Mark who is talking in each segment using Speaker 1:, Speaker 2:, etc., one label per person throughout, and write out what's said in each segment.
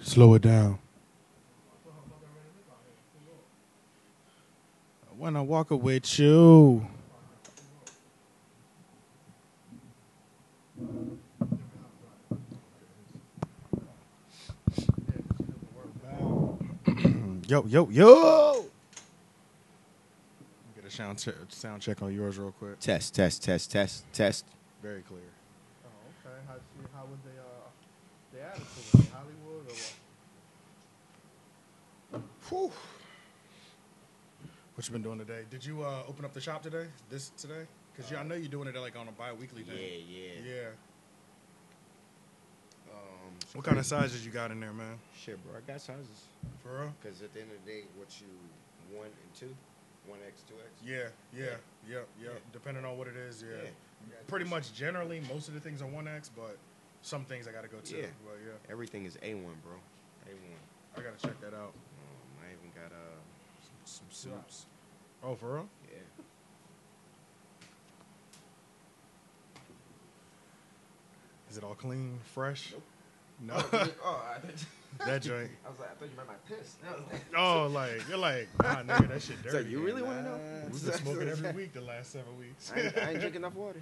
Speaker 1: Slow it down. I wanna walk with you. yo, yo, yo! Get a sound, che- sound check on yours real quick.
Speaker 2: Test, test, test, test, test.
Speaker 1: Very clear.
Speaker 3: Oh, okay. How, she, how was they, uh, they added to it? Hollywood or what?
Speaker 1: Whew. What you been doing today? Did you uh, open up the shop today? This today? Because I know you're doing it like on a bi-weekly thing.
Speaker 2: yeah.
Speaker 1: Um, what kind of sizes you got in there, man?
Speaker 2: Shit, bro, I got sizes.
Speaker 1: For real?
Speaker 2: Because at the end of the day, what you one and two, one X, two X.
Speaker 1: Yeah, yeah, yeah, yeah. Depending on what it is, yeah.
Speaker 2: Yeah.
Speaker 1: Pretty much generally, most of the things are 1X, but some things I got to go to.
Speaker 2: Yeah.
Speaker 1: But yeah,
Speaker 2: Everything is A one, bro. A one.
Speaker 1: I got to check that out.
Speaker 2: Um, I even got uh some, some
Speaker 1: Yeah.
Speaker 2: suits.
Speaker 1: Oh, for real?
Speaker 2: Yeah.
Speaker 1: Is it all clean, fresh?
Speaker 2: Nope.
Speaker 1: No.
Speaker 2: oh, I, thought you-
Speaker 1: that joint.
Speaker 2: I was like, I thought you meant my piss. And I was like,
Speaker 1: Oh, like you're like, nah, nigga, that shit
Speaker 2: It's
Speaker 1: dirty.
Speaker 2: like, you really want to know?
Speaker 1: man. We've been smoking every week the last seven weeks.
Speaker 2: I, ain't- I ain't drink enough water.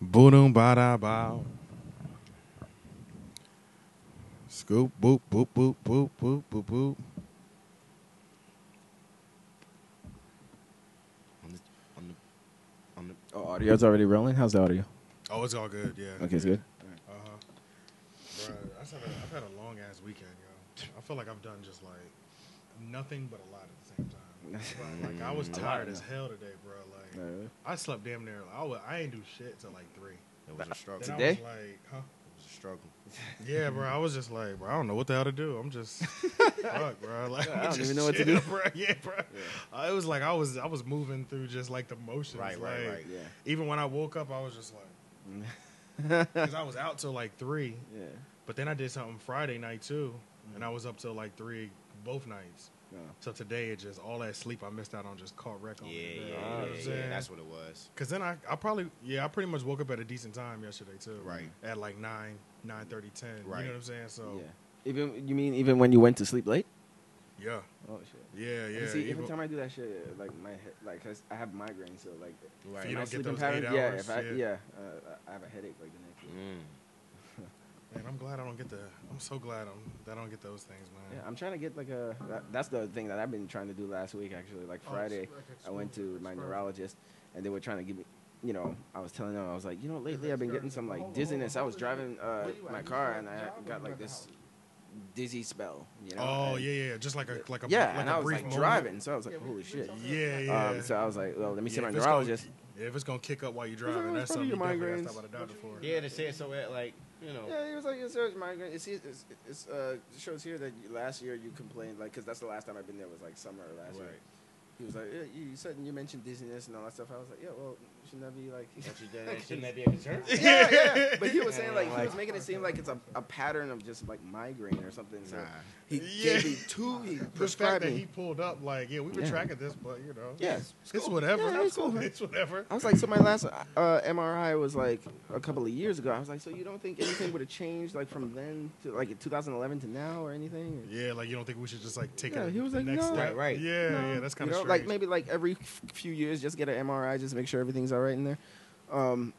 Speaker 1: Boom, ba da bow. Scoop, boop, boop, boop, boop, boop, boop, boop.
Speaker 2: On the, on the, on the.
Speaker 4: Oh, audio's already rolling. How's the audio?
Speaker 1: Oh, it's all good, yeah.
Speaker 4: Okay, it's good.
Speaker 1: Uh huh. Bro, I've had, a, I've had a long ass weekend, yo. I feel like I've done just like nothing but a lot at the same time. But, like I was
Speaker 4: A lot,
Speaker 1: tired as
Speaker 4: yeah.
Speaker 1: hell today, bro. Like I slept damn near. I, wa- I ain't do shit till like three.
Speaker 2: It was a struggle.
Speaker 1: Then
Speaker 2: It
Speaker 1: I
Speaker 4: Today?
Speaker 1: was like, huh?
Speaker 2: was a struggle.
Speaker 1: Yeah, bro. I was just like, bro, I don't know what the hell to do. I'm just fuck, bro. Like,
Speaker 4: Yeah, I
Speaker 1: I'm
Speaker 4: don't even
Speaker 1: just
Speaker 4: know what to do.
Speaker 1: chill, bro. Yeah, bro. I- it was like I was I was moving through just like the motions.
Speaker 2: Right, right,
Speaker 1: like,
Speaker 2: right.
Speaker 4: Yeah.
Speaker 1: Even when I woke up, I was just like,
Speaker 4: yeah.
Speaker 1: because I was out till like three, but then I did something Friday night too, and I was up till like three both nights.
Speaker 4: Yeah.
Speaker 1: So today, it just all that sleep I missed out on just caught wreck on
Speaker 2: Yeah,
Speaker 1: me.
Speaker 2: yeah,
Speaker 1: today,
Speaker 2: yeah,
Speaker 1: you know
Speaker 2: yeah,
Speaker 1: what I'm
Speaker 2: yeah,
Speaker 1: saying?
Speaker 2: That's what it was.
Speaker 1: Cause then I, I probably yeah I pretty much woke up at a decent time yesterday too
Speaker 2: Right.
Speaker 1: at like nine nine thirty ten
Speaker 2: Right.
Speaker 1: you know what I'm saying so
Speaker 4: Even you mean even when you went to sleep late?
Speaker 1: yeah
Speaker 4: Oh shit.
Speaker 1: yeah yeah,
Speaker 4: And see,
Speaker 1: even-
Speaker 4: every time I do that shit, uh, like my head, like 'cause I have migraine, so like
Speaker 2: Right.
Speaker 1: So
Speaker 4: my
Speaker 1: you don't get
Speaker 4: sleeping
Speaker 1: those eight
Speaker 4: pattern- yeah,
Speaker 1: hours,
Speaker 4: if I,
Speaker 1: yeah.
Speaker 4: yeah, uh, I have a headache like the next day.
Speaker 2: Mm.
Speaker 1: Man, I'm glad I don't get the. I'm so glad I'm, that I don't get those things, man.
Speaker 4: Yeah, I'm trying to get like a. That, that's the thing that I've been trying to do last week actually. Like
Speaker 1: Oh,
Speaker 4: Friday,
Speaker 1: it's like it's
Speaker 4: I went to
Speaker 1: smooth,
Speaker 4: my
Speaker 1: it's perfect.
Speaker 4: neurologist, and they were trying to give me. You know, I was telling them I was like, you know, lately I've been getting some
Speaker 3: Hold on,
Speaker 4: like
Speaker 3: hold on,
Speaker 4: dizziness. I was
Speaker 3: hold on.
Speaker 4: driving uh,
Speaker 3: Where you at?
Speaker 4: my
Speaker 3: You
Speaker 4: car
Speaker 3: at
Speaker 4: and
Speaker 3: the
Speaker 4: I
Speaker 3: job or you
Speaker 4: got
Speaker 3: at
Speaker 4: like
Speaker 3: the
Speaker 4: this
Speaker 3: house?
Speaker 4: dizzy spell. You know?
Speaker 1: oh
Speaker 4: and-
Speaker 1: yeah, yeah, just like a like a
Speaker 4: yeah,
Speaker 1: like
Speaker 4: and
Speaker 1: a
Speaker 4: I was
Speaker 1: brief
Speaker 4: like
Speaker 1: moment.
Speaker 4: driving, so I was like,
Speaker 3: Yeah, we-
Speaker 4: holy
Speaker 3: we
Speaker 4: shit.
Speaker 3: talking-
Speaker 1: Yeah, yeah.
Speaker 4: Um, so I was like, well, let me see
Speaker 1: Yeah,
Speaker 4: my
Speaker 1: if it's gonna-
Speaker 4: neurologist.
Speaker 1: yeah, if it's gonna kick up while you're
Speaker 4: like,
Speaker 1: driving,
Speaker 4: "Oh,
Speaker 1: that's
Speaker 4: it's
Speaker 1: something you
Speaker 4: probably
Speaker 1: definitely
Speaker 4: your
Speaker 1: gotta stop by the doctor for.
Speaker 2: Yeah, they said so. At like, you know,
Speaker 1: oh.
Speaker 4: Yeah, he was like, yes, sir, it's migraine. It's, it's, it's uh, it shows here that you, last year you complained, like, because that's the last time I've been there was like summer last year.
Speaker 2: Right.
Speaker 4: He was like, yeah, you, you said you mentioned dizziness and all that stuff. I was like, yeah, well, shouldn't that be like?
Speaker 2: what you done, shouldn't that be a concern?
Speaker 4: yeah, yeah. But he was saying like he
Speaker 2: Like-
Speaker 4: was making it seem like it's a, a pattern of just like migraine or something. So
Speaker 2: Nah.
Speaker 4: he
Speaker 1: Yeah.
Speaker 4: gave me two. He
Speaker 1: The fact
Speaker 4: prescribed
Speaker 1: that
Speaker 4: me.
Speaker 1: he pulled up, like, yeah, we've been
Speaker 4: Yeah.
Speaker 1: tracking this, but you know,
Speaker 4: yeah.
Speaker 1: it's whatever.
Speaker 4: Yeah, it's cool.
Speaker 1: It's whatever.
Speaker 4: I was like, so my last uh, MRI was like a couple of years ago. I was like, so you don't think anything would have changed like from then to like 2011 to now or anything? Or-
Speaker 1: Yeah, like you don't think we should just like take
Speaker 4: Yeah,
Speaker 1: it
Speaker 4: he was
Speaker 1: the
Speaker 4: like,
Speaker 1: next
Speaker 4: no.
Speaker 1: step?
Speaker 2: Right, right.
Speaker 1: Yeah,
Speaker 4: No.
Speaker 1: yeah, that's
Speaker 4: You
Speaker 1: kind of
Speaker 4: know, like maybe like every f- few years, just get an MRI, just make sure everything's all right in there. Um,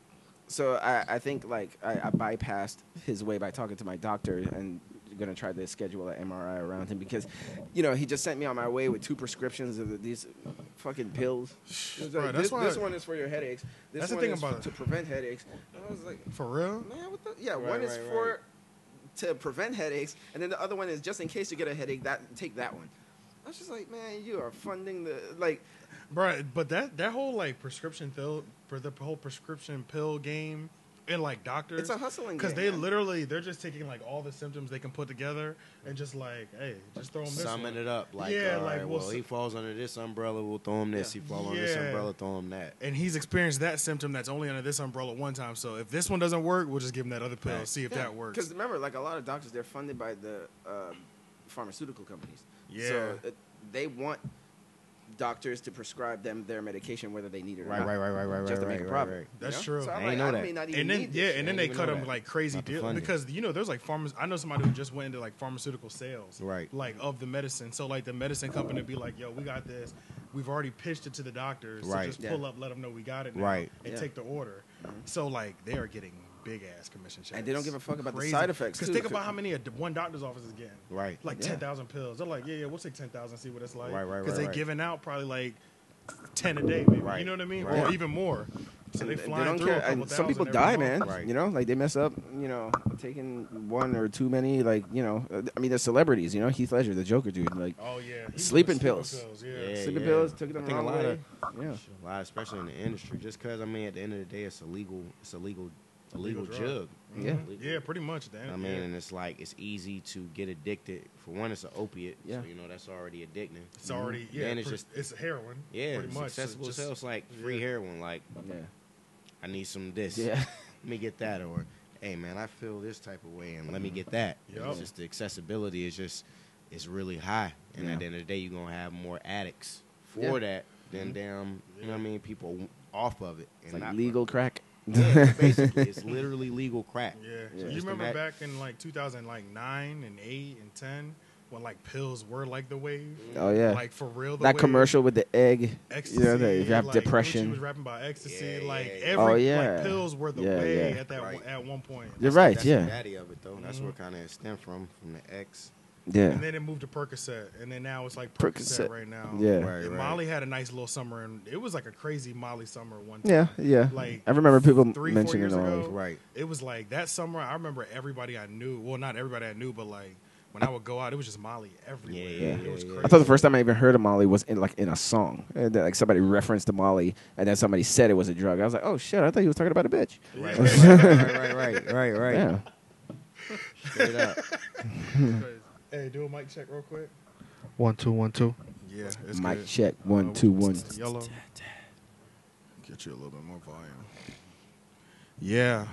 Speaker 4: so I, I think like I, I bypassed his way by talking to my doctor and gonna try to schedule an MRI around him because, you know, he just sent me on my way with two prescriptions of these fucking pills. He was
Speaker 1: Bro,
Speaker 4: like,
Speaker 1: that's
Speaker 4: this,
Speaker 1: why-
Speaker 4: this one is for your headaches. This
Speaker 1: That's the
Speaker 4: one
Speaker 1: thing
Speaker 4: is
Speaker 1: about it.
Speaker 4: to prevent headaches. And I was like,
Speaker 1: for real.
Speaker 4: man, what the? Yeah,
Speaker 2: Right,
Speaker 4: one is
Speaker 2: right,
Speaker 4: for
Speaker 2: right.
Speaker 4: to prevent headaches, and then the other one is just in case you get a headache. That take that one. I was just like, man, you are funding the like.
Speaker 1: Bro, but that that whole like prescription pill for the whole prescription pill game and like doctors,
Speaker 4: It's a hustling
Speaker 1: because
Speaker 4: game,
Speaker 1: they
Speaker 4: man.
Speaker 1: literally they're just taking like all the symptoms they can put together and just like hey, just throw them this
Speaker 2: Summing
Speaker 1: one.
Speaker 2: it up, like,
Speaker 1: Yeah,
Speaker 2: all
Speaker 5: uh,
Speaker 1: like,
Speaker 2: right, well,
Speaker 1: well,
Speaker 2: he falls under this umbrella, we'll throw him this. He falls under this
Speaker 1: Yeah.
Speaker 2: umbrella, throw him that.
Speaker 1: And he's experienced that symptom that's only under this umbrella one time. So if this one doesn't work, we'll just give him that other pill,
Speaker 2: Right.
Speaker 1: see if that works.
Speaker 4: Because remember, like a lot of doctors, they're funded by the uh, pharmaceutical companies.
Speaker 1: Yeah.
Speaker 4: So uh, they want doctors to prescribe them their medication whether they need it or
Speaker 5: Right,
Speaker 4: not.
Speaker 5: right, right, right, right,
Speaker 4: just
Speaker 5: right,
Speaker 4: to make
Speaker 5: right,
Speaker 4: a
Speaker 5: right,
Speaker 4: problem.
Speaker 5: right.
Speaker 4: you
Speaker 1: That's
Speaker 4: know?
Speaker 1: true.
Speaker 4: So I'm
Speaker 5: I
Speaker 4: like,
Speaker 5: ain't know
Speaker 4: I
Speaker 5: that.
Speaker 4: may not even
Speaker 1: and then
Speaker 4: need this
Speaker 1: yeah,
Speaker 4: shit.
Speaker 1: and then
Speaker 5: I
Speaker 1: they
Speaker 5: didn't even
Speaker 1: cut
Speaker 5: know
Speaker 1: them
Speaker 5: that.
Speaker 1: like crazy
Speaker 5: Not the
Speaker 1: deals
Speaker 5: funding.
Speaker 1: because you know there's like farmers. I know somebody who just went into like pharmaceutical sales,
Speaker 5: Right.
Speaker 1: Like of the medicine. So like the medicine company be like, "Yo, we got this. We've already pitched it to the doctors.
Speaker 5: Right.
Speaker 1: So just
Speaker 4: Yeah.
Speaker 1: pull up, let them know we got it, now,
Speaker 5: Right.
Speaker 1: And
Speaker 4: Yeah. Mm-hmm.
Speaker 1: take the order." So like they are getting big ass commission checks,
Speaker 4: And they don't give a fuck about the side effects,
Speaker 1: Because
Speaker 4: too.
Speaker 1: think about how many a d- one doctor's office is getting,
Speaker 5: Right.
Speaker 1: Like
Speaker 4: Yeah.
Speaker 1: ten thousand pills. They're like, "Yeah, yeah, we'll take ten thousand, see what it's like."
Speaker 5: Right, right,
Speaker 1: Because
Speaker 5: right,
Speaker 1: they
Speaker 5: right.
Speaker 1: giving out probably like ten a day, maybe.
Speaker 5: Right.
Speaker 1: You know what I mean,
Speaker 5: Right.
Speaker 1: or even more. So
Speaker 4: And
Speaker 1: they
Speaker 4: they
Speaker 1: flying
Speaker 4: don't
Speaker 1: through.
Speaker 4: care.
Speaker 1: A couple
Speaker 4: And some
Speaker 1: thousand
Speaker 4: people
Speaker 1: every
Speaker 4: die,
Speaker 1: month.
Speaker 4: man.
Speaker 5: Right.
Speaker 4: You know, like they mess up. You know, taking one or too many. Like you know, uh, I mean, the celebrities. You know, Heath Ledger, the Joker dude. Like
Speaker 1: Oh yeah, He
Speaker 4: Sleeping
Speaker 1: was
Speaker 4: pills.
Speaker 1: yeah.
Speaker 5: Yeah.
Speaker 4: sleeping pills, took
Speaker 5: I
Speaker 4: them the
Speaker 5: think a
Speaker 4: wrong
Speaker 5: lot
Speaker 4: way.
Speaker 5: of-
Speaker 4: yeah,
Speaker 5: A lot, especially in the industry, just because I mean, at the end of the day, it's a legal, it's a legal, a legal
Speaker 1: Legal
Speaker 5: jug.
Speaker 1: drug.
Speaker 4: Yeah.
Speaker 5: Legal.
Speaker 1: Yeah, pretty much. Then
Speaker 5: I mean, and it's like it's easy to get addicted. For one, it's an opiate,
Speaker 4: Yeah.
Speaker 5: so you know that's already addicting.
Speaker 1: it's
Speaker 4: mm-hmm.
Speaker 1: already yeah.
Speaker 5: Then it's
Speaker 1: pre-
Speaker 5: just-
Speaker 1: it's heroin.
Speaker 5: Yeah,
Speaker 1: pretty
Speaker 5: it's
Speaker 1: much. So
Speaker 5: accessible.
Speaker 1: just-
Speaker 5: so it's like free
Speaker 1: yeah.
Speaker 5: heroin. Like
Speaker 4: yeah,
Speaker 5: I need some of this.
Speaker 4: yeah.
Speaker 5: Let me get that, or hey man, I feel this type of way, and let me get that.
Speaker 1: Yup.
Speaker 5: It's just the accessibility is just it's really high, and
Speaker 4: Yeah.
Speaker 5: at the end of the day, you're gonna have more addicts
Speaker 4: Yeah.
Speaker 5: for that than damn. You know what I mean? People off of it.
Speaker 4: It's
Speaker 5: and
Speaker 4: like
Speaker 5: not-
Speaker 4: legal crack.
Speaker 5: Yeah, basically, it's literally legal crack.
Speaker 1: Yeah. So
Speaker 4: Yeah.
Speaker 1: you
Speaker 5: Just
Speaker 1: remember
Speaker 5: imag-
Speaker 1: back in like 2009 and 8 and 10 when like pills were like the wave?
Speaker 4: Oh yeah,
Speaker 1: Like for real the
Speaker 4: that
Speaker 1: wave?
Speaker 4: commercial with the egg.
Speaker 1: Ecstasy.
Speaker 4: You know, they
Speaker 1: and,
Speaker 4: have
Speaker 1: like, Gucci was
Speaker 4: depression.
Speaker 1: rapping about ecstasy.
Speaker 5: Yeah,
Speaker 1: like
Speaker 5: yeah, yeah.
Speaker 1: every
Speaker 4: Oh,
Speaker 1: like
Speaker 4: yeah.
Speaker 1: pills were the
Speaker 4: Yeah,
Speaker 1: way
Speaker 4: yeah.
Speaker 1: at that
Speaker 5: Right.
Speaker 1: one, at one point.
Speaker 4: You're
Speaker 5: That's-
Speaker 4: right.
Speaker 5: That's the
Speaker 4: Yeah,
Speaker 5: daddy of it though. That's where kind of it stemmed from, from the X.
Speaker 4: yeah,
Speaker 1: And then it moved to Percocet, and then now it's like Percocet,
Speaker 4: Percocet.
Speaker 1: right now.
Speaker 4: yeah,
Speaker 5: Right,
Speaker 1: And
Speaker 5: right.
Speaker 1: Molly had a nice little summer, and it was like a crazy Molly summer one. Time.
Speaker 4: yeah, yeah.
Speaker 1: Like
Speaker 4: I remember people
Speaker 1: three, four
Speaker 4: mentioning
Speaker 1: years
Speaker 4: all.
Speaker 1: ago.
Speaker 5: Right.
Speaker 1: it was like that summer. I remember everybody I knew. Well, not everybody I knew, but like when I would go out, it was just Molly everywhere.
Speaker 5: Yeah,
Speaker 1: it was
Speaker 5: yeah, yeah.
Speaker 1: crazy.
Speaker 4: I thought the first time I even heard of Molly was in like in a song. And then, like somebody referenced to Molly, and then somebody said it was a drug. I was like, oh shit! I thought he was talking about a bitch.
Speaker 5: Right, right, right, right, right, right.
Speaker 4: Yeah,
Speaker 5: Straight up.
Speaker 3: Crazy.
Speaker 1: Hey, do a mic check real quick.
Speaker 3: One two one two.
Speaker 1: Yeah, it's
Speaker 4: mic
Speaker 1: good.
Speaker 4: check
Speaker 1: Uh,
Speaker 4: one two one.
Speaker 1: Yellow. Get you a little bit more volume. Yeah,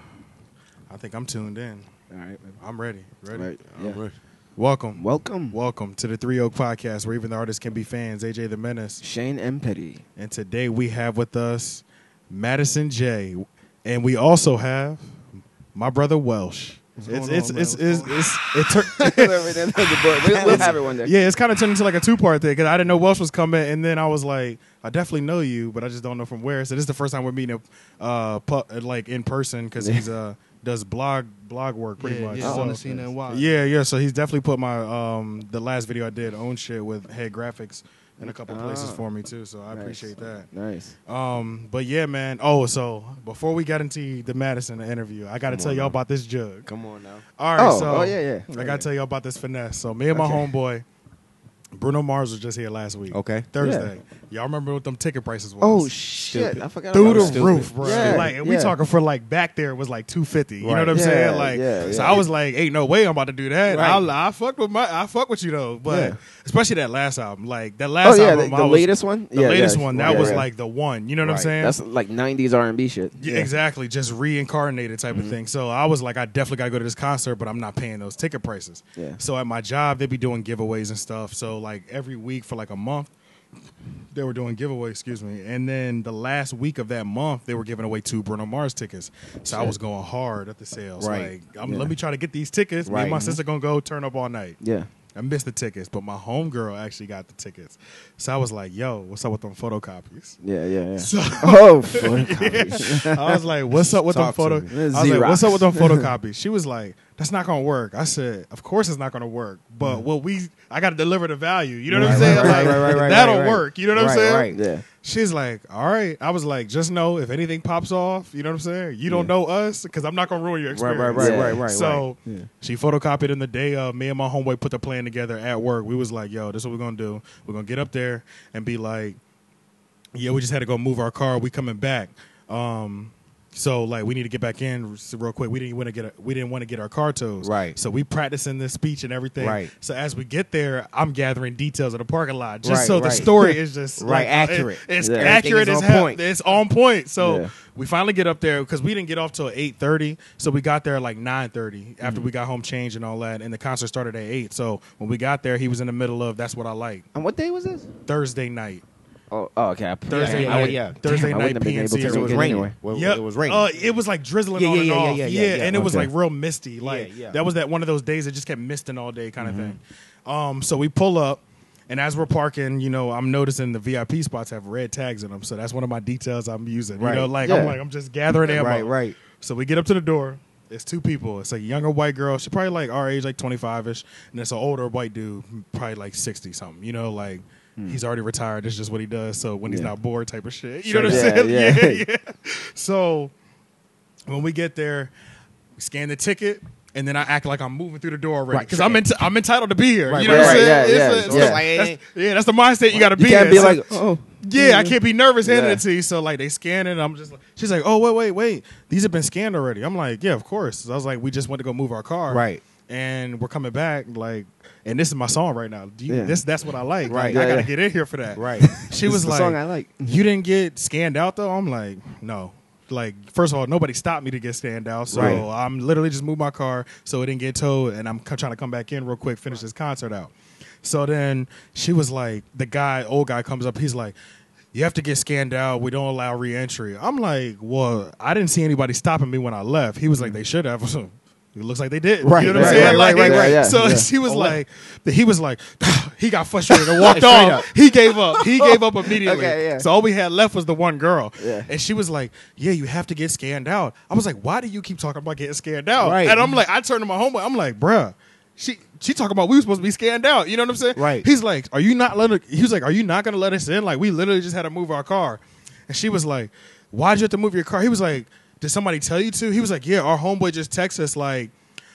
Speaker 1: I think I'm tuned in.
Speaker 4: All right,
Speaker 1: I'm ready. Ready.
Speaker 4: Right, yeah.
Speaker 1: Welcome.
Speaker 4: welcome
Speaker 1: Welcome to the Three Oak Podcast, where even the artists can be fans. AJ the Menace.
Speaker 4: Shane M Petty.
Speaker 1: And today we have with us Madison J. And we also have my brother Welsh. It's
Speaker 3: going
Speaker 1: it's,
Speaker 3: on, man?
Speaker 1: it's,
Speaker 3: What's
Speaker 1: it's,
Speaker 3: going
Speaker 1: it's, it tur-
Speaker 4: We'll have it one day.
Speaker 1: yeah, it's kind of turned into like a two part thing because I didn't know Welsh was coming, and then I was like, I definitely know you, but I just don't know from where. So this is the first time we're meeting, uh, pu- like in person because he's uh does blog blog work pretty
Speaker 3: yeah,
Speaker 1: much.
Speaker 3: Yeah,
Speaker 1: So-
Speaker 3: on the scene and why?
Speaker 1: yeah, yeah. So he's definitely put my um the last video I did own shit with Head Graphics in a couple places
Speaker 4: Ah.
Speaker 1: for me too. So I
Speaker 4: Nice.
Speaker 1: appreciate that.
Speaker 4: Nice.
Speaker 1: Um, but yeah, man. Oh, so before we got into the Madison interview, I got to
Speaker 5: Come
Speaker 1: tell
Speaker 5: on
Speaker 1: y'all
Speaker 5: now.
Speaker 1: about this jug.
Speaker 5: Come on now.
Speaker 1: All right,
Speaker 4: Oh,
Speaker 1: so
Speaker 4: oh, yeah, yeah.
Speaker 1: I
Speaker 4: Right,
Speaker 1: got
Speaker 4: yeah.
Speaker 1: to tell y'all about this finesse. So me and my
Speaker 4: Okay.
Speaker 1: homeboy Bruno Mars was just here last week.
Speaker 5: Okay.
Speaker 1: Thursday. Y'all remember what them ticket prices was?
Speaker 4: Oh shit! I forgot.
Speaker 1: Through
Speaker 4: about
Speaker 1: the
Speaker 4: that.
Speaker 1: roof, bro.
Speaker 4: Yeah,
Speaker 1: like and we
Speaker 4: yeah.
Speaker 1: talking for like back there was like two fifty. You know
Speaker 5: Right.
Speaker 1: what I'm
Speaker 4: Yeah,
Speaker 1: saying? Like,
Speaker 4: yeah,
Speaker 1: so
Speaker 4: yeah.
Speaker 1: I was like, ain't no way I'm about to do that.
Speaker 5: Right.
Speaker 1: I'll- I fuck with my, I fuck with you though, but
Speaker 4: Yeah.
Speaker 1: especially that last album, like that
Speaker 4: Oh
Speaker 1: last
Speaker 4: yeah, the,
Speaker 1: album, I
Speaker 4: the
Speaker 1: was-
Speaker 4: latest one.
Speaker 1: the
Speaker 4: yeah,
Speaker 1: latest
Speaker 4: yeah.
Speaker 1: one that
Speaker 4: Yeah,
Speaker 1: was
Speaker 4: yeah.
Speaker 1: like the one. You know what I'm
Speaker 5: Right.
Speaker 1: saying?
Speaker 4: that's like '90s R&B shit.
Speaker 1: Yeah, exactly. Just reincarnated type of thing. So I was like, I definitely got to go to this concert, but I'm not paying those ticket prices.
Speaker 4: Yeah.
Speaker 1: So at my job, they be doing giveaways and stuff. So like every week for like a month, they were doing giveaways. Excuse me. And then the last week of that month, they were giving away two Bruno Mars tickets. So I was going hard at the sales.
Speaker 5: Right.
Speaker 1: Like, I'm,
Speaker 4: Yeah.
Speaker 1: let me try to get these tickets. Me and
Speaker 5: Right.
Speaker 1: my
Speaker 5: Mhm.
Speaker 1: sister gonna go turn up all night.
Speaker 4: Yeah.
Speaker 1: I missed the tickets, but my homegirl actually got the tickets. So I was like, yo, what's up with them photocopies?
Speaker 4: Yeah, yeah, yeah.
Speaker 1: So
Speaker 4: oh, fuck.
Speaker 1: I was like, "What's up with them
Speaker 5: Talk to
Speaker 1: photo?" I
Speaker 5: me.
Speaker 1: was like, "What's
Speaker 4: Xerox.
Speaker 1: up with them photocopies?" She was like, "That's not gonna work." I said, "Of course it's not gonna work, but what we I got to deliver the value. You know what I'm
Speaker 5: Mm. Right,
Speaker 1: saying?
Speaker 5: right, right,
Speaker 1: like
Speaker 5: right, right, right,
Speaker 1: that'll
Speaker 5: right.
Speaker 1: work. You know what I'm
Speaker 5: Right,
Speaker 1: saying?"
Speaker 5: right.
Speaker 4: yeah.
Speaker 1: She's like, "All right." I was like, "Just know if anything pops off, you know what I'm saying. You don't
Speaker 4: Yeah.
Speaker 1: know us because I'm not gonna ruin your
Speaker 5: Right,
Speaker 1: experience."
Speaker 5: right, right,
Speaker 4: Yeah.
Speaker 5: right, right.
Speaker 1: So
Speaker 4: right. Yeah.
Speaker 1: she photocopied in the day of me and my homeboy put the plan together at work. We was like, yo, this is what we're gonna do. We're gonna get up there and be like, Yeah, we just had to go move our car, we coming back. Um so like we need to get back in s- real quick. We didn't want to get a, we didn't want to get our car towed.
Speaker 5: Right.
Speaker 1: So we practicing this speech and everything.
Speaker 5: Right.
Speaker 1: So as we get there, I'm gathering details of the parking lot just
Speaker 5: Right,
Speaker 1: so the
Speaker 5: right.
Speaker 1: story is just
Speaker 5: Right,
Speaker 1: like,
Speaker 5: accurate.
Speaker 1: it- it's
Speaker 4: Yeah.
Speaker 1: accurate
Speaker 5: Everything
Speaker 1: as
Speaker 5: is on
Speaker 1: hell.
Speaker 5: point.
Speaker 1: It's on point. So
Speaker 4: Yeah.
Speaker 1: we finally get up there because we didn't get off till eight thirty. So we got there at like nine thirty after
Speaker 4: Mm-hmm.
Speaker 1: we got home changed and all that. And the concert started at eight. So when we got there, he was in the middle of "That's What I Like"
Speaker 4: And what day was this?
Speaker 1: Thursday night.
Speaker 4: Oh, oh okay. I-
Speaker 1: Thursday
Speaker 5: yeah,
Speaker 1: night.
Speaker 5: yeah. Damn,
Speaker 1: Thursday
Speaker 4: I
Speaker 1: night
Speaker 4: wouldn't have been able
Speaker 1: PNC.
Speaker 4: to
Speaker 1: is
Speaker 5: It
Speaker 1: what-
Speaker 5: was
Speaker 4: Good
Speaker 5: raining.
Speaker 4: anyway.
Speaker 5: Well,
Speaker 1: Yep.
Speaker 5: It was raining.
Speaker 1: Uh, it was like drizzling
Speaker 5: Yeah,
Speaker 1: on
Speaker 5: yeah,
Speaker 1: and
Speaker 5: yeah, yeah,
Speaker 1: off.
Speaker 5: yeah, yeah, yeah.
Speaker 1: and it was
Speaker 4: Okay.
Speaker 1: like real misty. Like
Speaker 5: yeah. Mm-hmm.
Speaker 1: that was that one of those days that just kept misting all day kind of thing. Um, so we pull up, and as we're parking, you know, I'm noticing the VIP spots have red tags in them. So that's one of my details I'm using. You
Speaker 5: Right.
Speaker 1: know, like
Speaker 5: Yeah.
Speaker 1: I'm like I'm just gathering ammo.
Speaker 5: right, right.
Speaker 1: So we get up to the door. It's two people. It's a younger white girl. She probably like our age, like 25 ish. And it's an older white dude, probably like 60 something. You know, like he's already retired. That's just what he does. So when he's
Speaker 4: Hmm. Yeah.
Speaker 1: not bored, type of shit. You
Speaker 4: Sure.
Speaker 1: know what
Speaker 4: Yeah,
Speaker 1: I'm saying?
Speaker 4: yeah.
Speaker 1: yeah. So when we get there, we scan the ticket. And then I act like I'm moving through the door already
Speaker 5: Right,
Speaker 1: because
Speaker 5: sure.
Speaker 1: I'm enti- I'm entitled to be here.
Speaker 5: Right,
Speaker 1: you know
Speaker 5: right,
Speaker 1: what I'm
Speaker 5: right,
Speaker 1: saying?
Speaker 4: yeah,
Speaker 1: It's
Speaker 4: yeah,
Speaker 1: a-
Speaker 4: yeah.
Speaker 5: eh,
Speaker 1: it's- yeah, that's the mindset you got to be.
Speaker 4: You can't
Speaker 1: in.
Speaker 4: be
Speaker 1: So-
Speaker 4: like, oh,
Speaker 1: yeah, I can't be nervous handing
Speaker 4: Yeah.
Speaker 1: it to you. So like they scan it, and I'm just like, she's like, oh wait, wait, wait, these have been scanned already. I'm like, yeah, of course. So I was like, we just went to go move our
Speaker 4: oh.
Speaker 1: car,
Speaker 5: Right.
Speaker 1: And we're coming back, like, and this is my song right now. Do you,
Speaker 4: Yeah.
Speaker 1: This that's what I like. Right,
Speaker 5: Right.
Speaker 1: I
Speaker 4: Yeah,
Speaker 1: gotta
Speaker 4: yeah.
Speaker 1: get in here for that.
Speaker 5: Right.
Speaker 1: She
Speaker 4: this
Speaker 1: was
Speaker 4: is the
Speaker 1: like,
Speaker 4: song I like.
Speaker 1: you didn't get scanned out though. I'm like, no. Like first of all, nobody stopped me to get scanned out, so
Speaker 5: Right.
Speaker 1: I'm literally just moved my car so it didn't get towed, and I'm c- trying to come back in real quick, finish this concert out. So then she was like, the guy, old guy, comes up. He's like, you have to get scanned out. We don't allow reentry. I'm like, well, I didn't see anybody stopping me when I left. He was like, they should have. it looks like they did.
Speaker 5: Right,
Speaker 1: you know what
Speaker 5: right,
Speaker 1: I'm saying?
Speaker 5: right,
Speaker 1: like,
Speaker 5: right, right,
Speaker 4: yeah,
Speaker 1: So
Speaker 4: yeah.
Speaker 1: she was like, he was like, he got frustrated and walked off. He gave up. He gave up immediately.
Speaker 4: Okay, yeah.
Speaker 1: So all we had left was the one girl.
Speaker 4: Yeah.
Speaker 1: And she was like, Yeah, you have to get scanned out. I was like, Why do you keep talking about getting scanned out?
Speaker 5: Right.
Speaker 1: And I'm like, I turned to my homeboy. I'm like, Bruh, she she talking about we were supposed to be scanned out. You know what I'm saying?
Speaker 5: Right.
Speaker 1: He's like, Are you not letting he was like, Are you not gonna let us in? Like, we literally just had to move our car. And she was like, Why'd you have to move your car? He was like, Did somebody tell you to? He was like, Yeah, our homeboy just texted us like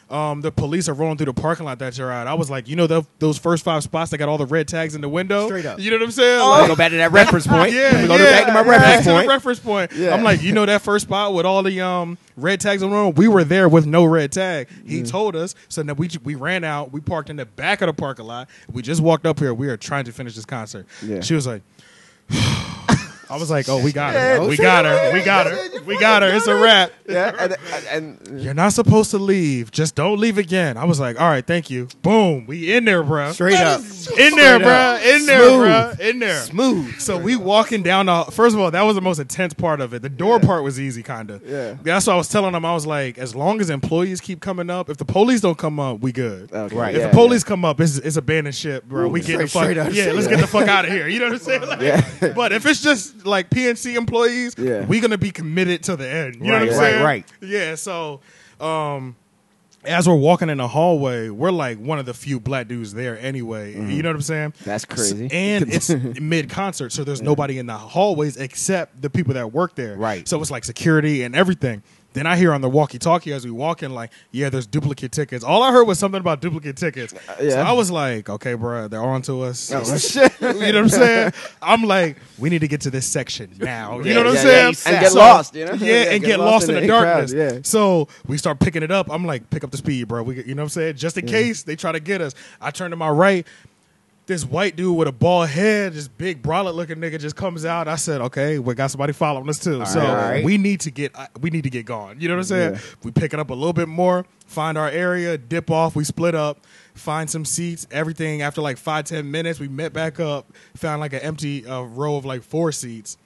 Speaker 1: um, the police are rolling through the parking lot that you're at. I was like, you know, the, those first five spots that got all the red tags in the window.
Speaker 5: Straight up. Oh,
Speaker 1: You know what I'm saying?
Speaker 5: Let me go back to that reference point.
Speaker 1: Yeah,
Speaker 5: Let me go
Speaker 1: yeah,
Speaker 5: back to my
Speaker 1: yeah, back
Speaker 5: reference
Speaker 1: to the
Speaker 5: point.
Speaker 1: reference point.
Speaker 4: Yeah.
Speaker 1: I'm like, you know that first spot with all the um red tags on the road? We were there with no red tag. He told us, so now we we ran out. We parked in the back of the parking lot. We just walked up here. We are trying to finish this concert.
Speaker 4: Yeah.
Speaker 1: She was like. I was like, "Oh, we got her! We got her! We got her! We got her! It's a wrap."
Speaker 4: Yeah, and, and, and
Speaker 1: You're not supposed to leave. Just don't leave again. I was like, "All right, thank you." Boom, we in there, bruh.
Speaker 5: Straight up.
Speaker 1: In there,
Speaker 5: Straight up.
Speaker 1: bruh. In there,
Speaker 5: Smooth.
Speaker 1: bruh. In there.
Speaker 5: Smooth.
Speaker 1: So we walking down the. First of all, that was the most intense part of it. The door part was easy, kinda.
Speaker 4: Yeah.
Speaker 1: That's what I was telling them. I was like, as long as employees keep coming up, if the police don't come up, we good.
Speaker 4: okay,
Speaker 5: Right.
Speaker 1: If
Speaker 4: yeah,
Speaker 1: the police come up, it's it's abandoned ship, bro. we get the fuck.
Speaker 5: straight up,
Speaker 1: yeah,
Speaker 5: straight
Speaker 1: let's get the fuck out of here. You know what I'm saying? Like,
Speaker 4: Yeah.
Speaker 1: But if it's just like PNC employees,
Speaker 4: Yeah.
Speaker 1: we gonna be committed to the end. You know what I'm
Speaker 5: Right, right,
Speaker 1: saying?
Speaker 5: right.
Speaker 1: Yeah. So, um, as we're walking in the hallway, we're like one of the few black dudes there anyway. You know what I'm saying?
Speaker 4: Mm-hmm. That's crazy.
Speaker 1: S- And it's mid concert, so there's nobody in the hallways except the people that work there.
Speaker 5: Right.
Speaker 1: So it's like security and everything. Then I hear on the walkie talkie as we walk in, like, yeah, there's duplicate tickets. All I heard was something about duplicate tickets. So
Speaker 4: Uh, yeah.
Speaker 1: I was like, okay, bro, they're on to us.
Speaker 4: oh, shit.
Speaker 1: you know what I'm saying? I'm like, we need to get to this section now. You know what I'm
Speaker 4: Yeah, yeah,
Speaker 1: saying?
Speaker 5: you
Speaker 4: and
Speaker 5: Yeah.
Speaker 4: get
Speaker 5: So-
Speaker 4: lost, you know?
Speaker 1: Yeah, and get, lost in, the, darkness.
Speaker 4: crowd, yeah.
Speaker 1: So we start picking it up. I'm like, pick up the speed, bro. We, you know what I'm saying? Just in case they try to get us. I turn to my right. This white dude with a bald head, this big brolic looking nigga, just comes out. I said, "Okay, we got somebody following us too, so
Speaker 5: all right.
Speaker 1: we need to get uh, we need to get gone." You know what I'm saying?
Speaker 4: Yeah.
Speaker 1: We pick it up a little bit more, find our area, dip off. We split up, find some seats. Everything after like five ten minutes, we met back up, found like an empty uh, row of like four seats.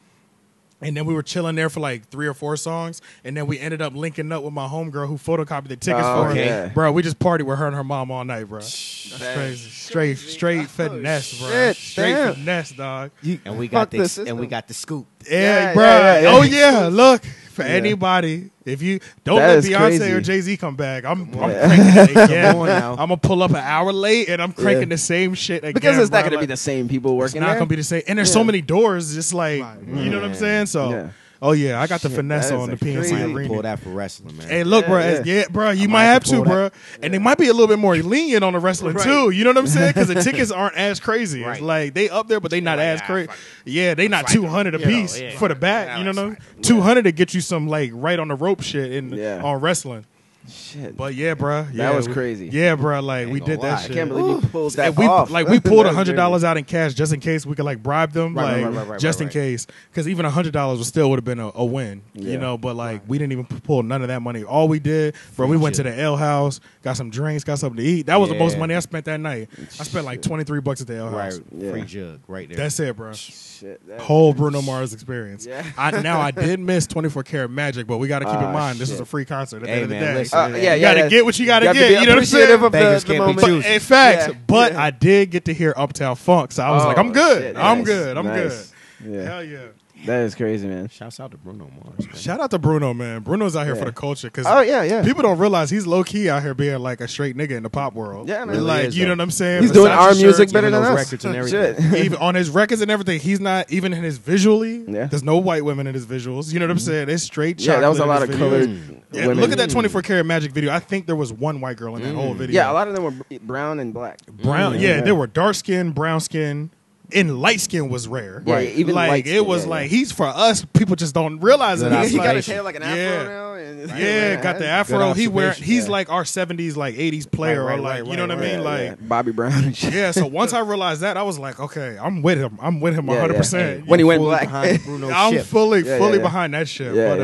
Speaker 1: And then we were chilling there for like three or four songs, and then we ended up linking up with my homegirl who photocopied the tickets
Speaker 4: Oh,
Speaker 1: for us.
Speaker 4: okay.
Speaker 1: Bro, we just partied with her and her mom all night, bro. That's crazy. Straight, straight finesse, bro.
Speaker 4: Oh, shit,
Speaker 1: straight
Speaker 4: damn.
Speaker 1: finesse, dog.
Speaker 5: And we
Speaker 4: Fuck
Speaker 5: got
Speaker 4: the
Speaker 5: the,
Speaker 4: system.
Speaker 5: and we got the scoop.
Speaker 1: Yeah,
Speaker 4: yeah,
Speaker 1: bro.
Speaker 4: yeah, yeah.
Speaker 1: Oh yeah, look for
Speaker 4: Yeah.
Speaker 1: anybody. If you don't
Speaker 4: That
Speaker 1: let
Speaker 4: is
Speaker 1: Beyonce
Speaker 4: crazy.
Speaker 1: or Jay Z come back, I'm, I'm
Speaker 4: on.
Speaker 1: cranking it again.
Speaker 5: Come on now.
Speaker 1: I'm gonna pull up an hour late and I'm cranking
Speaker 4: Yeah.
Speaker 1: the same shit again.
Speaker 4: Because it's
Speaker 1: bro.
Speaker 4: not going to be
Speaker 1: Like,
Speaker 4: the same people
Speaker 1: it's
Speaker 4: working
Speaker 1: not
Speaker 4: there.
Speaker 1: gonna be the same. And there's so
Speaker 4: Yeah.
Speaker 1: many doors. It's like you know what I'm
Speaker 5: man.
Speaker 1: saying. So.
Speaker 4: Yeah.
Speaker 1: Oh yeah, I got the
Speaker 4: Shit,
Speaker 1: finesse
Speaker 4: that is
Speaker 1: on the
Speaker 4: a
Speaker 1: PNC
Speaker 4: crazy-
Speaker 5: Might
Speaker 1: arena.
Speaker 5: pull that for wrestling, man.
Speaker 1: Hey, look,
Speaker 4: Yeah,
Speaker 1: bro.
Speaker 4: yeah.
Speaker 1: as- Yeah, bro. You
Speaker 5: might
Speaker 1: might have
Speaker 5: have to
Speaker 1: to,
Speaker 5: pull that.
Speaker 1: bro. And they might be a little bit more lenient on the wrestling
Speaker 5: Right.
Speaker 1: too. You know what I'm saying? Because the tickets aren't as crazy. It's
Speaker 5: Right.
Speaker 1: like they up there, but they not
Speaker 5: like,
Speaker 1: as
Speaker 5: ah,
Speaker 1: crazy.
Speaker 5: fuck
Speaker 1: Yeah, they not
Speaker 5: Slide them.
Speaker 1: two hundred a
Speaker 5: You know,
Speaker 1: piece
Speaker 5: yeah.
Speaker 1: for the
Speaker 5: Yeah,
Speaker 1: back. You know
Speaker 5: like
Speaker 1: what I mean?
Speaker 5: slide
Speaker 1: Two hundred to get you some like right on the rope shit in
Speaker 4: Yeah.
Speaker 1: on wrestling.
Speaker 4: Shit.
Speaker 1: But yeah, bruh. Yeah,
Speaker 4: was
Speaker 1: we-
Speaker 4: crazy.
Speaker 1: Yeah, bruh. Like
Speaker 2: Ain't
Speaker 1: we
Speaker 2: gonna
Speaker 1: did that
Speaker 2: lie.
Speaker 4: I
Speaker 1: shit.
Speaker 4: can't believe you pulled that
Speaker 1: And uh, we,
Speaker 4: off.
Speaker 1: Like we pulled
Speaker 4: That was
Speaker 1: hundred dollars
Speaker 4: dirty.
Speaker 1: out in cash just in case we could like bribe them,
Speaker 4: Right,
Speaker 1: like
Speaker 4: right, right, right,
Speaker 1: just
Speaker 4: right,
Speaker 1: in
Speaker 4: right.
Speaker 1: case, because even hundred dollars was still would have been a, a win,
Speaker 4: Yeah.
Speaker 1: you know. But like we didn't even p- pull none of that money. All we did, bro, we went to the L House, got some drinks, got something to eat. That was the most
Speaker 5: Yeah.
Speaker 1: money I spent that night. I spent like
Speaker 4: Shit.
Speaker 1: twenty three bucks at the L House.
Speaker 4: Yeah.
Speaker 5: Free jug right there.
Speaker 1: That's it, bro.
Speaker 4: Shit. that-
Speaker 1: Whole Bruno Mars experience.
Speaker 4: Yeah.
Speaker 1: I, now I did miss 24 Karat Magic, but we got to keep
Speaker 4: Ah,
Speaker 1: in mind this is
Speaker 4: shit.
Speaker 1: a free concert. At the
Speaker 5: Hey,
Speaker 1: end of the
Speaker 5: man,
Speaker 1: day,
Speaker 5: listen.
Speaker 4: Uh, yeah, yeah.
Speaker 1: you gotta
Speaker 4: yeah.
Speaker 1: get what you gotta
Speaker 4: have to
Speaker 1: get,
Speaker 4: be
Speaker 1: you know what I'm saying?
Speaker 4: appreciative of the-
Speaker 5: Beggars
Speaker 4: the
Speaker 5: can't be
Speaker 4: moment.
Speaker 1: But,
Speaker 5: choosers.
Speaker 1: in fact,
Speaker 4: Yeah,
Speaker 1: but
Speaker 4: yeah.
Speaker 1: I did get to hear Uptown Funk, so I was like,
Speaker 4: Oh,
Speaker 1: I'm good.
Speaker 4: shit,
Speaker 1: I'm
Speaker 4: nice,
Speaker 1: good. I'm
Speaker 4: nice.
Speaker 1: good.
Speaker 4: Yeah.
Speaker 1: Hell yeah.
Speaker 4: That is crazy, man.
Speaker 5: Shouts out to Bruno Mars. Man.
Speaker 1: Shout out to Bruno, man. Bruno's out here
Speaker 4: Yeah.
Speaker 1: for the culture because
Speaker 4: Oh yeah, yeah.
Speaker 1: people don't realize he's low key out here being like a straight nigga in the pop world.
Speaker 4: Yeah, man.
Speaker 1: like
Speaker 5: Really is,
Speaker 1: you know
Speaker 5: though.
Speaker 1: what I'm saying.
Speaker 4: He's doing
Speaker 1: Versace
Speaker 4: our music
Speaker 1: shirts,
Speaker 4: better
Speaker 5: even
Speaker 4: than
Speaker 5: those
Speaker 4: us.
Speaker 5: records and
Speaker 4: Shit.
Speaker 5: everything.
Speaker 1: even on his records and everything, he's not even in his visually.
Speaker 4: Yeah. Mm-hmm.
Speaker 1: There's no white women in his visuals. You know what I'm saying? It's straight.
Speaker 4: Yeah, that was a lot
Speaker 1: chocolate
Speaker 4: of
Speaker 1: in his videos.
Speaker 4: colored.
Speaker 1: Yeah,
Speaker 4: women. Mm.
Speaker 1: look at that 24 karat magic video. I think there was one white girl in that whole video.
Speaker 4: Yeah, a lot of them were b- brown and black.
Speaker 1: brown.
Speaker 4: Mm,
Speaker 1: yeah,
Speaker 4: yeah.
Speaker 1: they were dark skin, brown skin, and light skin was rare.
Speaker 4: Yeah, Right. even
Speaker 1: like
Speaker 4: light skin,
Speaker 1: it was
Speaker 4: yeah,
Speaker 1: like he's for us. People just don't realize it.
Speaker 5: Good
Speaker 1: It's
Speaker 5: observation.
Speaker 4: he got
Speaker 1: like-
Speaker 4: his hair like an afro
Speaker 1: yeah.
Speaker 4: now. And
Speaker 1: Yeah, got the afro. He wear.
Speaker 5: observation.
Speaker 1: He's
Speaker 4: Yeah.
Speaker 1: like our 70s, like 80s player,
Speaker 5: Right,
Speaker 1: or
Speaker 5: right,
Speaker 1: like
Speaker 5: right,
Speaker 1: you know
Speaker 5: right,
Speaker 1: what I mean,
Speaker 4: Yeah,
Speaker 1: like.
Speaker 4: yeah. Bobby Brown and shit.
Speaker 1: Yeah, so once I realized that, I was like, okay, I'm with him. I'm with him
Speaker 4: Yeah, yeah.
Speaker 1: 100%.
Speaker 4: When he went
Speaker 5: Fully
Speaker 4: black.
Speaker 5: behind Bruno
Speaker 1: I'm
Speaker 5: ship.
Speaker 1: fully,
Speaker 4: Yeah,
Speaker 1: fully
Speaker 4: yeah.
Speaker 1: behind that shit.
Speaker 4: Yeah,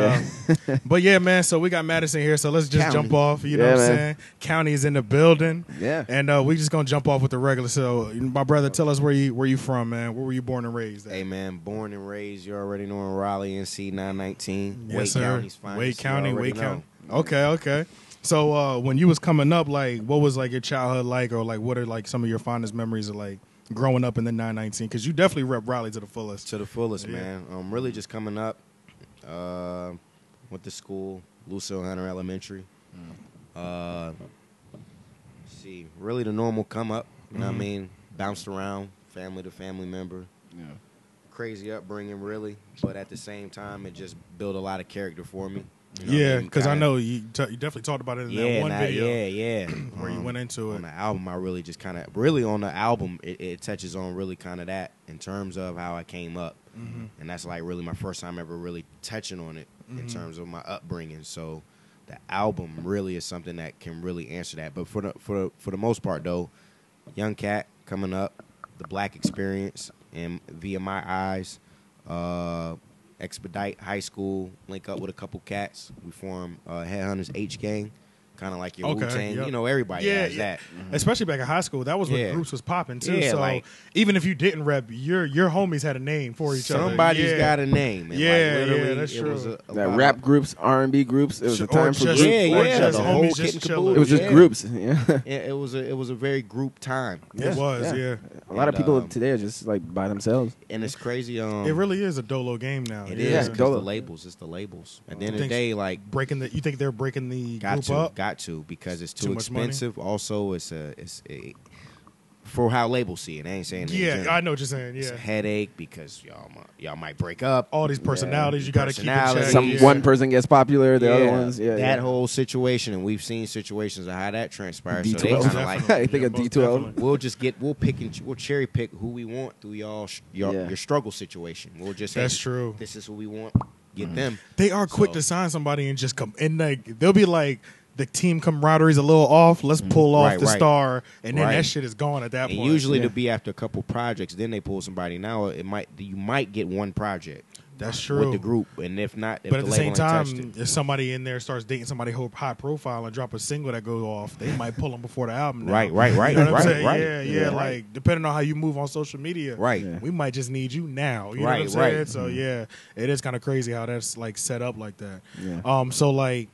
Speaker 1: but, Uh, but yeah, man. So we got Madison here. So let's just
Speaker 5: County.
Speaker 1: jump off. You know
Speaker 4: Yeah,
Speaker 1: what I'm
Speaker 4: man.
Speaker 1: saying? County's in the building,
Speaker 4: Yeah.
Speaker 1: and uh, we just gonna jump off with the regular. So my brother, tell us where you where you from, man. Where were you born and raised? At?
Speaker 5: Hey man, born and raised, you already know in Raleigh, NC, nine nineteen,
Speaker 1: Yes,
Speaker 5: Wake
Speaker 1: sir.
Speaker 5: County's finest.
Speaker 1: Wake
Speaker 5: you
Speaker 1: County,
Speaker 5: already
Speaker 1: Wake
Speaker 5: know.
Speaker 1: County. Okay, okay. So uh, when you was coming up, like, what was like your childhood like, or like, what are like some of your fondest memories of like growing up in the 919? Because you definitely rep Raleigh to the fullest.
Speaker 5: To the fullest,
Speaker 1: Yeah.
Speaker 5: man. Um, really just coming up. Uh, went to school, Lucille Hunter Elementary.
Speaker 1: Mm.
Speaker 5: Uh, see, really the normal come up. You know
Speaker 1: Mm-hmm.
Speaker 5: what I mean? Bounced around, family to family member. Crazy upbringing, really. But at the same time, it just built a lot of character for me. You know what
Speaker 1: yeah,
Speaker 5: mean?
Speaker 1: because I
Speaker 5: Kinda-
Speaker 1: know you, t- you definitely talked about it in
Speaker 5: Yeah,
Speaker 1: that one
Speaker 5: nah,
Speaker 1: video.
Speaker 5: yeah, yeah.
Speaker 1: where you
Speaker 5: Um,
Speaker 1: went into
Speaker 5: on
Speaker 1: it.
Speaker 5: the album, I really just kind of really on the album, it, it touches on really kind of that in terms of how I came up,
Speaker 1: Mm-hmm.
Speaker 5: and that's like really my first time ever really touching on it
Speaker 1: Mm-hmm.
Speaker 5: in terms of my upbringing. So the album really is something that can really answer that. But for the for the, for the most part though, Young Cat coming up, the Black Experience, and via my eyes, uh, Expedite High School, link up with a couple cats. We form uh, Headhunters H Gang, kind of like your
Speaker 1: Okay,
Speaker 5: Wu Tang.
Speaker 1: yep.
Speaker 5: You know everybody
Speaker 1: Yeah,
Speaker 5: has
Speaker 1: yeah.
Speaker 5: that. Mm-hmm.
Speaker 1: Especially back in high school, that was when
Speaker 5: Yeah.
Speaker 1: groups was popping too.
Speaker 5: Yeah,
Speaker 1: so
Speaker 5: like-
Speaker 1: even if you didn't rep, your your homies had a name for each other.
Speaker 5: Somebody's
Speaker 1: Yeah.
Speaker 5: got a name. And
Speaker 1: Yeah,
Speaker 5: like,
Speaker 1: yeah,
Speaker 5: literally,
Speaker 1: that's
Speaker 5: it
Speaker 1: true.
Speaker 5: Was a, a
Speaker 4: That
Speaker 5: lot of-
Speaker 4: rap groups, R and B groups. It was a
Speaker 1: Or
Speaker 4: time for
Speaker 1: just-
Speaker 4: groups.
Speaker 5: Yeah,
Speaker 1: or
Speaker 5: yeah,
Speaker 1: just
Speaker 5: the
Speaker 1: homies
Speaker 5: whole
Speaker 1: just
Speaker 5: kit and
Speaker 1: chilling.
Speaker 5: caboodle.
Speaker 4: It was just
Speaker 5: Yeah.
Speaker 4: groups. Yeah.
Speaker 5: It, it was a it was a very group time,
Speaker 1: It was,
Speaker 4: yeah.
Speaker 1: yeah.
Speaker 4: A lot of
Speaker 5: And,
Speaker 4: people
Speaker 5: um,
Speaker 4: today are just like by themselves.
Speaker 5: and it's crazy. Um,
Speaker 4: Oh.
Speaker 1: It really is a dolo game now.
Speaker 5: it
Speaker 1: yeah.
Speaker 5: is. 'cause
Speaker 4: Dolo.
Speaker 5: the labels. It's the labels. At the end of the
Speaker 1: Thanks.
Speaker 5: day, like
Speaker 1: Breaking the, you think they're breaking the
Speaker 5: got
Speaker 1: group
Speaker 5: to
Speaker 1: up?
Speaker 5: got to because it's too,
Speaker 1: Too much money?
Speaker 5: expensive. Also, it's a it's a, for how labels see it. I ain't saying it in
Speaker 1: yeah,
Speaker 5: general.
Speaker 1: I know what you're saying.
Speaker 5: It's
Speaker 1: Yeah,
Speaker 5: a headache because y'all might, y'all might break up.
Speaker 1: all these personalities you got to keep in check.
Speaker 5: Personalities.
Speaker 4: Some
Speaker 1: yeah.
Speaker 4: one person gets popular, the other ones. Yeah.
Speaker 5: that
Speaker 4: yeah.
Speaker 5: whole situation, and we've seen situations of how that transpires. So they
Speaker 4: D12.
Speaker 5: kind of like
Speaker 4: I think of
Speaker 1: most
Speaker 4: D12.
Speaker 1: definitely.
Speaker 5: we'll just get we'll pick and we'll cherry pick who we want through y'all sh- your,
Speaker 4: Yeah.
Speaker 5: your struggle situation. We'll just say,
Speaker 1: That's true.
Speaker 5: This is who we want.
Speaker 4: Mm-hmm.
Speaker 5: Get them.
Speaker 1: They are quick
Speaker 5: So-
Speaker 1: to sign somebody and just come and like they'll be like the team camaraderie's a little off. Let's pull off
Speaker 5: Mm-hmm. Right,
Speaker 1: the
Speaker 5: right.
Speaker 1: star, and then
Speaker 5: Right.
Speaker 1: that shit is gone at that
Speaker 5: And
Speaker 1: point.
Speaker 5: usually
Speaker 4: yeah.
Speaker 5: to be after a couple projects, then they pull somebody. Now it might you might get one project
Speaker 1: that's true.
Speaker 5: with the group, and if not, if
Speaker 1: But at the same
Speaker 5: label ain't touched
Speaker 1: time, if somebody in there starts dating somebody who high profile and drop a single that goes off, they might pull them before the album. now.
Speaker 5: Right, right, right,
Speaker 1: You know what
Speaker 5: right,
Speaker 1: I'm saying?
Speaker 5: right.
Speaker 1: Yeah, yeah,
Speaker 4: Yeah.
Speaker 1: Like depending on how you move on social media,
Speaker 5: right,
Speaker 4: Yeah. Mm-hmm.
Speaker 1: We might just need you now. You know
Speaker 5: Right,
Speaker 1: what I'm saying?
Speaker 5: right.
Speaker 1: So yeah, it is kind of crazy how that's like set up like that.
Speaker 4: Yeah.
Speaker 1: Um, so like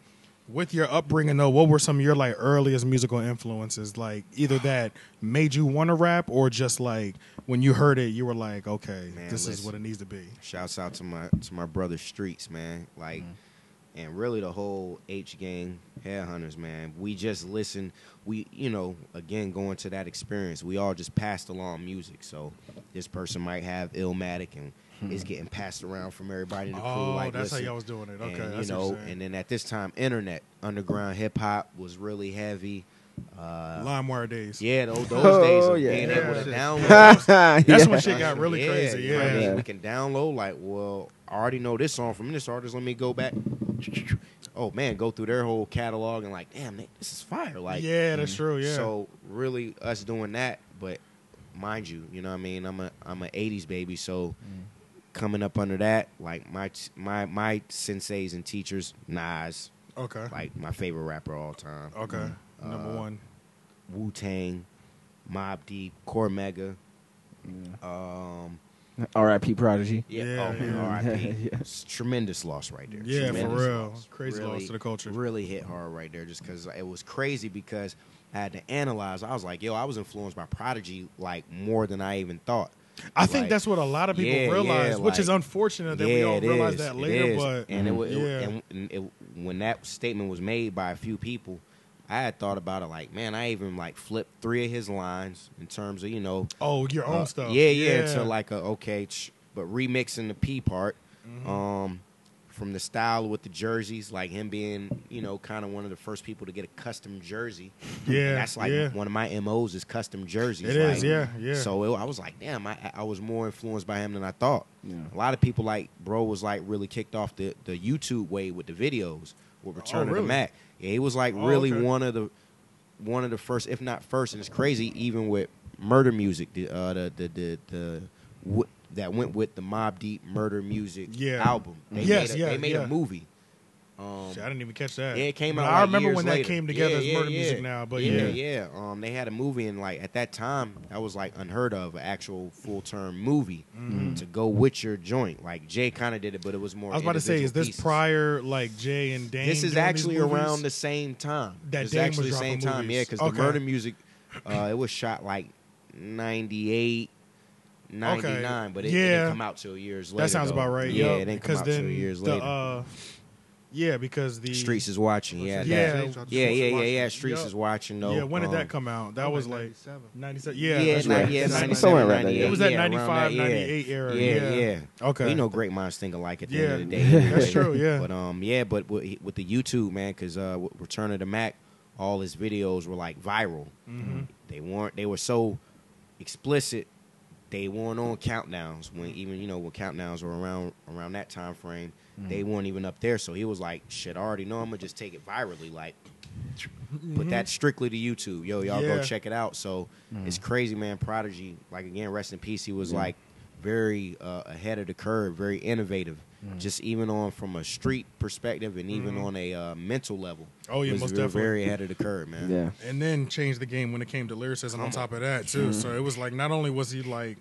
Speaker 1: with your upbringing though, what were some of your like earliest musical influences? Like either that made you want to rap, or just like when you heard it, you were like, okay,
Speaker 5: Man,
Speaker 1: this is
Speaker 5: listen.
Speaker 1: what it needs to be.
Speaker 5: Shouts out to my to my brother Streets, man. Like,
Speaker 1: Mm-hmm.
Speaker 5: and really the whole H Gang Headhunters, man. We just listen. We, you know, again going to that experience. We all just passed along music. So this person might have Illmatic, and it's getting passed around from everybody in the crew.
Speaker 1: Hmm. Oh,
Speaker 5: like,
Speaker 1: that's
Speaker 5: listen.
Speaker 1: how y'all was doing it. Okay,
Speaker 5: and, you
Speaker 1: that's
Speaker 5: know,
Speaker 1: what you're
Speaker 5: and
Speaker 1: saying.
Speaker 5: then at this time, internet underground hip hop was really heavy. Uh,
Speaker 1: LimeWire days.
Speaker 5: yeah, those, those
Speaker 4: Oh,
Speaker 5: days of
Speaker 4: yeah.
Speaker 5: being able to
Speaker 1: Yeah.
Speaker 5: download.
Speaker 1: That's
Speaker 4: Yeah.
Speaker 1: when shit got really crazy,
Speaker 5: you know what I
Speaker 1: yeah.
Speaker 5: mean? we can download like, well, I already know this song from this artist. Let me go back oh man, go through their whole catalog and like, damn, they, this is fire. Like, mm,
Speaker 1: yeah, that's true. Yeah.
Speaker 5: So really, us doing that, but mind you, you know what I mean. I'm a I'm a '80s baby, so coming up under that, like my my my senseis and teachers, Nas,
Speaker 1: okay.
Speaker 5: like my favorite rapper of all time.
Speaker 1: Uh-huh. okay. Number
Speaker 5: Uh,
Speaker 1: one.
Speaker 5: Wu Tang, Mob Deep, Core Mega. Um,
Speaker 4: R.I.P. Prodigy.
Speaker 5: yeah,
Speaker 1: Yeah,
Speaker 5: oh, man,
Speaker 1: yeah.
Speaker 5: R.I.P.
Speaker 4: Yeah.
Speaker 5: It's tremendous loss right there.
Speaker 1: Yeah, for
Speaker 5: Tremendous
Speaker 1: real.
Speaker 5: loss.
Speaker 1: Crazy loss to the culture.
Speaker 5: Really hit hard right there, just because it was crazy. Because I had to analyze. I was like, yo, I was influenced by Prodigy like more than I even thought.
Speaker 1: I think
Speaker 5: like-
Speaker 1: that's what a lot of people
Speaker 5: Yeah, yeah,
Speaker 1: realize, which is
Speaker 5: like-
Speaker 1: unfortunate that we
Speaker 5: Yeah,
Speaker 1: all
Speaker 5: it
Speaker 1: realize
Speaker 5: is.
Speaker 1: that
Speaker 5: It
Speaker 1: later.
Speaker 5: is.
Speaker 1: But
Speaker 5: and it, wa- it, wa-
Speaker 1: yeah.
Speaker 5: and- and it- when that statement was made by a few people, I had thought about it like, man, I even like flipped three of his lines in terms of you know
Speaker 1: oh, your own
Speaker 5: Uh,
Speaker 1: stuff.
Speaker 5: Yeah, yeah, to like a okay, ch- but remixing the P part,
Speaker 1: Mm-hmm.
Speaker 5: um, from the style with the jerseys, like him being, you know, kind of one of the first people to get a custom jersey. And
Speaker 1: Yeah,
Speaker 5: that's like
Speaker 1: yeah.
Speaker 5: one of my MOs is custom jerseys.
Speaker 1: It is,
Speaker 5: like,
Speaker 1: yeah, yeah.
Speaker 5: So it, I was like, damn, I, I was more influenced by him than I thought.
Speaker 4: Yeah.
Speaker 5: A lot of people like bro was like really kicked off the the YouTube way with the videos with Return of
Speaker 1: Oh, really?
Speaker 5: the Mac. Yeah, he was like
Speaker 1: Oh,
Speaker 5: really
Speaker 1: okay.
Speaker 5: one of the one of the first, if not first, and it's crazy. Even with murder music, the uh, the the the, the w- that went with the Mob Deep murder music
Speaker 1: Yeah.
Speaker 5: album. They
Speaker 1: Yes,
Speaker 5: made a,
Speaker 1: yeah,
Speaker 5: they made
Speaker 1: yeah.
Speaker 5: a movie. Um,
Speaker 1: Shit, I didn't even catch that.
Speaker 5: yeah, it came
Speaker 1: But I
Speaker 5: out. like,
Speaker 1: remember
Speaker 5: years
Speaker 1: when that
Speaker 5: later.
Speaker 1: came together
Speaker 5: Yeah,
Speaker 1: as
Speaker 5: yeah,
Speaker 1: murder
Speaker 5: yeah.
Speaker 1: music now. But
Speaker 5: yeah,
Speaker 1: yeah,
Speaker 5: yeah. Um, they had a movie, and like at that time, that was like unheard of, an actual full term movie to go with your joint. Like Jay kind of did it, but it was more.
Speaker 1: Mm-hmm. I was about to say,
Speaker 5: individual
Speaker 1: is this
Speaker 5: pieces.
Speaker 1: prior like Jay and Dame?
Speaker 5: This
Speaker 1: doing
Speaker 5: is
Speaker 1: these
Speaker 5: actually
Speaker 1: movies?
Speaker 5: around the same time.
Speaker 1: That
Speaker 5: it's
Speaker 1: Dame was
Speaker 5: actually the
Speaker 1: dropping
Speaker 5: same time, yeah,
Speaker 1: movies.
Speaker 5: because
Speaker 1: Okay.
Speaker 5: the murder music, uh, it was shot like 98, 99, but it, it
Speaker 1: Yeah.
Speaker 5: didn't come out till years later.
Speaker 1: That sounds
Speaker 5: though.
Speaker 1: about right.
Speaker 5: Yeah,
Speaker 1: yup,
Speaker 5: it didn't come
Speaker 1: because
Speaker 5: out
Speaker 1: then
Speaker 5: till years
Speaker 1: the,
Speaker 5: later.
Speaker 1: Uh, yeah, because the
Speaker 5: Streets is watching. Yeah,
Speaker 1: Yeah.
Speaker 5: that- yeah, yeah, yeah, yeah. Streets
Speaker 1: Yup.
Speaker 5: is watching though.
Speaker 1: Yeah, when did
Speaker 5: Um,
Speaker 1: that come out? That was like 97. Yeah,
Speaker 5: Yeah,
Speaker 1: that's
Speaker 5: ni-
Speaker 1: right.
Speaker 5: yeah,
Speaker 4: It's
Speaker 5: 97,
Speaker 4: somewhere around there,
Speaker 5: 98,
Speaker 4: yeah.
Speaker 1: It was that
Speaker 5: yeah, around
Speaker 1: 95,
Speaker 5: yeah.
Speaker 1: 98 era.
Speaker 5: Yeah,
Speaker 1: Yeah.
Speaker 5: yeah.
Speaker 1: Okay.
Speaker 5: You know, great minds think alike at the end of the
Speaker 1: Yeah.
Speaker 5: day. anyway.
Speaker 1: That's true, yeah.
Speaker 5: But um, yeah, but with, with the YouTube man, because uh, with Return of the Mac, all his videos were like viral.
Speaker 1: Mm-hmm.
Speaker 5: They weren't. They were so explicit. They weren't on countdowns when even you know when countdowns were around around that time frame. They
Speaker 1: Mm-hmm.
Speaker 5: weren't even up there. So he was like, "Shit, I already know. I'm gonna just take it virally." Like, but that's strictly to YouTube. Yo, y'all
Speaker 1: Mm-hmm. Yeah. Mm-hmm.
Speaker 5: go check it out. So it's crazy, man. Prodigy, like again, rest in peace. He was like very uh, ahead of the curve, very innovative.
Speaker 1: Mm.
Speaker 5: Just even on from a street perspective, and even on a uh, mental level.
Speaker 1: Mm-hmm. Oh, yeah,
Speaker 5: was
Speaker 1: most
Speaker 5: ve- very,
Speaker 1: definitely.
Speaker 5: ahead of the curve, man.
Speaker 4: Yeah.
Speaker 1: and then changed the game when it came to lyricism on top of that too.
Speaker 5: Mm-hmm.
Speaker 1: So it was like not only was he like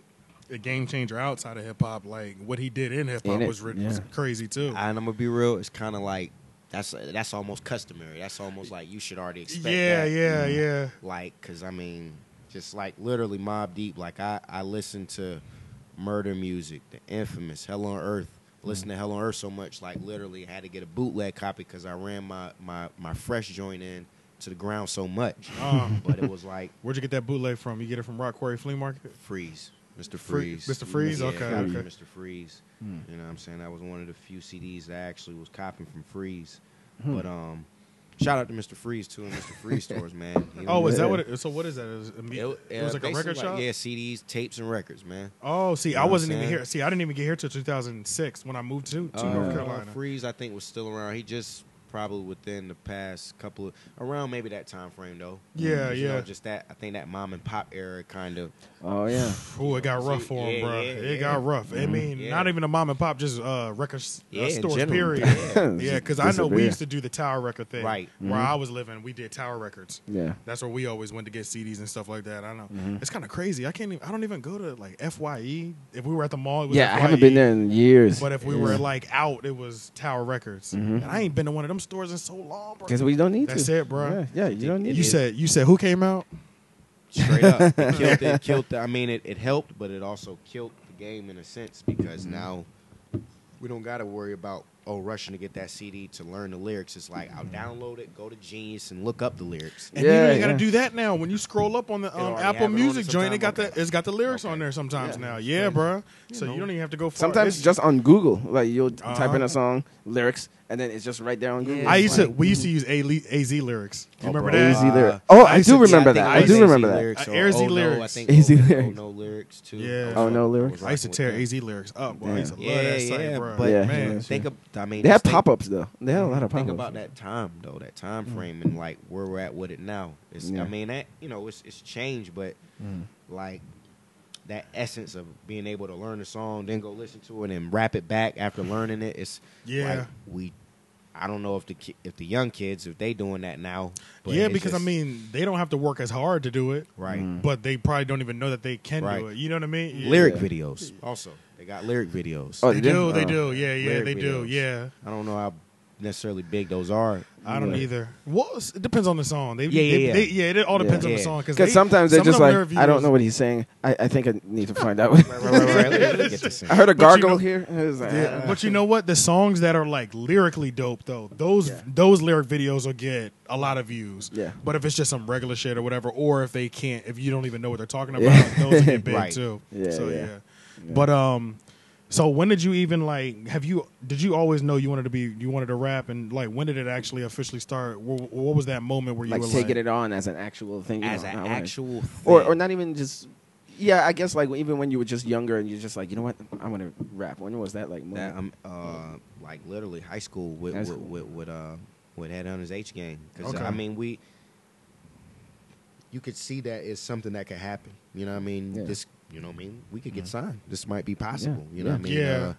Speaker 1: a game changer outside of hip hop, like what he did in hip hop
Speaker 4: In it,
Speaker 1: was, rid- was
Speaker 4: yeah.
Speaker 1: crazy too.
Speaker 5: And I'm gonna be real. It's kind of like that's that's almost customary. That's almost like you should already expect.
Speaker 1: yeah,
Speaker 5: that. Mm-hmm.
Speaker 1: yeah, yeah.
Speaker 5: like because i mean just like literally mob deep like i i listen to murder music the infamous hell on earth
Speaker 1: Mm-hmm.
Speaker 5: listen to hell on earth so much like literally had to get a bootleg copy because i ran my my my fresh joint in to the ground so much
Speaker 1: Um,
Speaker 5: but it was like
Speaker 1: where'd you get that bootleg from? You get it from Rock Quarry Flea Market?
Speaker 5: freeze mr
Speaker 1: Free-
Speaker 5: freeze
Speaker 1: Mr. Freeze?
Speaker 5: Yeah,
Speaker 1: Okay,
Speaker 5: copy from
Speaker 1: okay. Hmm.
Speaker 5: mr freeze you know what i'm saying that was one of the few cds that I actually was copying from freeze
Speaker 1: Hmm.
Speaker 5: but um shout out to mr freeze too and mr freeze stores man You know,
Speaker 1: Oh, is
Speaker 4: Yeah.
Speaker 1: that what? It, so what is that? It was, a me-
Speaker 5: it, uh,
Speaker 1: it was like a
Speaker 5: basically
Speaker 1: record shop.
Speaker 5: Yeah, CDs, tapes, and records, man.
Speaker 1: Oh, see,
Speaker 5: You
Speaker 1: I
Speaker 5: know what I'm
Speaker 1: wasn't even
Speaker 5: saying?
Speaker 1: here. See, I didn't even get here till 2006 when I moved to, to
Speaker 5: Uh,
Speaker 1: North Carolina.
Speaker 5: Freeze, I think, was still around. He just probably within the past couple of around maybe that time frame though.
Speaker 1: Yeah,
Speaker 5: You know,
Speaker 1: yeah. Uh,
Speaker 5: just that. I think that mom and pop era kind of.
Speaker 4: Oh yeah.
Speaker 1: Ooh, it got rough
Speaker 5: See,
Speaker 1: for him,
Speaker 5: yeah,
Speaker 1: bro.
Speaker 5: yeah,
Speaker 1: it
Speaker 5: yeah. Mm-hmm.
Speaker 1: got rough. I mean,
Speaker 5: Yeah.
Speaker 1: not even a mom and pop, just uh, record s-
Speaker 5: Yeah,
Speaker 1: uh,
Speaker 5: in
Speaker 1: stores.
Speaker 5: general.
Speaker 1: Period.
Speaker 5: Yeah.
Speaker 1: Yeah, because I know we
Speaker 4: Disappear.
Speaker 1: used to do the tower record thing.
Speaker 5: Right. Mm-hmm.
Speaker 1: Where I was living, we did tower records.
Speaker 4: Yeah.
Speaker 1: That's where we always went to get CDs and stuff like that. I know
Speaker 5: Mm-hmm.
Speaker 1: it's kind of crazy. I can't. Even, I don't even go to like Fye. If we were at the mall, it was
Speaker 4: Yeah,
Speaker 1: FYE.
Speaker 4: I haven't been there in years.
Speaker 1: But if we were like out, it was Tower Records.
Speaker 5: Mm-hmm.
Speaker 1: And I ain't been to one of them stores in so long, bro.
Speaker 4: because we don't need
Speaker 1: That's
Speaker 4: to.
Speaker 1: it, bro.
Speaker 4: Yeah, yeah, you don't need
Speaker 1: You
Speaker 4: to.
Speaker 1: said you said who came out?
Speaker 5: Straight up, it killed it. Killed. The, I mean, it, it helped, but it also killed the game in a sense because
Speaker 4: Mm-hmm.
Speaker 5: now we don't got to worry about oh rushing to get that CD to learn the lyrics. It's like
Speaker 4: Mm-hmm.
Speaker 5: I'll download it, go to Genius, and look up the lyrics.
Speaker 1: And
Speaker 4: Yeah,
Speaker 1: you ain't gotta
Speaker 4: yeah.
Speaker 1: do that now. When you scroll up on the um,
Speaker 5: already
Speaker 1: Apple
Speaker 5: have it on it
Speaker 1: Music joint, it got
Speaker 5: sometime?
Speaker 1: the
Speaker 5: Okay.
Speaker 1: it's got the lyrics on
Speaker 5: Okay.
Speaker 1: there sometimes
Speaker 4: Yeah.
Speaker 1: now. Yeah, bro. So you don't even have to go far.
Speaker 4: Sometimes
Speaker 1: It's-
Speaker 4: just on Google, like you'll type
Speaker 1: Uh-huh.
Speaker 4: in a song lyrics, and then it's just right there on Google.
Speaker 1: I used to
Speaker 4: Like,
Speaker 1: we used to use A Le- AZ lyrics. You
Speaker 5: Oh,
Speaker 1: remember
Speaker 5: bro.
Speaker 1: that?
Speaker 4: AZ
Speaker 5: uh,
Speaker 4: lyrics. Oh, I,
Speaker 1: I used
Speaker 4: do
Speaker 1: to- yeah, I
Speaker 4: remember
Speaker 1: think
Speaker 4: that.
Speaker 1: I
Speaker 4: I,
Speaker 1: used
Speaker 4: do
Speaker 1: to
Speaker 4: remember
Speaker 5: AZ
Speaker 4: that.
Speaker 5: Lyrics,
Speaker 1: Uh, AZ
Speaker 5: oh, no,
Speaker 1: lyrics.
Speaker 5: I think
Speaker 4: AZ
Speaker 5: oh, no,
Speaker 4: lyrics.
Speaker 5: no lyrics too.
Speaker 1: Yeah.
Speaker 5: I was
Speaker 1: Oh,
Speaker 4: no
Speaker 5: rocking
Speaker 4: lyrics.
Speaker 5: with
Speaker 1: I used to
Speaker 5: that.
Speaker 1: tear AZ lyrics up. Boy. I used to love
Speaker 5: Yeah,
Speaker 1: that site,
Speaker 5: yeah,
Speaker 1: bro.
Speaker 5: but
Speaker 4: Yeah.
Speaker 1: man,
Speaker 5: Think of I mean,
Speaker 4: They had
Speaker 5: just think-
Speaker 4: pop ups though. They had a lot of pop ups.
Speaker 5: Think about that time though, that time
Speaker 1: Mm.
Speaker 5: frame, and like where we're at with it now. It's,
Speaker 4: Yeah.
Speaker 5: I mean, that you know, it's it's changed, but
Speaker 1: Mm.
Speaker 5: like that essence of being able to learn a song, then go listen to it and rap it back after learning it. It's
Speaker 1: Yeah.
Speaker 5: like we. I don't know if the ki- if the young kids if they doing that now. but
Speaker 1: yeah,
Speaker 5: it's
Speaker 1: because I
Speaker 5: just-
Speaker 1: mean, they don't have to work as hard to do it,
Speaker 5: right?
Speaker 1: but they probably don't even know that they can do
Speaker 5: Right.
Speaker 1: it. You know what I mean? Yeah.
Speaker 5: Lyric
Speaker 4: Yeah.
Speaker 5: videos also. They got lyric videos.
Speaker 4: Oh,
Speaker 1: They
Speaker 4: They
Speaker 1: do,
Speaker 4: do?
Speaker 1: they do.
Speaker 4: Oh.
Speaker 1: Yeah, yeah,
Speaker 5: Lyric
Speaker 1: they do.
Speaker 5: videos.
Speaker 1: Yeah.
Speaker 5: I don't know how necessarily big those are.
Speaker 1: I don't
Speaker 4: Yeah.
Speaker 1: either. Well, it's- it depends on the song. They,
Speaker 5: Yeah, yeah,
Speaker 1: they-
Speaker 5: yeah.
Speaker 1: they- yeah, it all
Speaker 4: Yeah.
Speaker 1: depends on the
Speaker 5: Yeah.
Speaker 1: song because
Speaker 4: Because sometimes they're just like, I don't know what he's saying. I, I think I need to find out.
Speaker 5: Right, right, right. Let me- let me get this in.
Speaker 4: I heard a
Speaker 1: But you
Speaker 4: gargle
Speaker 1: know-
Speaker 4: here. It was like,
Speaker 1: Yeah,
Speaker 4: uh,
Speaker 1: but you know what? The songs that are like lyrically dope though, those those lyric videos will get a lot of views.
Speaker 4: Yeah.
Speaker 1: But if it's just some regular shit or whatever, or if they can't, if you don't even know what they're talking about,
Speaker 4: Yeah.
Speaker 1: those will get big
Speaker 5: Right.
Speaker 1: too.
Speaker 4: Yeah,
Speaker 1: So
Speaker 4: yeah.
Speaker 1: yeah. But um, so when did you even like? Have you did you always know you wanted to be you wanted to rap and like when did it actually officially start? What, what was that moment where you
Speaker 4: like
Speaker 1: were like,
Speaker 4: taking it on as an actual thing. you
Speaker 5: As
Speaker 4: know,
Speaker 5: an
Speaker 4: not wanna-
Speaker 5: actual thing.
Speaker 4: or or not even just. Yeah, I guess like even when you were just younger and you're just like, you know what, I want to rap. When was that like?
Speaker 5: that
Speaker 4: moment?
Speaker 1: um,
Speaker 5: I'm uh like literally high school with
Speaker 4: High
Speaker 5: with,
Speaker 4: school.
Speaker 5: with with uh with Headhunters H game because
Speaker 1: Okay.
Speaker 5: I mean we you could see that it's something that could happen. You know what I mean?
Speaker 4: Yeah. Mm-hmm.
Speaker 5: This you know what I mean? We could get signed. This might be possible.
Speaker 4: Yeah.
Speaker 5: You know what I mean?
Speaker 1: Yeah.
Speaker 5: Uh,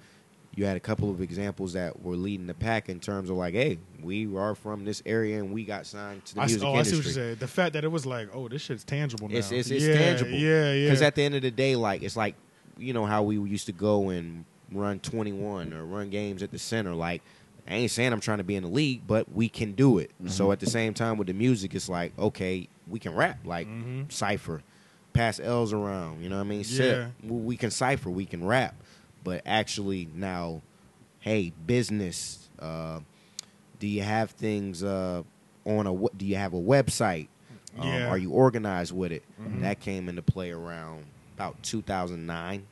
Speaker 5: you had a couple of examples that were leading the pack in terms of like, hey, we are from this area and we got signed to the
Speaker 1: I, s-
Speaker 5: music
Speaker 1: oh, I see
Speaker 5: industry.
Speaker 1: what you said. The fact that it was like, oh, this shit's tangible now.
Speaker 5: It's it's, it's
Speaker 1: Yeah,
Speaker 5: tangible.
Speaker 1: Yeah, yeah.
Speaker 5: Because at the end of the day, like it's like you know how we used to go and run twenty one or run games at the center. Like I ain't saying I'm trying to be in the league, but we can do it. So
Speaker 1: Mm-hmm.
Speaker 5: at the same time with the music, it's like okay, we can rap like
Speaker 1: Mhm.
Speaker 5: cipher, pass L's around. You know what I mean? Sip. We we can cipher, we can rap, but actually now, hey, business. Uh, do you have things uh, on a? what- Do you have a website? Um,
Speaker 1: Yeah.
Speaker 5: Are you organized with it? That came into play around about 2009.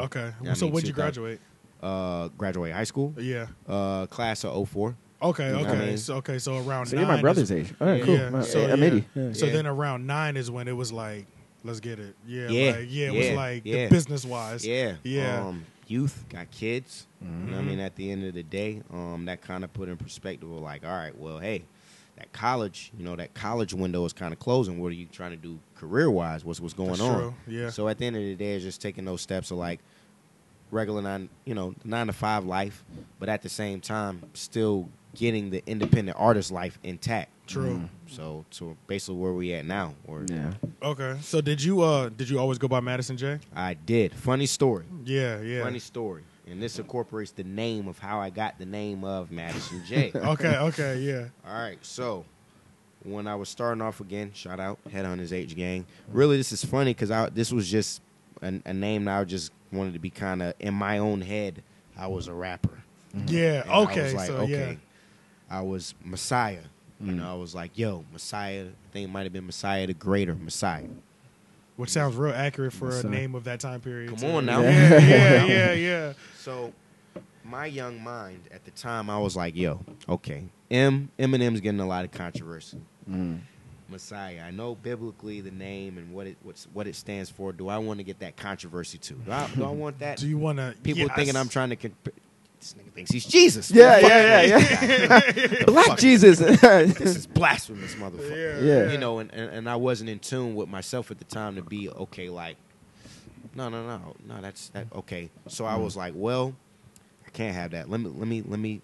Speaker 1: okay.
Speaker 5: Yeah, I
Speaker 1: so
Speaker 5: mean,
Speaker 1: when did you
Speaker 5: 2000.
Speaker 1: graduate?
Speaker 5: Uh, graduated high school,
Speaker 1: Yeah.
Speaker 5: uh, class of 04.
Speaker 1: Okay,
Speaker 5: know
Speaker 1: okay,
Speaker 5: what I mean?
Speaker 1: so, okay. So around
Speaker 4: so
Speaker 1: nine
Speaker 4: you're my
Speaker 1: is-
Speaker 4: brother's age. All right,
Speaker 5: Yeah.
Speaker 4: cool.
Speaker 1: Yeah,
Speaker 4: My-
Speaker 1: so,
Speaker 4: I'm
Speaker 1: yeah.
Speaker 4: 80. Yeah.
Speaker 1: So
Speaker 5: Yeah.
Speaker 1: then around nine is when it was like, let's get it. Yeah,
Speaker 5: Yeah,
Speaker 1: like, yeah. It was
Speaker 5: yeah,
Speaker 1: like
Speaker 5: yeah.
Speaker 1: the business wise.
Speaker 5: Yeah.
Speaker 1: yeah.
Speaker 5: Um, youth, got kids. You know what
Speaker 1: Mhm.
Speaker 5: I mean? At the end of the day, um, that kind of put in perspective of like, all right, well, hey, that college, you know, that college window is kind of closing. What are you trying to do career wise? What's what's going
Speaker 1: That's
Speaker 5: on?
Speaker 1: true, yeah.
Speaker 5: So at the end of the day, it's just taking those steps of like regular nine, you know, nine to five life, but at the same time, still getting the independent artist life intact.
Speaker 1: True.
Speaker 5: So to basically where we at now, or
Speaker 4: Yeah.
Speaker 1: Okay. So did you uh did you always go by Madison J?
Speaker 5: I did. Funny story.
Speaker 1: Yeah, yeah.
Speaker 5: Funny story. And this incorporates the name of how I got the name of Madison J. All
Speaker 1: Okay, okay, yeah.
Speaker 5: right, so when I was starting off again, shout out Headhunters H Gang. Really, this is funny because I this was just a, a name that I just wanted to be kind of in my own head. I was a rapper.
Speaker 1: Yeah, Mm.
Speaker 5: And I was
Speaker 1: okay.
Speaker 5: like,
Speaker 1: so
Speaker 5: okay. I was Messiah. You know, I was like, yo, Messiah. I think it might have been Messiah the Greater, Messiah.
Speaker 1: yeah. Which sounds real accurate for a
Speaker 4: Messiah.
Speaker 1: name of that time period.
Speaker 5: Come
Speaker 1: too.
Speaker 5: on now.
Speaker 1: Yeah, yeah, yeah, yeah.
Speaker 5: So, my young mind at the time, I was like, "Yo, okay, M Eminem's getting a lot of controversy.
Speaker 1: Mm.
Speaker 5: Messiah. I know biblically the name and what it what's what it stands for. Do I want to get that controversy too? Do I, do I want that?
Speaker 1: Do you wanna
Speaker 5: People
Speaker 1: yes.
Speaker 5: thinking I'm trying to. Comp- this nigga thinks he's Jesus.
Speaker 4: Yeah, yeah, yeah, yeah. Black Jesus.
Speaker 5: This is blasphemous, motherfucker.
Speaker 1: Yeah,
Speaker 4: Yeah.
Speaker 5: You know, and, and and I wasn't in tune with myself at the time to be okay. Like, no, no, no, no. That's that. Okay. So
Speaker 1: Mm.
Speaker 5: I was like, well, I can't have that. Let me, let me, let me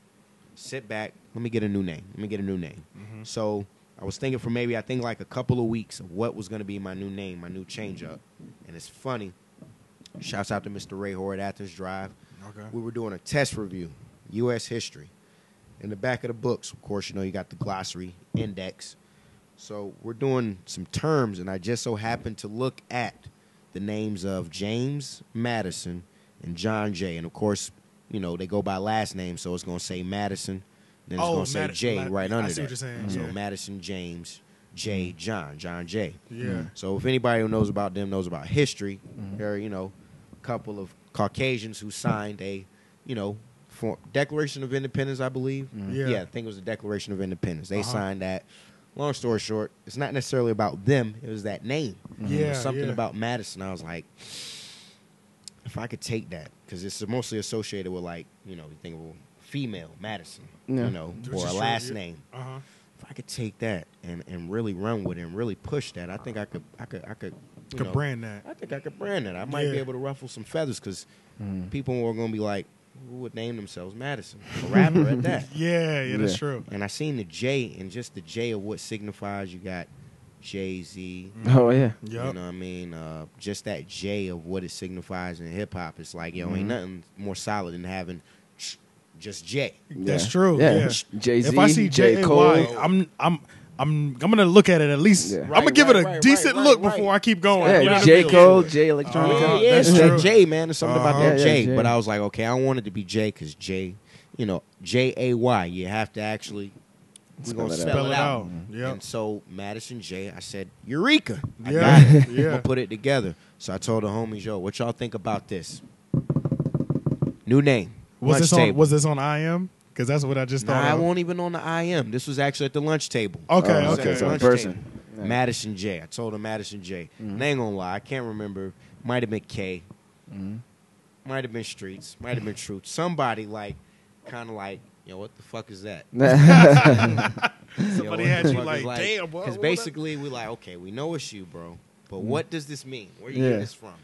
Speaker 5: sit back. Let me get a new name. Let me get a new name.
Speaker 1: Mm-hmm.
Speaker 5: So I was thinking for maybe I think like a couple of weeks of what was going to be my new name, my new change up. And it's funny. Shouts out to Mr. Ray Hoare at Athens Drive.
Speaker 1: Okay.
Speaker 5: We were doing a test review, U.S. history. In the back of the books, of course, you know you got the glossary, index. So we're doing some terms, and I just so happened to look at the names of James Madison and John Jay, and of course, you know they go by last name, so it's gonna say Madison, then it's
Speaker 1: Oh,
Speaker 5: gonna say
Speaker 1: Madi-
Speaker 5: Jay
Speaker 1: Mad-
Speaker 5: right
Speaker 1: I
Speaker 5: under
Speaker 1: see what
Speaker 5: that.
Speaker 1: you're saying,
Speaker 5: So
Speaker 1: yeah. Mm-hmm.
Speaker 5: Madison James Jay John John Jay.
Speaker 1: Yeah.
Speaker 5: So if anybody who knows about them knows about history, there are, you know, a couple of Caucasians who signed a, you know, for Declaration of Independence, I believe.
Speaker 1: Yeah.
Speaker 5: I think it was the Declaration of Independence. They
Speaker 1: Uh-huh.
Speaker 5: signed that. Long story short, it's not necessarily about them. It was that name. Mm-hmm. It
Speaker 1: Yeah,
Speaker 5: was something
Speaker 1: yeah.
Speaker 5: about Madison. I was like, if I could take that, because it's mostly associated with like, you know, you think of female Madison,
Speaker 4: Yeah.
Speaker 5: you know,
Speaker 1: Which
Speaker 5: or
Speaker 1: is
Speaker 5: a
Speaker 1: true,
Speaker 5: last
Speaker 1: yeah.
Speaker 5: name.
Speaker 1: Uh huh.
Speaker 5: If I could take that and, and really run with it and really push that, I think I could I could I could you
Speaker 1: Could
Speaker 5: know,
Speaker 1: brand that.
Speaker 5: I think I could brand it. I might be
Speaker 1: Yeah. Mm-hmm.
Speaker 5: able to ruffle some feathers because people are going to be like, who would name themselves Madison? A rapper at that.
Speaker 1: Yeah, yeah, that's
Speaker 4: Yeah.
Speaker 1: true.
Speaker 5: And I seen the J and just the J of what signifies. You got Jay Z.
Speaker 4: Oh yeah.
Speaker 5: You
Speaker 1: Mm. Yup.
Speaker 5: know what I mean? Uh, just that J of what it signifies in hip hop. It's like yo,
Speaker 1: Mm-hmm.
Speaker 5: ain't nothing more solid than having ch- just J.
Speaker 1: That's
Speaker 4: Yeah.
Speaker 1: true. Yeah.
Speaker 4: Jay Z.
Speaker 1: If I see
Speaker 4: J.
Speaker 1: J A
Speaker 4: Cole.
Speaker 1: Y, I'm I'm I'm I'm gonna look at it at least.
Speaker 4: Yeah.
Speaker 1: I'm
Speaker 5: Right,
Speaker 1: gonna give it
Speaker 5: right,
Speaker 1: a
Speaker 5: right,
Speaker 1: decent
Speaker 5: right,
Speaker 1: look
Speaker 5: right,
Speaker 1: before
Speaker 5: right.
Speaker 1: I keep going.
Speaker 4: Yeah,
Speaker 1: You know what I
Speaker 4: J.
Speaker 1: mean?
Speaker 4: Cole, J. Electronica.
Speaker 1: Uh,
Speaker 5: yeah, yeah,
Speaker 1: that's
Speaker 5: it's
Speaker 1: true.
Speaker 5: that J man. There's something about
Speaker 1: Uh-huh.
Speaker 5: that
Speaker 4: Yeah,
Speaker 5: J.
Speaker 4: yeah, J.
Speaker 5: But I was like, okay, I want it to be J because J, you know, J A Y. You have to actually we're
Speaker 4: Spell
Speaker 5: gonna
Speaker 4: it out.
Speaker 5: spell,
Speaker 1: Spell it out. Yeah.
Speaker 5: And so Madison J, I said, Eureka! I
Speaker 1: Yeah.
Speaker 5: got it.
Speaker 1: Yeah.
Speaker 5: I'm gonna put it together. So I told the homies, yo, what y'all think about this? New name.
Speaker 1: Was
Speaker 5: lunch
Speaker 1: this on
Speaker 5: table.
Speaker 1: was this on I M? Because that's what I just
Speaker 5: Nah,
Speaker 1: thought.
Speaker 5: I
Speaker 1: of.
Speaker 5: won't even on the IM. This was actually at the lunch table.
Speaker 1: Okay,
Speaker 4: Oh,
Speaker 1: okay.
Speaker 4: So in
Speaker 5: Lunch
Speaker 4: person.
Speaker 5: table. Madison J. I told him Madison J. And I ain't gonna lie, I can't remember. Might have been K. Might have been Streets. Might have been Truth. Somebody like, kind of like, yo, what the fuck is that?
Speaker 1: Somebody had you like, "Damn, what- Mm.
Speaker 5: Because
Speaker 1: what-
Speaker 5: basically, we like, okay, we know it's you, bro, but what does this mean? Where you
Speaker 4: Yeah.
Speaker 5: get this from?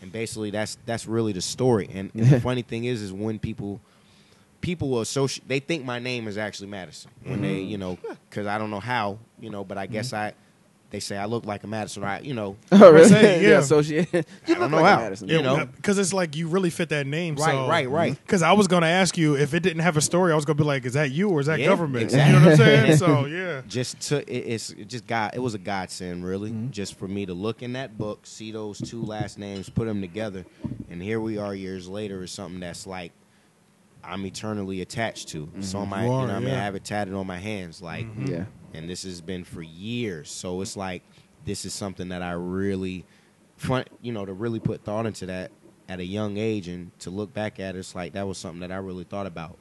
Speaker 5: And basically, that's that's really the story. And, and the funny thing is, is when people people will associate, they think my name is actually Madison when they,
Speaker 1: Mm.
Speaker 5: you know, because I don't know how, you know, but I
Speaker 1: Mm-hmm.
Speaker 5: guess I. They say I look like a Madison, right? You know,
Speaker 4: oh really?
Speaker 1: saying, yeah.
Speaker 4: yeah. Associate. You
Speaker 5: don't
Speaker 4: look
Speaker 5: know
Speaker 4: like a
Speaker 5: how.
Speaker 4: Madison.
Speaker 5: Yeah, you know?
Speaker 1: because it's like you really fit that name.
Speaker 5: Right,
Speaker 1: so-
Speaker 5: right, right.
Speaker 1: Because I was gonna ask you if it didn't have a story, I was gonna be like, "Is that you or is that
Speaker 5: Yeah,
Speaker 1: government?"
Speaker 5: exactly.
Speaker 1: You know what I'm saying? so yeah,
Speaker 5: just took it, it's it just God. It was a godsend, really,
Speaker 1: Mm-hmm.
Speaker 5: just for me to look in that book, see those two last names, put them together, and here we are years later. Is something that's like I'm eternally attached to. It's on my,
Speaker 1: Mm-hmm. You
Speaker 5: you,
Speaker 1: are,
Speaker 5: know, what I mean,
Speaker 1: yeah. Mm-hmm.
Speaker 5: I have it tatted on my hands, like,
Speaker 4: Yeah.
Speaker 5: and this has been for years. So it's like this is something that I really, fun, you know, to really put thought into that at a young age, and to look back at it, it's like that was something that I really thought about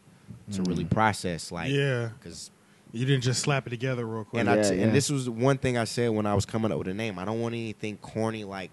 Speaker 5: to really process, like,
Speaker 1: Mm-hmm. yeah.
Speaker 5: because.
Speaker 1: You didn't just slap it together real quick.
Speaker 5: And
Speaker 4: Yeah,
Speaker 5: I t-
Speaker 4: yeah.
Speaker 5: and this was the one thing I said when I was coming up with a name. I don't want anything corny like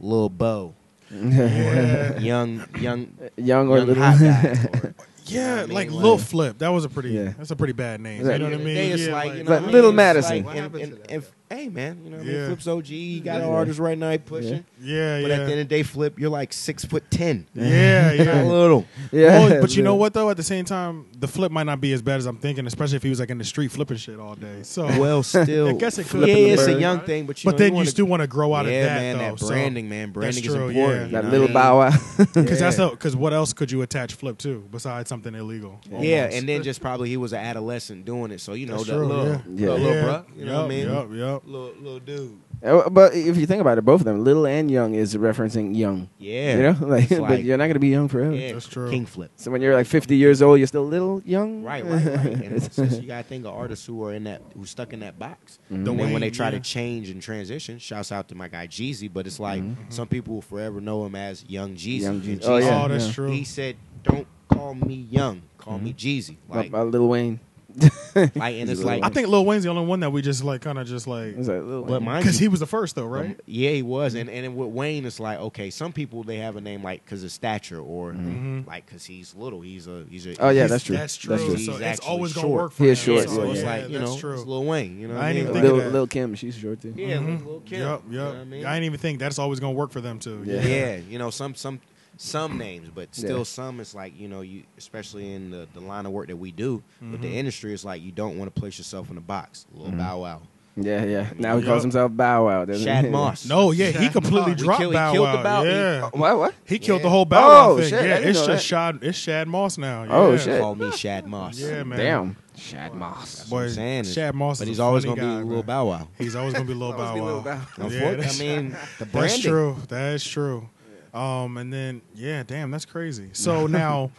Speaker 5: Lil Bo,
Speaker 1: yeah,
Speaker 5: young young
Speaker 4: Young or
Speaker 5: young
Speaker 4: little.
Speaker 5: hot guy. Or,
Speaker 1: yeah,
Speaker 5: I mean,
Speaker 1: like
Speaker 5: like-
Speaker 1: Lil Flip. That was a pretty.
Speaker 4: Yeah.
Speaker 1: That's a pretty bad name.
Speaker 4: Yeah.
Speaker 1: You know what I
Speaker 5: At the end
Speaker 1: mean?
Speaker 5: of the day, it's
Speaker 1: Yeah,
Speaker 5: like, you know
Speaker 4: Like
Speaker 5: what I mean?
Speaker 4: Little
Speaker 5: It's
Speaker 4: Madison.
Speaker 5: like-
Speaker 3: What
Speaker 5: and,
Speaker 3: happened
Speaker 5: and,
Speaker 3: to that?
Speaker 5: and, hey man, you know what I mean?
Speaker 1: Yeah.
Speaker 5: Flip's OG. He got
Speaker 4: Yeah.
Speaker 5: an artist right now. He pushing.
Speaker 1: yeah,
Speaker 5: But
Speaker 1: yeah,
Speaker 5: at the end of the day, Flip, you're like six foot ten.
Speaker 1: yeah,
Speaker 5: You're not
Speaker 1: yeah.
Speaker 5: little.
Speaker 4: Yeah.
Speaker 1: Well, but you know what though? At the same time, the flip might not be as bad as I'm thinking, especially if he was like in the street flipping shit all day. So,
Speaker 5: Well, still,
Speaker 1: I guess it could
Speaker 5: yeah,
Speaker 1: be
Speaker 5: it's
Speaker 4: bird.
Speaker 5: a young thing, but you
Speaker 1: but
Speaker 5: know,
Speaker 1: then you,
Speaker 5: wanna-
Speaker 1: still want to grow out
Speaker 5: yeah,
Speaker 1: of that
Speaker 5: man,
Speaker 1: though.
Speaker 5: that branding, man, branding is
Speaker 1: true, yeah.
Speaker 5: important. you
Speaker 4: That
Speaker 5: know
Speaker 4: little
Speaker 5: what I mean?
Speaker 4: Bow Wow.
Speaker 1: because that's
Speaker 5: Yeah.
Speaker 1: because what else could you attach flip to besides something illegal?
Speaker 5: Yeah, and then just probably he was an adolescent doing it, so you know
Speaker 1: That's
Speaker 5: that
Speaker 1: true,
Speaker 5: little,
Speaker 1: yeah.
Speaker 4: Yeah.
Speaker 5: little, little bruh, you know what I mean?
Speaker 1: Yep, yep.
Speaker 5: Little, little dude.
Speaker 4: Uh, But if you think about it, both of them, little and young, is referencing young.
Speaker 5: Yeah,
Speaker 4: You know, like,
Speaker 5: It's
Speaker 4: but you're not gonna be young forever.
Speaker 5: yeah,
Speaker 1: That's true.
Speaker 5: King flip.
Speaker 4: So when you're like 50 years old, you're still little, young.
Speaker 5: Right, right, right. And it's just- you gotta think of artists who are in that, who's stuck in that box.
Speaker 4: Mm-hmm.
Speaker 5: And then when they
Speaker 1: Dwayne,
Speaker 5: try
Speaker 1: yeah.
Speaker 5: to change and transition, shouts out to my guy Jeezy. But it's like some people will forever know him as Young Jeezy.
Speaker 4: Mm-hmm. Young
Speaker 5: And
Speaker 4: Jeezy. Oh, yeah.
Speaker 1: oh, that's
Speaker 4: yeah. Mm-hmm.
Speaker 1: true.
Speaker 5: He said, "Don't call me Young, call me Jeezy." Like,
Speaker 4: By Lil Wayne.
Speaker 5: like, and it's
Speaker 4: Lil
Speaker 5: like,
Speaker 1: I think Lil Wayne's the only one that we just like kind of just like
Speaker 4: It's like Lil
Speaker 5: but
Speaker 4: Wayne.
Speaker 5: mind you,
Speaker 1: because he was the first though, right?
Speaker 5: Um, yeah, he was. And and with Wayne, it's like okay, some people they have a name like because of stature or
Speaker 1: Mhm.
Speaker 5: like because he's little. He's a he's a
Speaker 4: Oh, yeah,
Speaker 1: He's-
Speaker 4: that's true.
Speaker 1: That's true.
Speaker 4: That's true.
Speaker 1: So
Speaker 5: He's
Speaker 1: it's
Speaker 5: actually
Speaker 1: always gonna
Speaker 5: short.
Speaker 1: work for
Speaker 4: He
Speaker 1: him.
Speaker 4: is short,
Speaker 1: So
Speaker 5: So
Speaker 4: yeah.
Speaker 5: it's like you
Speaker 1: that's
Speaker 5: know,
Speaker 1: true.
Speaker 5: it's Lil Wayne. You know, what
Speaker 1: I
Speaker 5: I
Speaker 1: ain't
Speaker 5: mean?
Speaker 1: even
Speaker 5: Like,
Speaker 1: think
Speaker 4: Lil,
Speaker 1: of that.
Speaker 4: Lil Kim, she's short too.
Speaker 5: yeah,
Speaker 1: Mhm.
Speaker 5: Lil Kim.
Speaker 1: Yep,
Speaker 5: You know
Speaker 1: yep.
Speaker 5: what I mean?
Speaker 1: I didn't even think that's always gonna work for them too.
Speaker 4: Yeah.
Speaker 5: yeah. you know some some some names, but still
Speaker 4: Yeah.
Speaker 5: some. It's like you know you especially in the, the line of work that we do with
Speaker 1: Mm-hmm.
Speaker 5: the industry. It's like you don't want to place yourself in a box. Lil Bow Wow,
Speaker 4: Yeah, yeah. Now he
Speaker 1: Yup.
Speaker 4: calls himself Bow Wow. Mm-hmm. doesn't
Speaker 5: Shad
Speaker 4: he?
Speaker 5: Moss.
Speaker 1: No, yeah, he
Speaker 3: Shaq
Speaker 1: completely
Speaker 3: Moss.
Speaker 5: We
Speaker 1: dropped
Speaker 5: killed- he
Speaker 1: Bow
Speaker 5: killed the
Speaker 1: Wow.
Speaker 5: Bow- he-
Speaker 1: yeah.
Speaker 4: What? What?
Speaker 1: He killed
Speaker 5: Yeah.
Speaker 1: the whole Bow Wow
Speaker 4: Oh,
Speaker 1: thing.
Speaker 4: shit, I
Speaker 1: yeah,
Speaker 4: didn't
Speaker 1: it's
Speaker 4: know
Speaker 1: just
Speaker 4: that.
Speaker 1: Shad. It's Shad Moss now.
Speaker 4: Oh,
Speaker 1: yeah.
Speaker 4: shit.
Speaker 5: call me Shad Moss.
Speaker 1: Yeah, man.
Speaker 4: Damn. Shad Moss.
Speaker 5: That's what
Speaker 1: Boy,
Speaker 5: I'm saying. is-
Speaker 1: Shad Moss
Speaker 5: but
Speaker 1: is
Speaker 5: he's
Speaker 1: a
Speaker 5: always
Speaker 1: funny
Speaker 5: gonna
Speaker 1: guy,
Speaker 5: be Lil
Speaker 1: man.
Speaker 5: Bow Wow.
Speaker 1: He's always gonna be Lil
Speaker 4: Always
Speaker 1: Bow
Speaker 4: be Lil
Speaker 1: Wow.
Speaker 4: Bow.
Speaker 1: Yeah,
Speaker 5: Unfortunately,
Speaker 1: that's,
Speaker 5: I mean the branding.
Speaker 1: that's true. That's true. Um, and then yeah, damn, that's crazy. So now,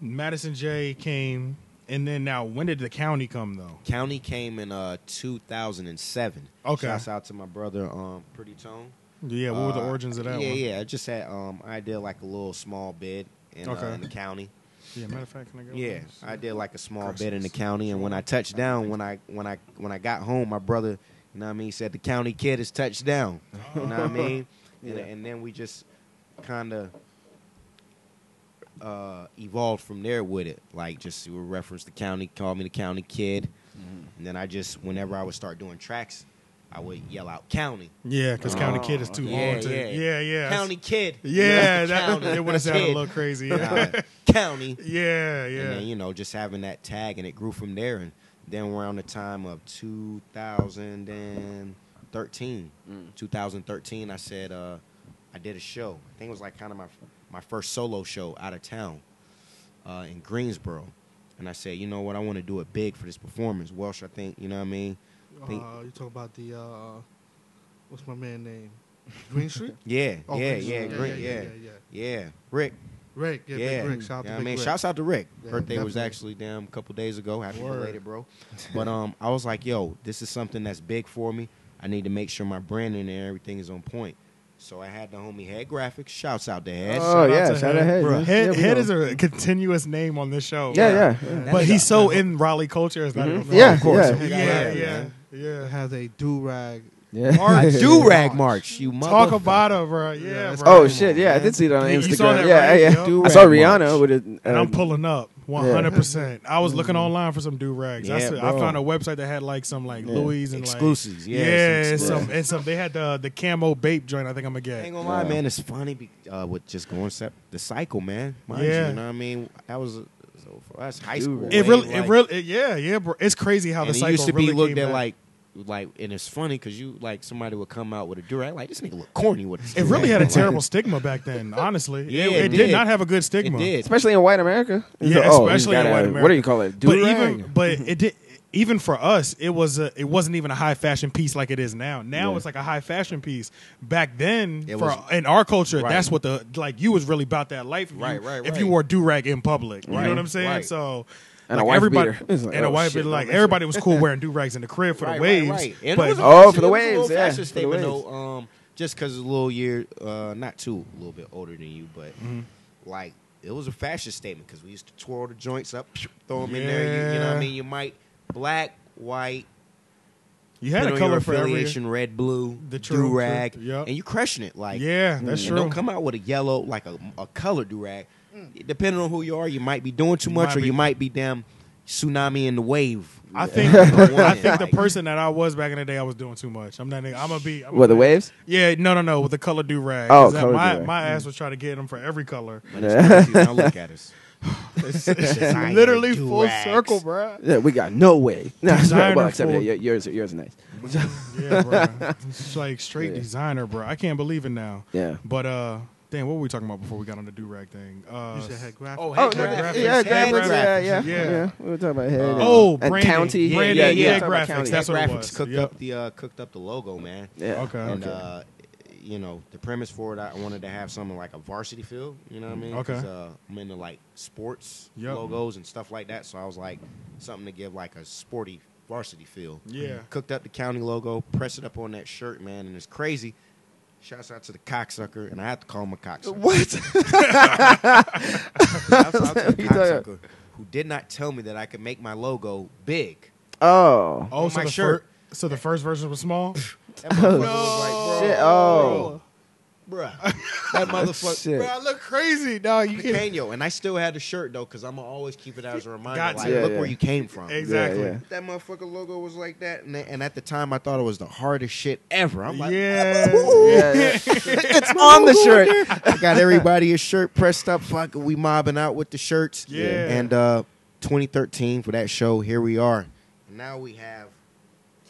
Speaker 1: Madison J came, and then now, when did the county come though?
Speaker 5: County came in uh 2007.
Speaker 1: Okay.
Speaker 5: Shouts out to my brother, um, Pretty Tone.
Speaker 1: Yeah, what were the
Speaker 5: Uh,
Speaker 1: origins of that
Speaker 5: Yeah,
Speaker 1: one?
Speaker 5: yeah. I just had um, I did like a little small bid in, uh,
Speaker 1: Okay.
Speaker 5: in the county.
Speaker 1: Yeah, matter of fact, can I go?
Speaker 5: Yeah, I did like a small bid in the
Speaker 1: Christmas.
Speaker 5: county, and when I touched down, when I when I when I got home, my brother, you know what I mean, he said the county kid is touched down. You know what I mean? And,
Speaker 4: Yeah.
Speaker 5: and then we just kind of uh, evolved from there with it. Like just you reference the county, call me the county kid,
Speaker 1: Mm-hmm.
Speaker 5: and then I just whenever I would start doing tracks, I would yell out county,
Speaker 1: Yeah, because county kid is too
Speaker 5: Yeah,
Speaker 1: long to.
Speaker 5: yeah.
Speaker 1: Yeah, yeah.
Speaker 5: county kid,
Speaker 1: Yeah,
Speaker 5: That's the
Speaker 1: that, it would have
Speaker 5: That's
Speaker 1: sounded a
Speaker 5: it.
Speaker 1: little crazy. Yeah,
Speaker 5: Nah, county.
Speaker 1: yeah,
Speaker 5: And
Speaker 1: yeah.
Speaker 5: then, you know, just having that tag and it grew from there. And then around the time of 2013,
Speaker 4: Mm.
Speaker 5: 2013, I said, uh, I did a show. I think it was like kind of my, my first solo show out of town uh, in Greensboro. And I said, you know what, I want to do it big for this performance. Welsh, I think, you know what I mean?
Speaker 3: Uh,
Speaker 5: Think-
Speaker 3: you talking about the uh, what's my man name? Green Street.
Speaker 5: Yeah,
Speaker 3: Oh,
Speaker 5: yeah,
Speaker 3: Green Street.
Speaker 5: yeah, yeah, yeah,
Speaker 3: yeah,
Speaker 5: yeah,
Speaker 3: yeah.
Speaker 5: Rick,
Speaker 3: Rick, yeah,
Speaker 5: yeah.
Speaker 3: Big Rick. Shout out
Speaker 5: Yeah,
Speaker 3: to
Speaker 5: I
Speaker 3: Big
Speaker 5: mean,
Speaker 3: Rick.
Speaker 5: Shouts out to Rick.
Speaker 3: Yeah,
Speaker 5: Birthday was
Speaker 3: definitely.
Speaker 5: actually damn a couple days ago. Happy
Speaker 3: Word.
Speaker 5: belated, bro. But um, I was like, yo, this is something that's big for me. I need to make sure my branding and everything is on point. So I had the homie Head Graphics. Shouts out to Head.
Speaker 1: out Oh, yeah, to shout
Speaker 4: shout
Speaker 1: out Head.
Speaker 4: ahead.
Speaker 5: Bruh.
Speaker 1: Head, head is a continuous name on this show.
Speaker 4: yeah, yeah, yeah.
Speaker 1: But he's so in Raleigh culture, it's not even funny.
Speaker 4: Yeah,
Speaker 1: Of course. yeah,
Speaker 4: yeah.
Speaker 5: Mm-hmm. Yeah,
Speaker 1: yeah,
Speaker 5: man.
Speaker 1: yeah.
Speaker 3: has a do rag.
Speaker 4: yeah.
Speaker 5: I
Speaker 1: March.
Speaker 5: do rag march. You
Speaker 1: Oh, Talk
Speaker 5: motherfucker.
Speaker 1: about it, bro. Yeah,
Speaker 3: that's-
Speaker 1: bro.
Speaker 4: Oh shit! Yeah, I
Speaker 5: man.
Speaker 4: did see it on
Speaker 1: You- you
Speaker 4: Instagram.
Speaker 1: saw that,
Speaker 4: yeah,
Speaker 1: right?
Speaker 4: yeah.
Speaker 1: Yup.
Speaker 4: I
Speaker 5: Do-rag
Speaker 4: saw Rihanna
Speaker 5: march.
Speaker 4: with it.
Speaker 1: And
Speaker 4: uh,
Speaker 1: I'm pulling up 100%. I was looking online for some do rags. I,
Speaker 5: Mm-hmm. Yeah,
Speaker 1: said- I
Speaker 5: bro.
Speaker 1: found a website that had like some like
Speaker 4: Yeah.
Speaker 1: Louis and
Speaker 5: exclusives.
Speaker 1: Like,
Speaker 5: Yeah,
Speaker 1: yeah, and
Speaker 5: it's
Speaker 1: some
Speaker 5: exclusive.
Speaker 1: and some. They had the the camo bape joint. I think I'm gonna
Speaker 5: I ain't
Speaker 1: get.
Speaker 5: gonna lie,
Speaker 4: Yeah.
Speaker 5: man. It's funny be, uh, with just going sep- the cycle, man. Mind
Speaker 1: Yeah.
Speaker 5: you, you know what I mean? That was so for us high
Speaker 4: Dude,
Speaker 5: school.
Speaker 4: right.
Speaker 1: It
Speaker 5: way,
Speaker 1: really,
Speaker 5: like-
Speaker 1: it really, it- yeah, yeah, bro. It's crazy how
Speaker 5: and
Speaker 1: the
Speaker 5: it
Speaker 1: cycle
Speaker 5: used to
Speaker 1: really
Speaker 5: be looked
Speaker 1: came
Speaker 5: at
Speaker 1: back.
Speaker 5: like, like, and it's funny because you like somebody would come out with a durag, like this nigga look corny with this
Speaker 1: It really
Speaker 5: durag.
Speaker 1: had a
Speaker 5: Like,
Speaker 1: terrible stigma back then. Honestly,
Speaker 5: Yeah,
Speaker 1: it,
Speaker 5: it
Speaker 1: it did
Speaker 5: did.
Speaker 1: not have a good
Speaker 5: It
Speaker 1: stigma.
Speaker 5: did.
Speaker 4: especially in white America. It's
Speaker 1: Yeah,
Speaker 4: the- oh,
Speaker 1: especially
Speaker 4: you
Speaker 1: in
Speaker 4: gotta-
Speaker 1: white
Speaker 4: What do
Speaker 1: America.
Speaker 4: you call it?
Speaker 1: but
Speaker 4: Do
Speaker 1: even but it did even for us it was a, it wasn't even a high fashion piece like it is now now
Speaker 4: Yeah.
Speaker 1: it's like a high fashion piece back then
Speaker 5: It
Speaker 1: for
Speaker 5: was-
Speaker 1: in our culture
Speaker 5: Right.
Speaker 1: that's what the like you was really about that life if
Speaker 5: Right,
Speaker 1: you,
Speaker 5: right,
Speaker 1: if
Speaker 5: right.
Speaker 1: you wore do-rag in public you know
Speaker 5: Right,
Speaker 1: what i'm saying
Speaker 5: right.
Speaker 1: so
Speaker 4: And a
Speaker 1: like
Speaker 4: wife
Speaker 1: everybody
Speaker 4: beater. It's like,
Speaker 1: and a
Speaker 4: oh,
Speaker 1: wife
Speaker 4: shit,
Speaker 1: beater, like
Speaker 4: don't mess
Speaker 1: everybody was cool wearing do-rags in the crib for the
Speaker 5: Right,
Speaker 1: waves
Speaker 5: right, right. And
Speaker 1: but
Speaker 5: it was a-
Speaker 4: Oh,
Speaker 5: it
Speaker 4: for
Speaker 5: was
Speaker 4: the
Speaker 5: a
Speaker 4: waves,
Speaker 5: little
Speaker 4: yeah,
Speaker 5: fashion
Speaker 4: for the
Speaker 5: statement,
Speaker 4: waves.
Speaker 5: though, um, just because a little year, uh, not too, a little bit older than you, but
Speaker 1: Mm-hmm.
Speaker 5: like it was a fashion statement because we used to twirl the joints up, throw them in there. You, you know what
Speaker 1: Yeah.
Speaker 5: I mean? You might black, white,
Speaker 1: you had a
Speaker 5: depending on
Speaker 1: color
Speaker 5: your
Speaker 1: for every
Speaker 5: affiliation, red, blue,
Speaker 1: The
Speaker 5: the
Speaker 1: true, true,
Speaker 5: do rag,
Speaker 1: yep.
Speaker 5: and you crushing it. Like mm,
Speaker 1: yeah that's
Speaker 5: and
Speaker 1: true
Speaker 5: Don't come out with a yellow, like a, a color durag.
Speaker 4: Mm.
Speaker 5: Depending on who you are, you might be doing too
Speaker 1: You
Speaker 5: much,
Speaker 1: might
Speaker 5: or
Speaker 1: be-
Speaker 5: you might be damn tsunami in the wave.
Speaker 1: I think I think the person that I was back in the day, I was doing too much. I'm not. I'm gonna be. I'm
Speaker 4: What the
Speaker 1: gonna-
Speaker 4: waves?
Speaker 1: Yeah, no, no, no, with the color do rag.
Speaker 4: Oh,
Speaker 1: that,
Speaker 4: color
Speaker 1: my,
Speaker 4: do-rag.
Speaker 1: my ass was trying to get them for every color.
Speaker 5: now look at us.
Speaker 1: It's,
Speaker 5: It's designed
Speaker 1: literally
Speaker 5: to do
Speaker 1: full
Speaker 5: rags.
Speaker 1: circle, bro.
Speaker 4: Yeah, we got no way. No,
Speaker 1: Designer
Speaker 4: well, except
Speaker 1: for-
Speaker 4: yeah, your- yours, yours are nice.
Speaker 1: Yeah, bro. It's like straight
Speaker 4: Yeah.
Speaker 1: designer, bro. I can't believe it now.
Speaker 4: Yeah.
Speaker 1: But uh, damn, what were we talking about before we got on the do rag thing? Uh,
Speaker 3: You said head graphic.
Speaker 5: Oh,
Speaker 4: Oh,
Speaker 5: head
Speaker 4: no,
Speaker 5: graphics.
Speaker 4: yeah,
Speaker 5: Head
Speaker 4: graphics, yeah, yeah,
Speaker 1: Yeah.
Speaker 4: yeah, We were talking about head. and-
Speaker 1: oh,
Speaker 4: and
Speaker 1: branding.
Speaker 4: county,
Speaker 1: Yeah,
Speaker 5: yeah, yeah,
Speaker 1: yeah,
Speaker 4: talking about
Speaker 1: graphics.
Speaker 4: county.
Speaker 1: That's what it
Speaker 5: graphics
Speaker 1: was.
Speaker 5: cooked
Speaker 1: Yep.
Speaker 5: up the uh, cooked up the logo, man.
Speaker 4: yeah.
Speaker 1: Okay.
Speaker 5: And uh, you know, the premise for it, I wanted to have something like a varsity field. You know what I mean?
Speaker 1: Okay.
Speaker 5: 'Cause, uh, I'm into like sports
Speaker 1: Yep.
Speaker 5: logos and stuff like that, so I was like something to give like a sporty varsity feel.
Speaker 1: Yeah.
Speaker 5: Cooked up the county logo, press it up on that shirt, man, and it's crazy. Shouts out to the cocksucker, and I have to call him a cocksucker.
Speaker 4: What?
Speaker 5: Shouts out to the
Speaker 4: You tell-
Speaker 5: cocksucker who did not tell me that I could make my logo big.
Speaker 4: Oh.
Speaker 1: Oh,
Speaker 5: on
Speaker 1: so
Speaker 5: my
Speaker 1: the
Speaker 5: shirt.
Speaker 1: fir- so the first version was small.
Speaker 5: That motherfucker was
Speaker 4: shit.
Speaker 5: like,
Speaker 4: Oh.
Speaker 5: bro, bruh. That motherfucker.
Speaker 4: Shit.
Speaker 1: Bro, I look crazy, dog. You can't.
Speaker 5: Canyo, and I still had the shirt though, cause I'm gonna always keep it as a reminder.
Speaker 1: Got
Speaker 5: like,
Speaker 1: to.
Speaker 4: Yeah,
Speaker 5: look
Speaker 4: yeah.
Speaker 5: where you came from.
Speaker 1: Exactly.
Speaker 4: Yeah, yeah.
Speaker 5: That motherfucker logo was like that, and, and at the time I thought it was the hardest shit ever. I'm like,
Speaker 1: yeah.
Speaker 4: Yeah, yeah.
Speaker 5: it's on the shirt. I got everybody a shirt pressed up. Fuck, we mobbing out with the shirts.
Speaker 1: Yeah.
Speaker 5: And uh, 2013 for that show. Here we are. And now we have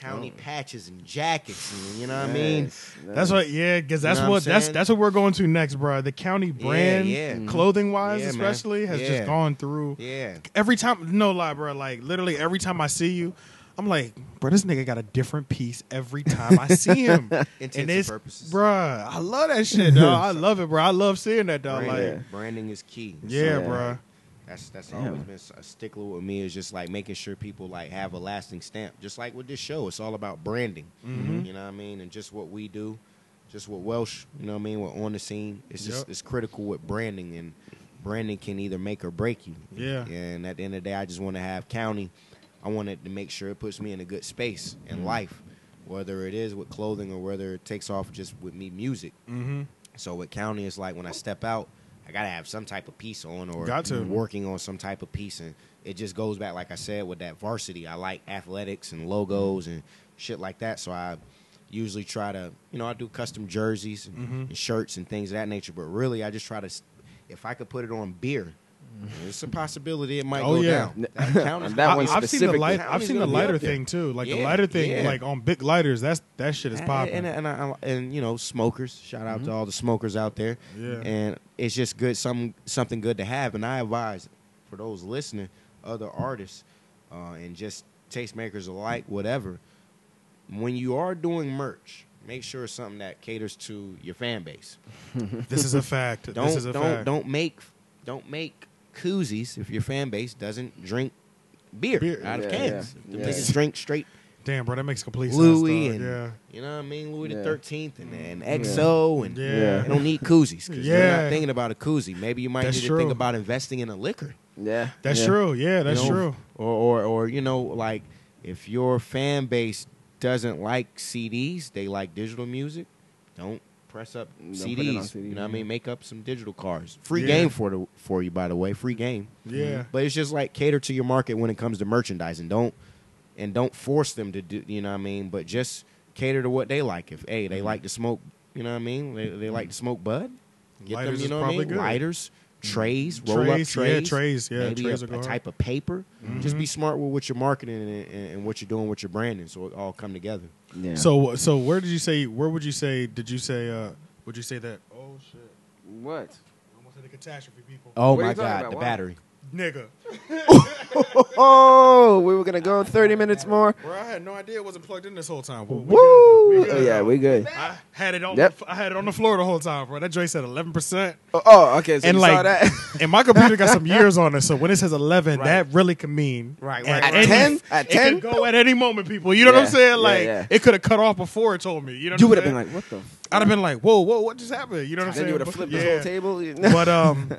Speaker 5: county
Speaker 4: Oh.
Speaker 5: patches and jackets. And, you know what I mean?
Speaker 4: Nice,
Speaker 1: That's
Speaker 4: nice.
Speaker 1: what, yeah, because that's
Speaker 5: know
Speaker 1: what,
Speaker 5: what I'm
Speaker 1: that's
Speaker 5: saying?
Speaker 1: that's what we're going to next, bro. The county brand,
Speaker 5: yeah. Mhm.
Speaker 1: clothing wise,
Speaker 5: Yeah, man.
Speaker 1: especially, has just
Speaker 5: Yeah.
Speaker 1: gone through.
Speaker 5: Yeah.
Speaker 1: Every time, no lie, bro. Like literally every time I see you, I'm like, bro, this nigga got a different piece every time I see him.
Speaker 5: Intents
Speaker 1: and
Speaker 5: and
Speaker 1: it's,
Speaker 5: purposes.
Speaker 1: bro, I love that shit, dog. I love it, bro. I love seeing that, dog. Like,
Speaker 5: Branding,
Speaker 1: yeah,
Speaker 4: Yeah.
Speaker 5: branding is key.
Speaker 1: yeah,
Speaker 5: So,
Speaker 4: Yeah.
Speaker 1: bro.
Speaker 5: That's that's
Speaker 4: Damn.
Speaker 5: always been a stickler with me is just like making sure people like have a lasting stamp. Just like with this show, it's all about branding.
Speaker 1: Mhm.
Speaker 5: You know what I mean? And just what we do, just what Welsh, you know what I mean? We're on the scene. It's just
Speaker 1: Yep.
Speaker 5: it's critical with branding, and branding can either make or break you.
Speaker 1: Yeah.
Speaker 5: And at the end of the day, I just want to have county. I wanted to make sure it puts me in a good space in
Speaker 1: Mm-hmm.
Speaker 5: life, whether it is with clothing or whether it takes off just with me music.
Speaker 1: Mm-hmm.
Speaker 5: So with county, it's like when I step out, I gotta have some type of piece on or
Speaker 1: Got to.
Speaker 5: working on some type of piece, and it just goes back like I said with that varsity. I like athletics and logos and shit like that, so I usually try to you know I do custom jerseys and,
Speaker 1: Mm-hmm.
Speaker 5: and shirts and things of that nature, but really I just try to s- if I could put it on beer. It's a possibility it might
Speaker 1: Oh,
Speaker 5: go
Speaker 1: yeah.
Speaker 5: down. That count is-
Speaker 4: That
Speaker 5: I-
Speaker 4: one one's
Speaker 1: I've seen the
Speaker 4: specifically-
Speaker 1: light.
Speaker 5: That
Speaker 1: I've
Speaker 5: one's
Speaker 1: seen the
Speaker 5: gonna be
Speaker 1: lighter
Speaker 5: up there.
Speaker 1: thing too. Like the
Speaker 5: Yeah,
Speaker 1: lighter thing,
Speaker 5: yeah.
Speaker 1: like on big lighters. That's that shit is popping. Mm-hmm.
Speaker 5: And, uh, and, and, and, you know, smokers. Shout out to all the smokers out there.
Speaker 1: Yeah.
Speaker 5: And it's just good, some something good to have. And I advise for those listening, other artists, uh, and just tastemakers alike, whatever. When you are doing merch, make sure it's something that caters to your fan base.
Speaker 1: this is a fact.
Speaker 5: Don't
Speaker 1: this is a
Speaker 5: don't
Speaker 1: fact.
Speaker 5: don't make don't make koozies if your fan base doesn't drink beer,
Speaker 1: Beer.
Speaker 5: out of
Speaker 4: Yeah,
Speaker 5: cans.
Speaker 4: yeah.
Speaker 5: If
Speaker 4: Yeah.
Speaker 5: They just drink straight
Speaker 1: Damn, bro, that makes complete
Speaker 5: Louis
Speaker 1: sense. dog.
Speaker 5: and
Speaker 1: yeah.
Speaker 5: you know what I mean, Louis
Speaker 4: Yeah.
Speaker 5: the Thirteenth and, and XO and
Speaker 1: Yeah.
Speaker 4: Yeah.
Speaker 5: they don't need koozies because they're
Speaker 1: Yeah.
Speaker 5: not thinking about a koozie. Maybe you might
Speaker 1: That's
Speaker 5: need to think
Speaker 1: true.
Speaker 5: about investing in a liquor.
Speaker 4: Yeah,
Speaker 1: That's
Speaker 4: yeah.
Speaker 1: true. Yeah,
Speaker 5: you
Speaker 1: that's
Speaker 5: know?
Speaker 1: true.
Speaker 5: Or, or or you know like if your fan base doesn't like CDs, they like digital music. Don't press up
Speaker 4: Don't put it on
Speaker 5: CDs.
Speaker 4: CD,
Speaker 5: you know what I
Speaker 4: yeah.
Speaker 5: mean? Make up some digital cards. Free
Speaker 1: Yeah.
Speaker 5: game for the for you by the way. Free game.
Speaker 1: Yeah.
Speaker 5: But it's just like cater to your market when it comes to merchandising. Don't and don't force them to do. You know what I mean? But just cater to what they like. If hey,
Speaker 1: Mm-hmm.
Speaker 5: they like to smoke. You know what I mean? They, they like to smoke bud. Get
Speaker 1: Lighters
Speaker 5: them.
Speaker 1: is
Speaker 5: You know what I
Speaker 1: probably
Speaker 5: mean?
Speaker 1: good. Mm-hmm.
Speaker 5: Lighters, trays, roll up
Speaker 1: Trays, yeah,
Speaker 5: trays,
Speaker 1: trays, yeah,
Speaker 5: maybe
Speaker 1: trays Mm-hmm. will
Speaker 5: a,
Speaker 1: go
Speaker 5: a
Speaker 1: hard.
Speaker 5: type of paper. Just be smart with what you're marketing and, and, and what you're doing with your branding, so it all come together.
Speaker 4: Yeah.
Speaker 1: So so where did you say? Where would you say? Did you say? uh Would you say that? Oh shit!
Speaker 4: what?
Speaker 1: I almost had a catastrophe, people.
Speaker 5: Oh
Speaker 4: What are
Speaker 5: my
Speaker 4: you talking
Speaker 5: God,
Speaker 4: about?
Speaker 5: the
Speaker 4: Why?
Speaker 5: battery.
Speaker 1: Nigga,
Speaker 4: Oh, we were gonna go thirty minutes more.
Speaker 1: bro, I had no idea it wasn't plugged in this whole time. Woo!
Speaker 4: Woo! Oh, yeah, we good.
Speaker 1: I had it on.
Speaker 4: Yep.
Speaker 1: I had it on the floor the whole time, bro. That joint said eleven percent,
Speaker 4: Oh, Oh, okay. So
Speaker 1: and
Speaker 4: you
Speaker 1: like,
Speaker 4: saw that.
Speaker 1: and my computer got some years on it. So when it says eleven,
Speaker 5: Right.
Speaker 1: that really can mean
Speaker 5: Right,
Speaker 1: at
Speaker 5: right, right.
Speaker 1: any-
Speaker 4: Ten? At
Speaker 1: it
Speaker 4: ten?
Speaker 1: could go at any moment, people. You know what
Speaker 4: Yeah,
Speaker 1: I'm saying?
Speaker 4: yeah,
Speaker 1: Like
Speaker 4: yeah.
Speaker 1: it could have cut off before it told me. You know, what
Speaker 4: You
Speaker 1: I'm
Speaker 4: would have been
Speaker 1: saying?
Speaker 4: like, "What the?" F-?
Speaker 1: I'd have been like, whoa, whoa, what just happened? You know what I'm
Speaker 4: Then
Speaker 1: saying?
Speaker 4: you would have
Speaker 1: But-
Speaker 4: flipped
Speaker 1: yeah.
Speaker 4: this whole table.
Speaker 1: but um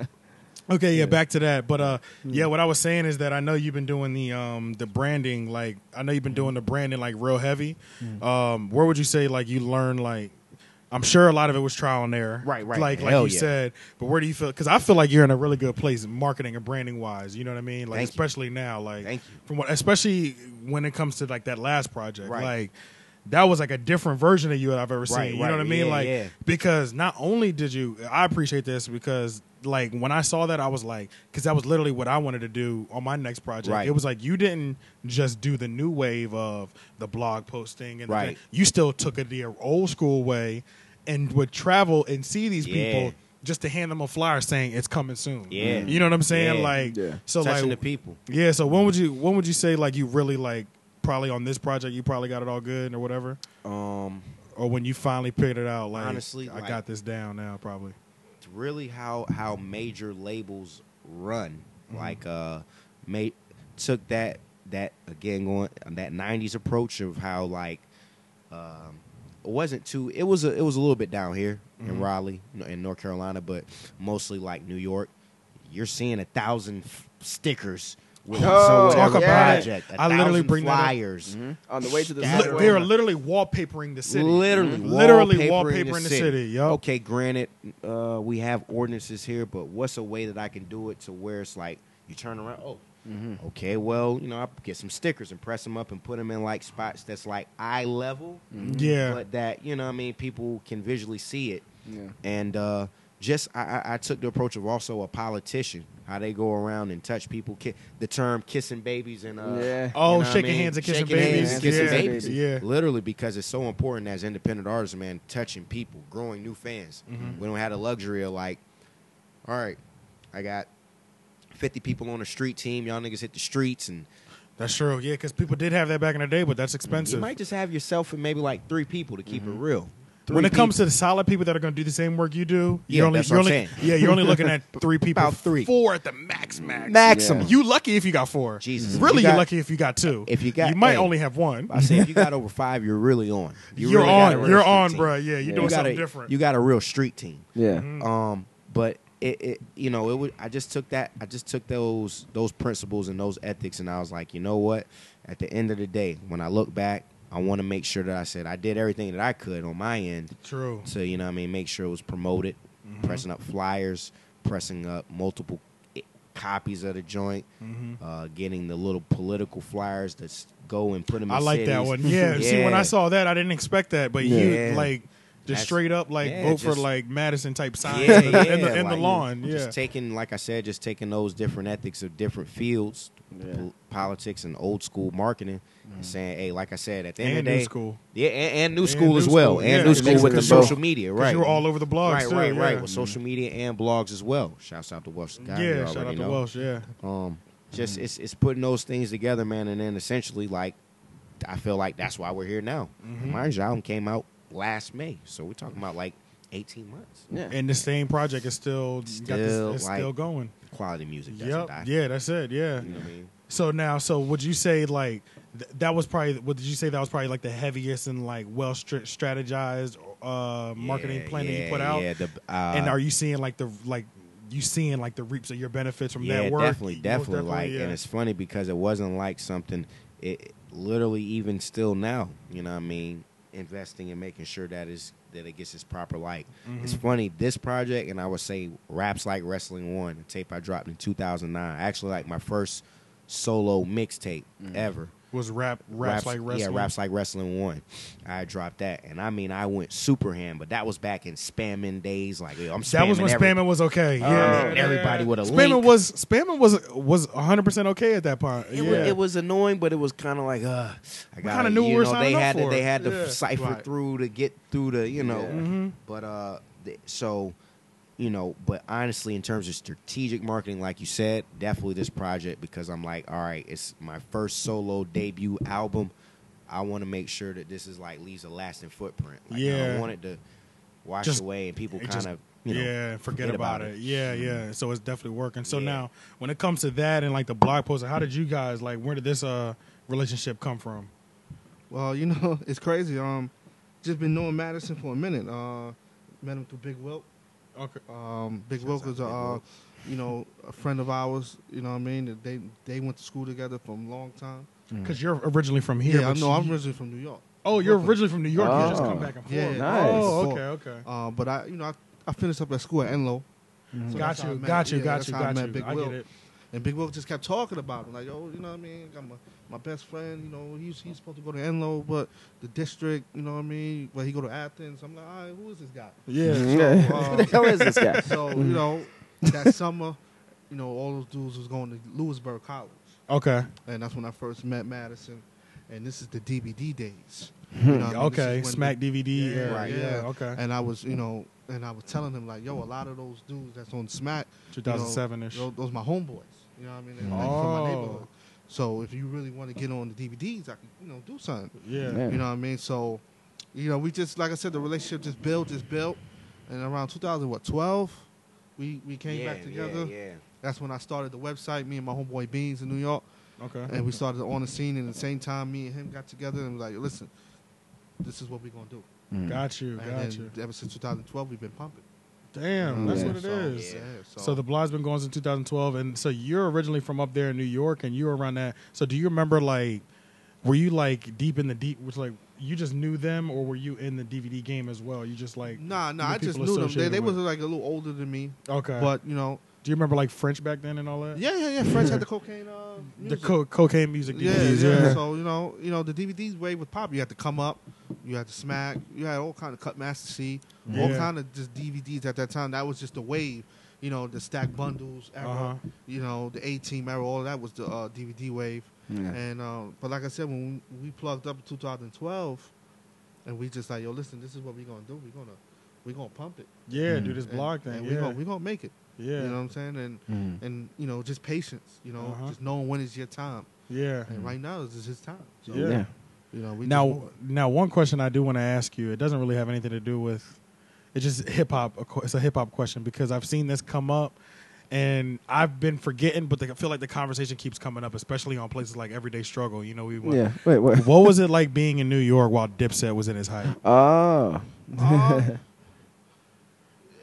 Speaker 1: okay yeah, back to that but uh yeah what i was saying is that i know you've been doing the um the branding like i know you've been doing the branding like real heavy um where would you say like you learn like i'm sure a lot of it was trial and error
Speaker 5: Right, right.
Speaker 1: like like
Speaker 5: Hell
Speaker 1: you
Speaker 5: yeah.
Speaker 1: said but where do you feel because i feel like you're in a really good place marketing and branding wise you know what i mean like
Speaker 5: Thank you.
Speaker 1: especially now like
Speaker 5: Thank you.
Speaker 1: from what especially when it comes to like that last project
Speaker 5: Right.
Speaker 1: like that was like a different version of you that I've ever seen.
Speaker 5: Right,
Speaker 1: you
Speaker 5: right.
Speaker 1: know what I mean?
Speaker 5: Yeah,
Speaker 1: like
Speaker 5: yeah.
Speaker 1: because not only did you i appreciate this because like when i saw that i was like because that was literally what i wanted to do on my next project
Speaker 5: Right.
Speaker 1: it was like you didn't just do the new wave of the blog posting and the
Speaker 5: Right.
Speaker 1: thing. you still took it the old school way and would travel and see these
Speaker 5: Yeah.
Speaker 1: people just to hand them a flyer saying it's coming soon
Speaker 5: Yeah.
Speaker 1: you know what i'm saying
Speaker 5: Yeah.
Speaker 1: like
Speaker 4: Yeah.
Speaker 1: so
Speaker 5: Touching
Speaker 1: like
Speaker 5: the people.
Speaker 1: yeah so when would you when would you say like you really like probably on this project you probably got it all good or whatever
Speaker 5: Um,
Speaker 1: or when you finally figured it out, like
Speaker 5: Honestly,
Speaker 1: I
Speaker 5: like-
Speaker 1: got this down now, probably.
Speaker 5: it's really how how major labels run.
Speaker 1: Mm-hmm.
Speaker 5: Like uh, made took that that again going that '90s approach of how like um, it wasn't too. It was a it was a little bit down here
Speaker 1: Mm-hmm.
Speaker 5: in Raleigh in North Carolina, but mostly like New York. You're seeing a thousand f- stickers. With
Speaker 4: Oh,
Speaker 5: so
Speaker 1: Talk about
Speaker 5: whatever
Speaker 1: it.
Speaker 5: project, a
Speaker 1: I literally
Speaker 5: thousand
Speaker 1: bring that up. Mm-hmm.
Speaker 5: flyers.
Speaker 4: on the way to the
Speaker 5: Li- That's
Speaker 1: Li-
Speaker 5: right.
Speaker 1: they are
Speaker 4: subway.
Speaker 1: literally wawpapering the city. Mm-hmm.
Speaker 5: Literally,
Speaker 1: literally
Speaker 5: wallpapering
Speaker 1: wallpapering the city, yup.
Speaker 5: Okay, granted, uh, we have ordinances here, but what's a way that I can do it to where it's like you turn around? Oh,
Speaker 1: Mm-hmm.
Speaker 5: okay. Well, you know, I get some stickers and press them up and put them in like spots that's like eye level,
Speaker 1: Yeah,
Speaker 5: but that you know, what I mean, people can visually see it.
Speaker 4: Yeah.
Speaker 5: And uh, just I, I, I took the approach of also a politician, how they go around and touch people. Ki- the term kissing babies and uh,
Speaker 4: Yeah.
Speaker 1: Oh,
Speaker 5: what I
Speaker 1: shaking hands and kissing
Speaker 5: Shaking hands
Speaker 1: babies.
Speaker 5: and kissing
Speaker 1: Yeah,
Speaker 5: babies.
Speaker 1: yeah.
Speaker 5: Literally because it's so important as independent artists, man, touching people, growing new fans.
Speaker 1: Mm-hmm.
Speaker 5: We don't have the luxury of like, all right, I got 50 people on the street team. Y'all niggas hit the streets and
Speaker 1: that's true. Yeah, because people did have that back in the day, but that's
Speaker 5: you
Speaker 1: expensive.
Speaker 5: might just have yourself and maybe like three people to keep it real.
Speaker 1: When
Speaker 5: Three
Speaker 1: it comes to the solid people that are going to do the same work you do,
Speaker 5: Yeah,
Speaker 1: you're only,
Speaker 5: that's
Speaker 1: you're
Speaker 5: what I'm
Speaker 1: only-
Speaker 5: saying.
Speaker 1: yeah, you're only looking at three people,
Speaker 5: About three.
Speaker 1: four at the max, max,
Speaker 5: Maximum.
Speaker 1: You lucky if you got four.
Speaker 5: Jesus.
Speaker 1: really,
Speaker 5: You
Speaker 1: you are
Speaker 5: got-
Speaker 1: lucky if you got two.
Speaker 5: If you got-
Speaker 1: you might
Speaker 5: hey.
Speaker 1: onpeople only have one.
Speaker 5: I say if you got over five, you're really on. You
Speaker 1: You are
Speaker 5: really got a
Speaker 1: on,
Speaker 5: real
Speaker 1: you're
Speaker 5: street
Speaker 1: on,
Speaker 5: team.
Speaker 1: bro. Yeah, you're doing
Speaker 5: you got
Speaker 1: something
Speaker 5: a,
Speaker 1: different. Mm-hmm.
Speaker 5: You got a real street team.
Speaker 4: Yeah.
Speaker 1: Mm.
Speaker 5: Um, but it, it, you know, it would. I just took that. I just took those those principles and those ethics, and I was like, you know what? At the end of the day, when I look back, I want to make sure that I said I did everything that I could on my end
Speaker 1: True. Mm-hmm.
Speaker 5: to, you know, what I mean, make sure it was promoted, pressing up flyers, pressing up multiple i- copies of the joint, uh, getting the little political flyers that s- go and put them.
Speaker 1: I
Speaker 5: in
Speaker 1: like that
Speaker 5: cities.
Speaker 1: one. Yeah. See, when I
Speaker 5: Yeah.
Speaker 1: saw that, I didn't expect that, but
Speaker 5: Yeah.
Speaker 1: you like just
Speaker 5: That's-
Speaker 1: straight up like
Speaker 5: yeah,
Speaker 1: vote for
Speaker 5: just-
Speaker 1: like Madison type signs
Speaker 5: yeah,
Speaker 1: in the, in the,
Speaker 5: yeah,
Speaker 1: in the
Speaker 5: like,
Speaker 1: lawn. Yeah.
Speaker 5: Just taking, like I said, just taking those different ethics of different fields,
Speaker 4: Yeah.
Speaker 5: pol- politics and old school marketing, and saying, hey, like I said, at the
Speaker 1: Mm-hmm. and
Speaker 5: end of the
Speaker 1: new
Speaker 5: day,
Speaker 1: school.
Speaker 5: yeah, and, and new
Speaker 1: And
Speaker 5: school
Speaker 1: new
Speaker 5: as well,
Speaker 1: school,
Speaker 5: and
Speaker 1: yeah.
Speaker 5: new
Speaker 1: It
Speaker 5: school
Speaker 4: makes
Speaker 5: with
Speaker 4: it
Speaker 5: the
Speaker 4: both.
Speaker 5: social media,
Speaker 1: 'Cause
Speaker 5: right?
Speaker 1: You were all over the blogs.
Speaker 5: right,
Speaker 1: too,
Speaker 5: right,
Speaker 1: yeah.
Speaker 5: right. With social media and blogs as well. Shouts out to Welsh Guy. you
Speaker 1: Yeah. Shout
Speaker 5: already
Speaker 1: out to
Speaker 5: know.
Speaker 1: Welsh. Mm-hmm. Yeah.
Speaker 5: Um, just it's it's putting those things together, man, and then essentially like I feel like that's why we're here now.
Speaker 1: Mm-hmm.
Speaker 5: Mind you, album came out last May, so we're talking about like eighteen months.
Speaker 4: Yeah.
Speaker 1: And the same project is still got this,
Speaker 5: Still,
Speaker 1: it's
Speaker 5: like,
Speaker 1: still going.
Speaker 5: Quality music doesn't
Speaker 1: Yep.
Speaker 5: die.
Speaker 1: Yeah. That's it. Yeah.
Speaker 5: You know what I mean?
Speaker 1: So now, so would you say like th- that was probably what did you say that was probably like the heaviest and like well str- strategized uh, marketing
Speaker 5: Yeah,
Speaker 1: plan that
Speaker 5: yeah,
Speaker 1: you put out?
Speaker 5: Yeah, the, uh,
Speaker 1: and are you seeing like the like you seeing like the reaps of your benefits from
Speaker 5: yeah,
Speaker 1: that work?
Speaker 5: definitely,
Speaker 1: Most
Speaker 5: definitely. like,
Speaker 1: yeah.
Speaker 5: and it's funny because it wasn't like something. It literally, even still now, you know what I mean. Investing and making sure that is that it gets its proper light.
Speaker 1: Mm-hmm.
Speaker 5: It's funny this project, and I would say raps like wrestling one, the tape I dropped in two thousand nine. Actually, like my first solo mixtape ever.
Speaker 1: was rap raps, like wrestling.
Speaker 5: Yeah, raps like wrestling one. I dropped that, and I mean, I went super ham, but that was back in spamming days. Like yo, I'm spamming
Speaker 1: That was when
Speaker 5: every-
Speaker 1: spamming was okay. Yeah,
Speaker 5: I mean,
Speaker 1: yeah.
Speaker 5: everybody with a
Speaker 1: spamming
Speaker 5: link.
Speaker 1: was spamming was was 100 percent okay at that point.
Speaker 5: It,
Speaker 1: yeah.
Speaker 5: was, it was annoying, but it was kind of like, uh, I got
Speaker 1: kinda knew
Speaker 5: you
Speaker 1: we were
Speaker 5: know, they
Speaker 1: signing up
Speaker 5: had to,
Speaker 1: for
Speaker 5: they
Speaker 1: it.
Speaker 5: had to
Speaker 1: Yeah.
Speaker 5: cipher
Speaker 1: Right.
Speaker 5: through to get through to you know,
Speaker 4: Yeah.
Speaker 1: Mhm.
Speaker 5: but uh, th- so you know, but honestly, in terms of strategic marketing, like you said, definitely this project because I'm like, all right, it's my first solo debut album. I want to make sure that this is like leaves a lasting footprint. Like, I
Speaker 1: Yeah.
Speaker 5: don't want it to wash
Speaker 1: Just-
Speaker 5: away and people
Speaker 1: it
Speaker 5: kind
Speaker 1: just-
Speaker 5: of you know,
Speaker 1: yeah, forget, about, it. Yeah, yeah. So it's definitely working. So
Speaker 5: Yeah.
Speaker 1: now, when it comes to that and like the blog post, how did you guys like? Where did this uh relationship come from?
Speaker 3: Well, you know, it's crazy. Um, just been knowing Madison for a minute. Uh, met him through Big Wilk.
Speaker 1: Okay. uh,
Speaker 3: Um, Big
Speaker 5: Shouts
Speaker 3: Wilk
Speaker 5: out
Speaker 3: is
Speaker 5: to
Speaker 3: a,
Speaker 5: Big
Speaker 3: uh,
Speaker 5: Wilk.
Speaker 3: you know, a friend of ours. You know what I mean? They they went to school together from a long time.
Speaker 1: Because you're originally from here.
Speaker 3: yeah, I
Speaker 1: but
Speaker 3: know. I'm
Speaker 1: you-
Speaker 3: originally from New York.
Speaker 1: oh, you're
Speaker 3: Brooklyn.
Speaker 1: originally from New York. You just
Speaker 4: Oh.
Speaker 1: come back and forth.
Speaker 3: Yeah,
Speaker 4: nice.
Speaker 1: Oh, okay, okay.
Speaker 3: Uh, but I, you know, I, I finished up at school at Enlow.
Speaker 5: Mm-hmm.
Speaker 3: So
Speaker 1: got
Speaker 3: that's how I
Speaker 1: you,
Speaker 3: met-
Speaker 1: got you,
Speaker 3: yeah,
Speaker 1: got
Speaker 3: that's
Speaker 1: you,
Speaker 3: how I
Speaker 1: got
Speaker 3: met
Speaker 1: you.
Speaker 3: Big
Speaker 1: I
Speaker 3: Wilk.
Speaker 1: get it.
Speaker 3: And Big Wilk just kept talking about him, like, oh, you know what I mean? Got my, my best friend, you know, he's he's supposed to go to Enlow, but the district, you know what I mean? Where he go to Athens. I'm like, all right, who is this guy?
Speaker 1: Yeah.
Speaker 4: Who the hell is this guy?
Speaker 3: So you know, that summer, you know, all those dudes was going to Lewisburg College,
Speaker 1: Okay.
Speaker 3: and that's when I first met Madison. And this is the DVD days. You know what I mean? This
Speaker 1: Hmm, Okay.
Speaker 3: is when
Speaker 1: Smack
Speaker 3: the-
Speaker 1: DVD. Yeah.
Speaker 3: Yeah,
Speaker 1: right.
Speaker 3: yeah.
Speaker 1: Yeah. Okay.
Speaker 3: and I was, you know, and I was telling him like, yo, a lot of those dudes that's on Smack, you know,
Speaker 1: 2007 ish.
Speaker 3: tho- Those my homeboys. You know what I mean? They're like from
Speaker 1: Oh.
Speaker 3: my neighborhood. So if you really want to get on the DVDs, I can, you know, do something.
Speaker 1: Yeah.
Speaker 4: Yeah.
Speaker 3: You know what I mean? So, you know, we just like I said, the relationship just built, just built, and around 2000, what 12, we we came
Speaker 5: yeah,
Speaker 3: back together.
Speaker 5: Yeah, yeah.
Speaker 3: That's when I started the website. Me and my homeboy Beans in New York,
Speaker 1: Okay.
Speaker 3: and we started on the scene. And at the same time, me and him got together and was like, listen, this is what we're gonna do.
Speaker 1: Got you.
Speaker 3: and
Speaker 1: Got you.
Speaker 3: then ever since 2012, we've been pumping.
Speaker 1: Damn.
Speaker 4: Mm.
Speaker 1: That's
Speaker 4: Yeah.
Speaker 1: what it is.
Speaker 3: Yeah, so,
Speaker 1: So the blog's been going since 2012, and so you're originally from up there in New York, and you were around that. So do you remember like, were you like deep in the deep? Was like you just knew them, or were you in the DVD game as well? You just like
Speaker 3: Nah, nah,
Speaker 1: knew
Speaker 3: I just
Speaker 1: people
Speaker 3: knew them. They,
Speaker 1: associated
Speaker 3: they
Speaker 1: with-
Speaker 3: was like a little older than me,
Speaker 1: okay.
Speaker 3: but you know,
Speaker 1: do you remember like French back then and all that?
Speaker 3: yeah, yeah, yeah. French had the cocaine. Uh,
Speaker 1: The
Speaker 3: music.
Speaker 1: co- cocaine music
Speaker 3: yeah,
Speaker 1: DVDs.
Speaker 3: yeah,
Speaker 1: yeah.
Speaker 3: So you know, you know, the DVDs way with pop. You had to come up, you had to smack, you had all kind of cut master C, all
Speaker 1: Yeah.
Speaker 3: kind of just DVDs at that time. That was just the wave. You know, the stack bundles era.
Speaker 1: Uh-huh.
Speaker 3: You know, the A team era. All of that was the uh, DVD wave. And uh, but like I said, when we, we plugged up in 2012, and we just like, yo, listen, this is what we gonna do. We gonna we gonna pump it.
Speaker 1: Yeah, do this
Speaker 3: And-
Speaker 1: blog thing.
Speaker 3: and
Speaker 1: yeah.
Speaker 3: we gonna we gonna make it.
Speaker 1: yeah.
Speaker 3: You know what I'm saying? And
Speaker 5: Mm.
Speaker 3: and you know, just patience. You know,
Speaker 1: Uh-huh.
Speaker 3: just knowing when is your time.
Speaker 1: yeah.
Speaker 3: And
Speaker 5: Mm.
Speaker 3: right now, this is his time. So,
Speaker 1: Yeah.
Speaker 3: You know, we just
Speaker 1: Now,
Speaker 3: moving.
Speaker 1: now, one question I do want to ask you. It doesn't really have anything to do with. It's just hip hop. a que- It's a hip hop question because I've seen this come up, and I've been forgetting, but the- I feel like the conversation keeps coming up, especially on places like Everyday Struggle. You know, we went.
Speaker 4: Yeah. Wait. What?
Speaker 1: What was it like being in New York while Dipset was in his height?
Speaker 4: Oh.
Speaker 3: Um,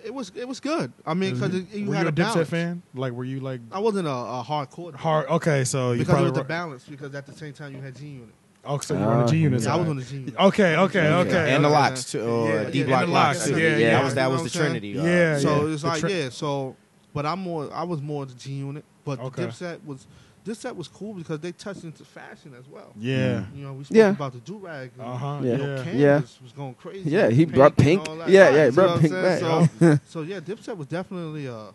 Speaker 3: it was it was good. I mean, because you
Speaker 1: were
Speaker 3: had
Speaker 1: you
Speaker 3: a
Speaker 1: a
Speaker 3: balance.
Speaker 1: Dipset fan? Like, were you like
Speaker 3: I wasn't a, a hardcore
Speaker 1: hard? Okay, so you
Speaker 3: because it
Speaker 1: probably
Speaker 3: was the
Speaker 1: were-
Speaker 3: balance. Because at the same time, you had G Unit.
Speaker 1: oh, so you were on the
Speaker 4: Ah.
Speaker 1: G Unit.
Speaker 3: Yeah, I was on the G Unit.
Speaker 1: Okay, okay,
Speaker 4: Yeah.
Speaker 1: okay.
Speaker 5: and the
Speaker 1: okay.
Speaker 5: locks too,
Speaker 3: Yeah,
Speaker 5: uh,
Speaker 3: yeah,
Speaker 5: D
Speaker 3: and
Speaker 5: block
Speaker 3: the
Speaker 5: locks.
Speaker 3: locks,
Speaker 5: I think.
Speaker 1: yeah, yeah.
Speaker 5: that was that
Speaker 3: You know
Speaker 5: was
Speaker 3: what
Speaker 5: the
Speaker 3: I'm saying?
Speaker 5: Trinity. uh,
Speaker 1: Yeah,
Speaker 3: So
Speaker 1: yeah.
Speaker 3: it's
Speaker 1: The
Speaker 3: like
Speaker 1: tra-
Speaker 3: yeah. So But I'm more. I was more the G Unit. But
Speaker 1: Okay.
Speaker 3: the Dipset was. This set was cool because they touched into fashion as well.
Speaker 1: Yeah.
Speaker 3: You know, we spoke
Speaker 4: Yeah.
Speaker 3: about the do rag.
Speaker 1: Uh huh.
Speaker 4: Yeah.
Speaker 1: Yeah.
Speaker 3: You know,
Speaker 1: Yeah.
Speaker 3: Candace
Speaker 4: Yeah.
Speaker 3: was going crazy.
Speaker 4: Yeah,
Speaker 3: with
Speaker 4: he brought
Speaker 3: and
Speaker 4: pink.
Speaker 3: all that.
Speaker 4: Yeah, yeah, he
Speaker 3: you know
Speaker 4: brought
Speaker 3: what I'm
Speaker 4: pink
Speaker 3: saying?
Speaker 4: back.
Speaker 3: So, so yeah, Dipset was definitely a,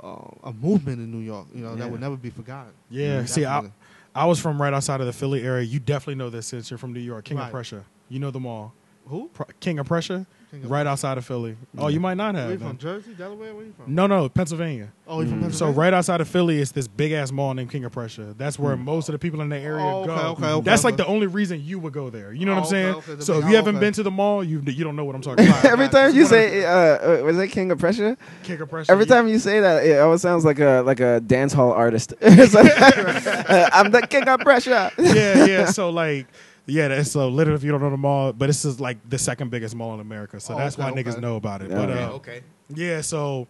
Speaker 3: a a movement in New York. You know,
Speaker 5: Yeah.
Speaker 3: that would never be forgotten.
Speaker 1: See, I,
Speaker 3: Definitely.
Speaker 1: I was from right outside of the Philly area. You definitely know this since you're from New York. King of
Speaker 3: Right.
Speaker 1: Prussia. You know them all.
Speaker 3: who?
Speaker 1: Pr- King of Prussia,
Speaker 3: King of-
Speaker 1: right outside of Philly. Oh, you might not
Speaker 3: Where you
Speaker 1: have.
Speaker 3: from
Speaker 1: them.
Speaker 3: Jersey, Delaware? Where you from?
Speaker 1: No, no, Pennsylvania.
Speaker 3: Oh, you from
Speaker 1: So
Speaker 3: Pennsylvania?
Speaker 1: right outside of Philly is this big ass mall named King of Prussia. That's where most of the people in the area
Speaker 3: Hmm. Oh, okay,
Speaker 1: go.
Speaker 3: okay, okay,
Speaker 1: That's like
Speaker 3: okay.
Speaker 1: the only reason you would go there. You know what
Speaker 3: Oh,
Speaker 1: I'm
Speaker 3: okay,
Speaker 1: saying?
Speaker 3: okay, the
Speaker 1: so
Speaker 3: big-
Speaker 1: if you
Speaker 3: oh,
Speaker 1: haven't
Speaker 3: okay.
Speaker 1: been to the mall, you you don't know what I'm talking about.
Speaker 4: Every
Speaker 3: Right,
Speaker 4: time
Speaker 3: just
Speaker 4: you
Speaker 3: wanted
Speaker 4: say, uh, uh, was that King of Prussia?
Speaker 1: King of Prussia.
Speaker 4: Every
Speaker 1: you-
Speaker 4: time you say that, it always sounds like a like a dance hall artist. So, uh, I'm the king of pressure.
Speaker 1: yeah, yeah. So like, yeah. That's, so literally, if you don't know the mall, but this is like the second biggest mall in America. So
Speaker 3: Oh,
Speaker 1: that's
Speaker 3: okay,
Speaker 1: why niggas
Speaker 3: okay.
Speaker 1: know about it.
Speaker 4: Yeah.
Speaker 1: But
Speaker 4: Okay,
Speaker 1: uh,
Speaker 5: okay.
Speaker 1: yeah, so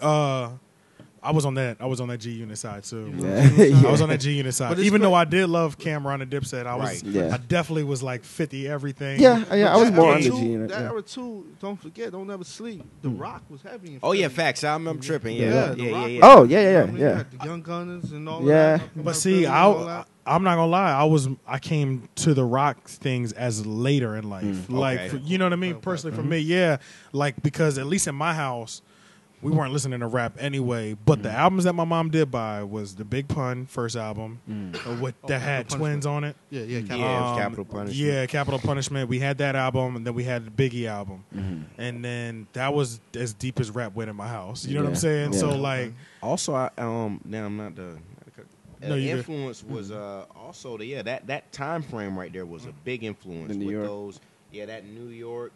Speaker 1: uh, I was on that. I was on that G Unit side too.
Speaker 4: Yeah.
Speaker 1: I was on that G Unit side.
Speaker 3: But it's
Speaker 1: Even though
Speaker 3: great.
Speaker 1: I did love Cameron and Dipset, I was
Speaker 5: Right.
Speaker 4: Yeah.
Speaker 1: I definitely was like fifty everything.
Speaker 4: Yeah, yeah. I was
Speaker 3: That
Speaker 4: more
Speaker 3: era
Speaker 4: on the
Speaker 3: too-
Speaker 4: G unit.
Speaker 3: That
Speaker 4: yeah. Mm.
Speaker 3: era too. Don't forget. Don't ever sleep. The Rock was heavy. in
Speaker 5: Oh yeah,
Speaker 3: Philly.
Speaker 5: facts. I remember tripping.
Speaker 4: Yeah,
Speaker 5: Yeah, yeah,
Speaker 3: The
Speaker 5: yeah, yeah.
Speaker 3: Rock
Speaker 5: yeah.
Speaker 3: was-
Speaker 4: Oh yeah,
Speaker 3: you know
Speaker 4: yeah,
Speaker 3: what I mean? You
Speaker 4: yeah.
Speaker 3: had the Young Gunners and all
Speaker 4: Yeah.
Speaker 3: that.
Speaker 1: But see,
Speaker 3: I.
Speaker 1: I I'm not gonna lie. I was I came to the rock things as later in life. Like
Speaker 5: Okay.
Speaker 1: for- you know what I mean.
Speaker 3: Okay. Mm-hmm.
Speaker 1: Personally, for me, yeah. Like because at least in my house, we weren't listening to rap anyway. But the albums that my mom did buy was the Big Pun first album, uh, with that had
Speaker 3: Punishment.
Speaker 1: twins on it.
Speaker 3: Yeah, yeah,
Speaker 5: Yeah,
Speaker 3: Captain
Speaker 5: it was Capital Punishment.
Speaker 1: Um, Yeah, Capital Punishment. We had that album, and then we had the Biggie album, and then that was as deep as rap went in my house. You know what I'm
Speaker 4: Yeah.
Speaker 1: saying?
Speaker 4: Yeah.
Speaker 1: So like,
Speaker 5: Also, I um, now I'm not the.
Speaker 1: No,
Speaker 5: the
Speaker 1: you good. Mm-hmm.
Speaker 5: influence was uh also the, yeah that that time frame right there was a big influence
Speaker 4: The New
Speaker 5: with
Speaker 4: York.
Speaker 5: those yeah that New York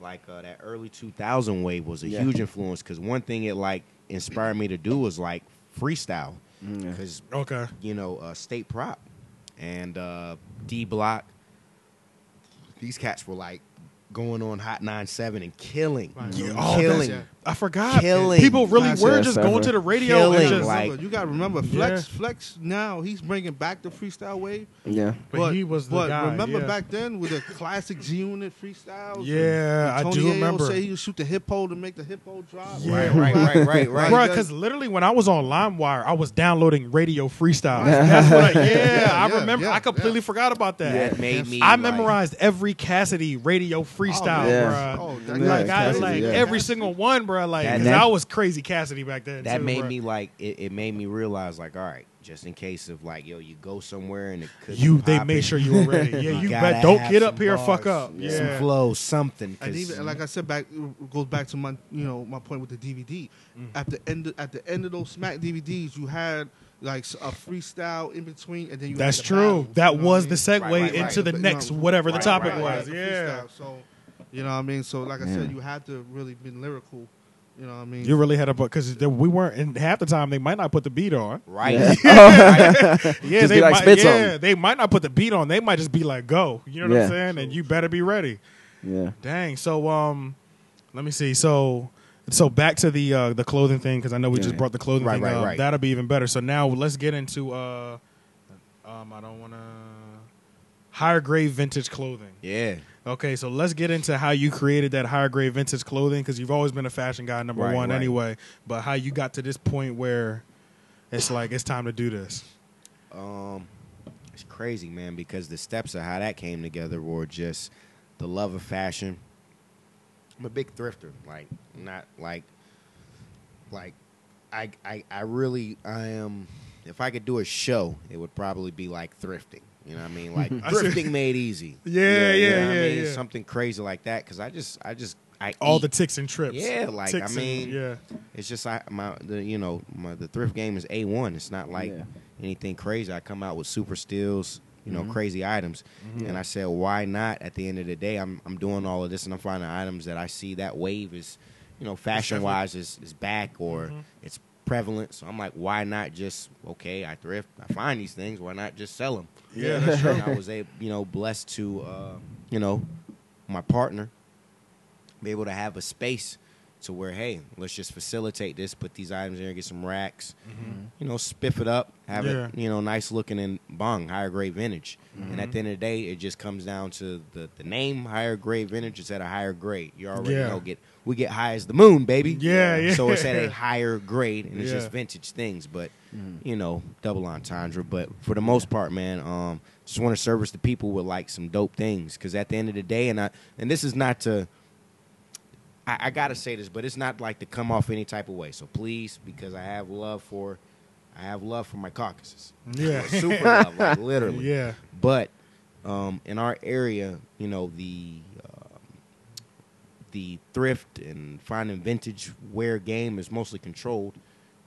Speaker 5: like uh, that early 2000 wave was a
Speaker 4: Yeah.
Speaker 5: huge influence because one thing it like inspired me to do was like freestyle
Speaker 4: Mm, yeah.
Speaker 5: because
Speaker 1: okay,
Speaker 5: you know, uh, State Prop and uh, D Block. These cats were like going on Hot 97 and killing,
Speaker 3: Right.
Speaker 1: Yeah, oh,
Speaker 5: killing.
Speaker 3: that's-
Speaker 1: I forgot.
Speaker 5: Killing.
Speaker 1: People really
Speaker 3: Last
Speaker 1: were
Speaker 4: year,
Speaker 1: just
Speaker 4: Cypher.
Speaker 1: going to the radio and
Speaker 5: Killing,
Speaker 1: just
Speaker 5: like-
Speaker 3: you got to remember, Flex, Flex. Now he's bringing back the freestyle wave.
Speaker 4: yeah.
Speaker 1: But he was the
Speaker 3: but
Speaker 1: guy,
Speaker 3: remember
Speaker 1: yeah.
Speaker 3: back then with the classic G Unit freestyles. and-
Speaker 1: Yeah,
Speaker 3: and
Speaker 1: I
Speaker 3: Tony
Speaker 1: do
Speaker 3: Ayo
Speaker 1: remember.
Speaker 3: Say he would shoot the hip hole to make the hip hole drop.
Speaker 1: Yeah.
Speaker 5: Right, right, right, right, right.
Speaker 1: Bruh,
Speaker 3: Because-
Speaker 1: because literally when I was on LimeWire, I was downloading radio freestyles. That's what I, yeah, I
Speaker 3: yeah,
Speaker 1: remember.
Speaker 3: yeah,
Speaker 1: I completely
Speaker 3: yeah.
Speaker 1: forgot about that.
Speaker 5: That made me.
Speaker 1: I
Speaker 5: like-
Speaker 1: memorized every Cassidy radio freestyle,
Speaker 3: Oh,
Speaker 4: yeah.
Speaker 1: bruh.
Speaker 3: Oh, that-
Speaker 4: Yeah,
Speaker 1: like, I,
Speaker 4: Cassidy,
Speaker 1: like
Speaker 4: yeah.
Speaker 1: every single one, bruh. Like,
Speaker 5: That-
Speaker 1: 'cause
Speaker 5: that-
Speaker 1: I was crazy Cassidy back then.
Speaker 5: That
Speaker 1: too,
Speaker 5: made
Speaker 1: bruh.
Speaker 5: me like it, it. made me realize like, all right, just in case of like, yo, you go somewhere and it could be
Speaker 1: You, they
Speaker 5: popping,
Speaker 1: made sure you were ready. Yeah, you
Speaker 5: gotta
Speaker 1: bet. Don't
Speaker 5: have
Speaker 1: get up
Speaker 5: some
Speaker 1: here,
Speaker 5: bars,
Speaker 1: fuck up. Yeah.
Speaker 5: some flow, something.
Speaker 3: And
Speaker 5: 'cause
Speaker 3: even and like I said, back it goes back to my you know my point with the DVD.
Speaker 1: Mm.
Speaker 3: At the end of, at the end of those Smack DVDs, you had like s- a freestyle in between, and then you. had
Speaker 1: That's
Speaker 3: the
Speaker 1: true.
Speaker 3: battles, you
Speaker 1: that
Speaker 3: know what
Speaker 1: was
Speaker 3: I
Speaker 1: the
Speaker 3: mean?
Speaker 1: segue
Speaker 5: Right, right,
Speaker 1: into
Speaker 5: right.
Speaker 1: the
Speaker 3: But, you
Speaker 1: next
Speaker 3: know,
Speaker 1: whatever the
Speaker 5: right,
Speaker 1: topic
Speaker 5: right,
Speaker 1: was.
Speaker 3: the
Speaker 1: Yeah.
Speaker 3: freestyle. So, you know what I mean. So like I
Speaker 4: Yeah.
Speaker 3: said, you had to really been lyrical. You know what I mean.
Speaker 1: You really had a because we weren't, and half the time they might not put the beat on.
Speaker 5: right.
Speaker 4: Yeah.
Speaker 1: Yeah,
Speaker 4: Just
Speaker 1: they
Speaker 4: be like,
Speaker 1: might,
Speaker 4: "Spit
Speaker 1: yeah,
Speaker 4: something."
Speaker 1: they might not put the beat on. They might just be like, "Go," you know what
Speaker 4: Yeah.
Speaker 1: I'm saying, and you better be ready. Dang. So um, let me see. So so back to the uh the clothing thing because I know we
Speaker 4: Yeah.
Speaker 1: just brought the clothing
Speaker 5: Right,
Speaker 1: thing
Speaker 5: right,
Speaker 1: up.
Speaker 5: right.
Speaker 1: That'll be even better. So now let's get into uh, um, I don't want to higher grade vintage clothing.
Speaker 5: yeah.
Speaker 1: Okay, so let's get into how you created that higher grade vintage clothing because you've always been a fashion guy, number
Speaker 5: Right,
Speaker 1: one,
Speaker 5: right.
Speaker 1: anyway. But how you got to this point where it's like it's time to do this?
Speaker 5: Um, it's crazy, man, because the steps of how that came together were just the love of fashion. I'm a big thrifter, like not like like I I I really I am. If I could do a show, it would probably be like thrifting. You know what I mean? Like
Speaker 1: I see.
Speaker 5: thrifting made easy.
Speaker 1: Yeah,
Speaker 5: you
Speaker 1: yeah,
Speaker 5: know what
Speaker 1: yeah,
Speaker 5: I mean?
Speaker 1: yeah.
Speaker 5: Something crazy like that, because I just I just I
Speaker 1: All
Speaker 5: eat.
Speaker 1: the ticks and trips.
Speaker 5: Yeah, like, I
Speaker 1: ticks and-
Speaker 5: mean,
Speaker 1: yeah,
Speaker 5: It's just I my the you know my the thrift game is a one. It's not like
Speaker 4: Yeah.
Speaker 5: anything crazy. I come out with super steals, you know,
Speaker 4: Mhm.
Speaker 5: crazy items, and I said, why not? At the end of the day, I'm I'm doing all of this, and I'm finding items that I see that wave is, you know, fashion wise is is back or it's prevalent. So I'm like, why not just okay? I thrift, I find these things. Why not just sell them?
Speaker 1: yeah, that's true.
Speaker 5: And I was a you know blessed to uh, you know my partner be able to have a space to where hey, let's just facilitate this, put these items in here, get some racks, you know, spiff it up, have
Speaker 1: Yeah.
Speaker 5: it, you know, nice looking and bong, higher grade vintage. And
Speaker 1: Mm-hmm.
Speaker 5: at the end of the day, it just comes down to the, the name, higher grade vintage is at a higher grade. You already
Speaker 1: Yeah.
Speaker 5: know get we get high as the moon, baby.
Speaker 1: Yeah, yeah.
Speaker 5: So it's at a higher grade and it's
Speaker 1: Yeah. Mm.
Speaker 5: just vintage things, but you know, double entendre. But for the most part, man, um, just want to service the people with like some dope things. Because at the end of the day, and I and this is not to, I, I gotta say this, but it's not like to come off any type of way. So please, because I have love for, I have love for my caucuses,
Speaker 1: Yeah.
Speaker 5: super love, like literally.
Speaker 1: yeah.
Speaker 5: But um, in our area, you know the um the thrift and finding vintage wear game is mostly controlled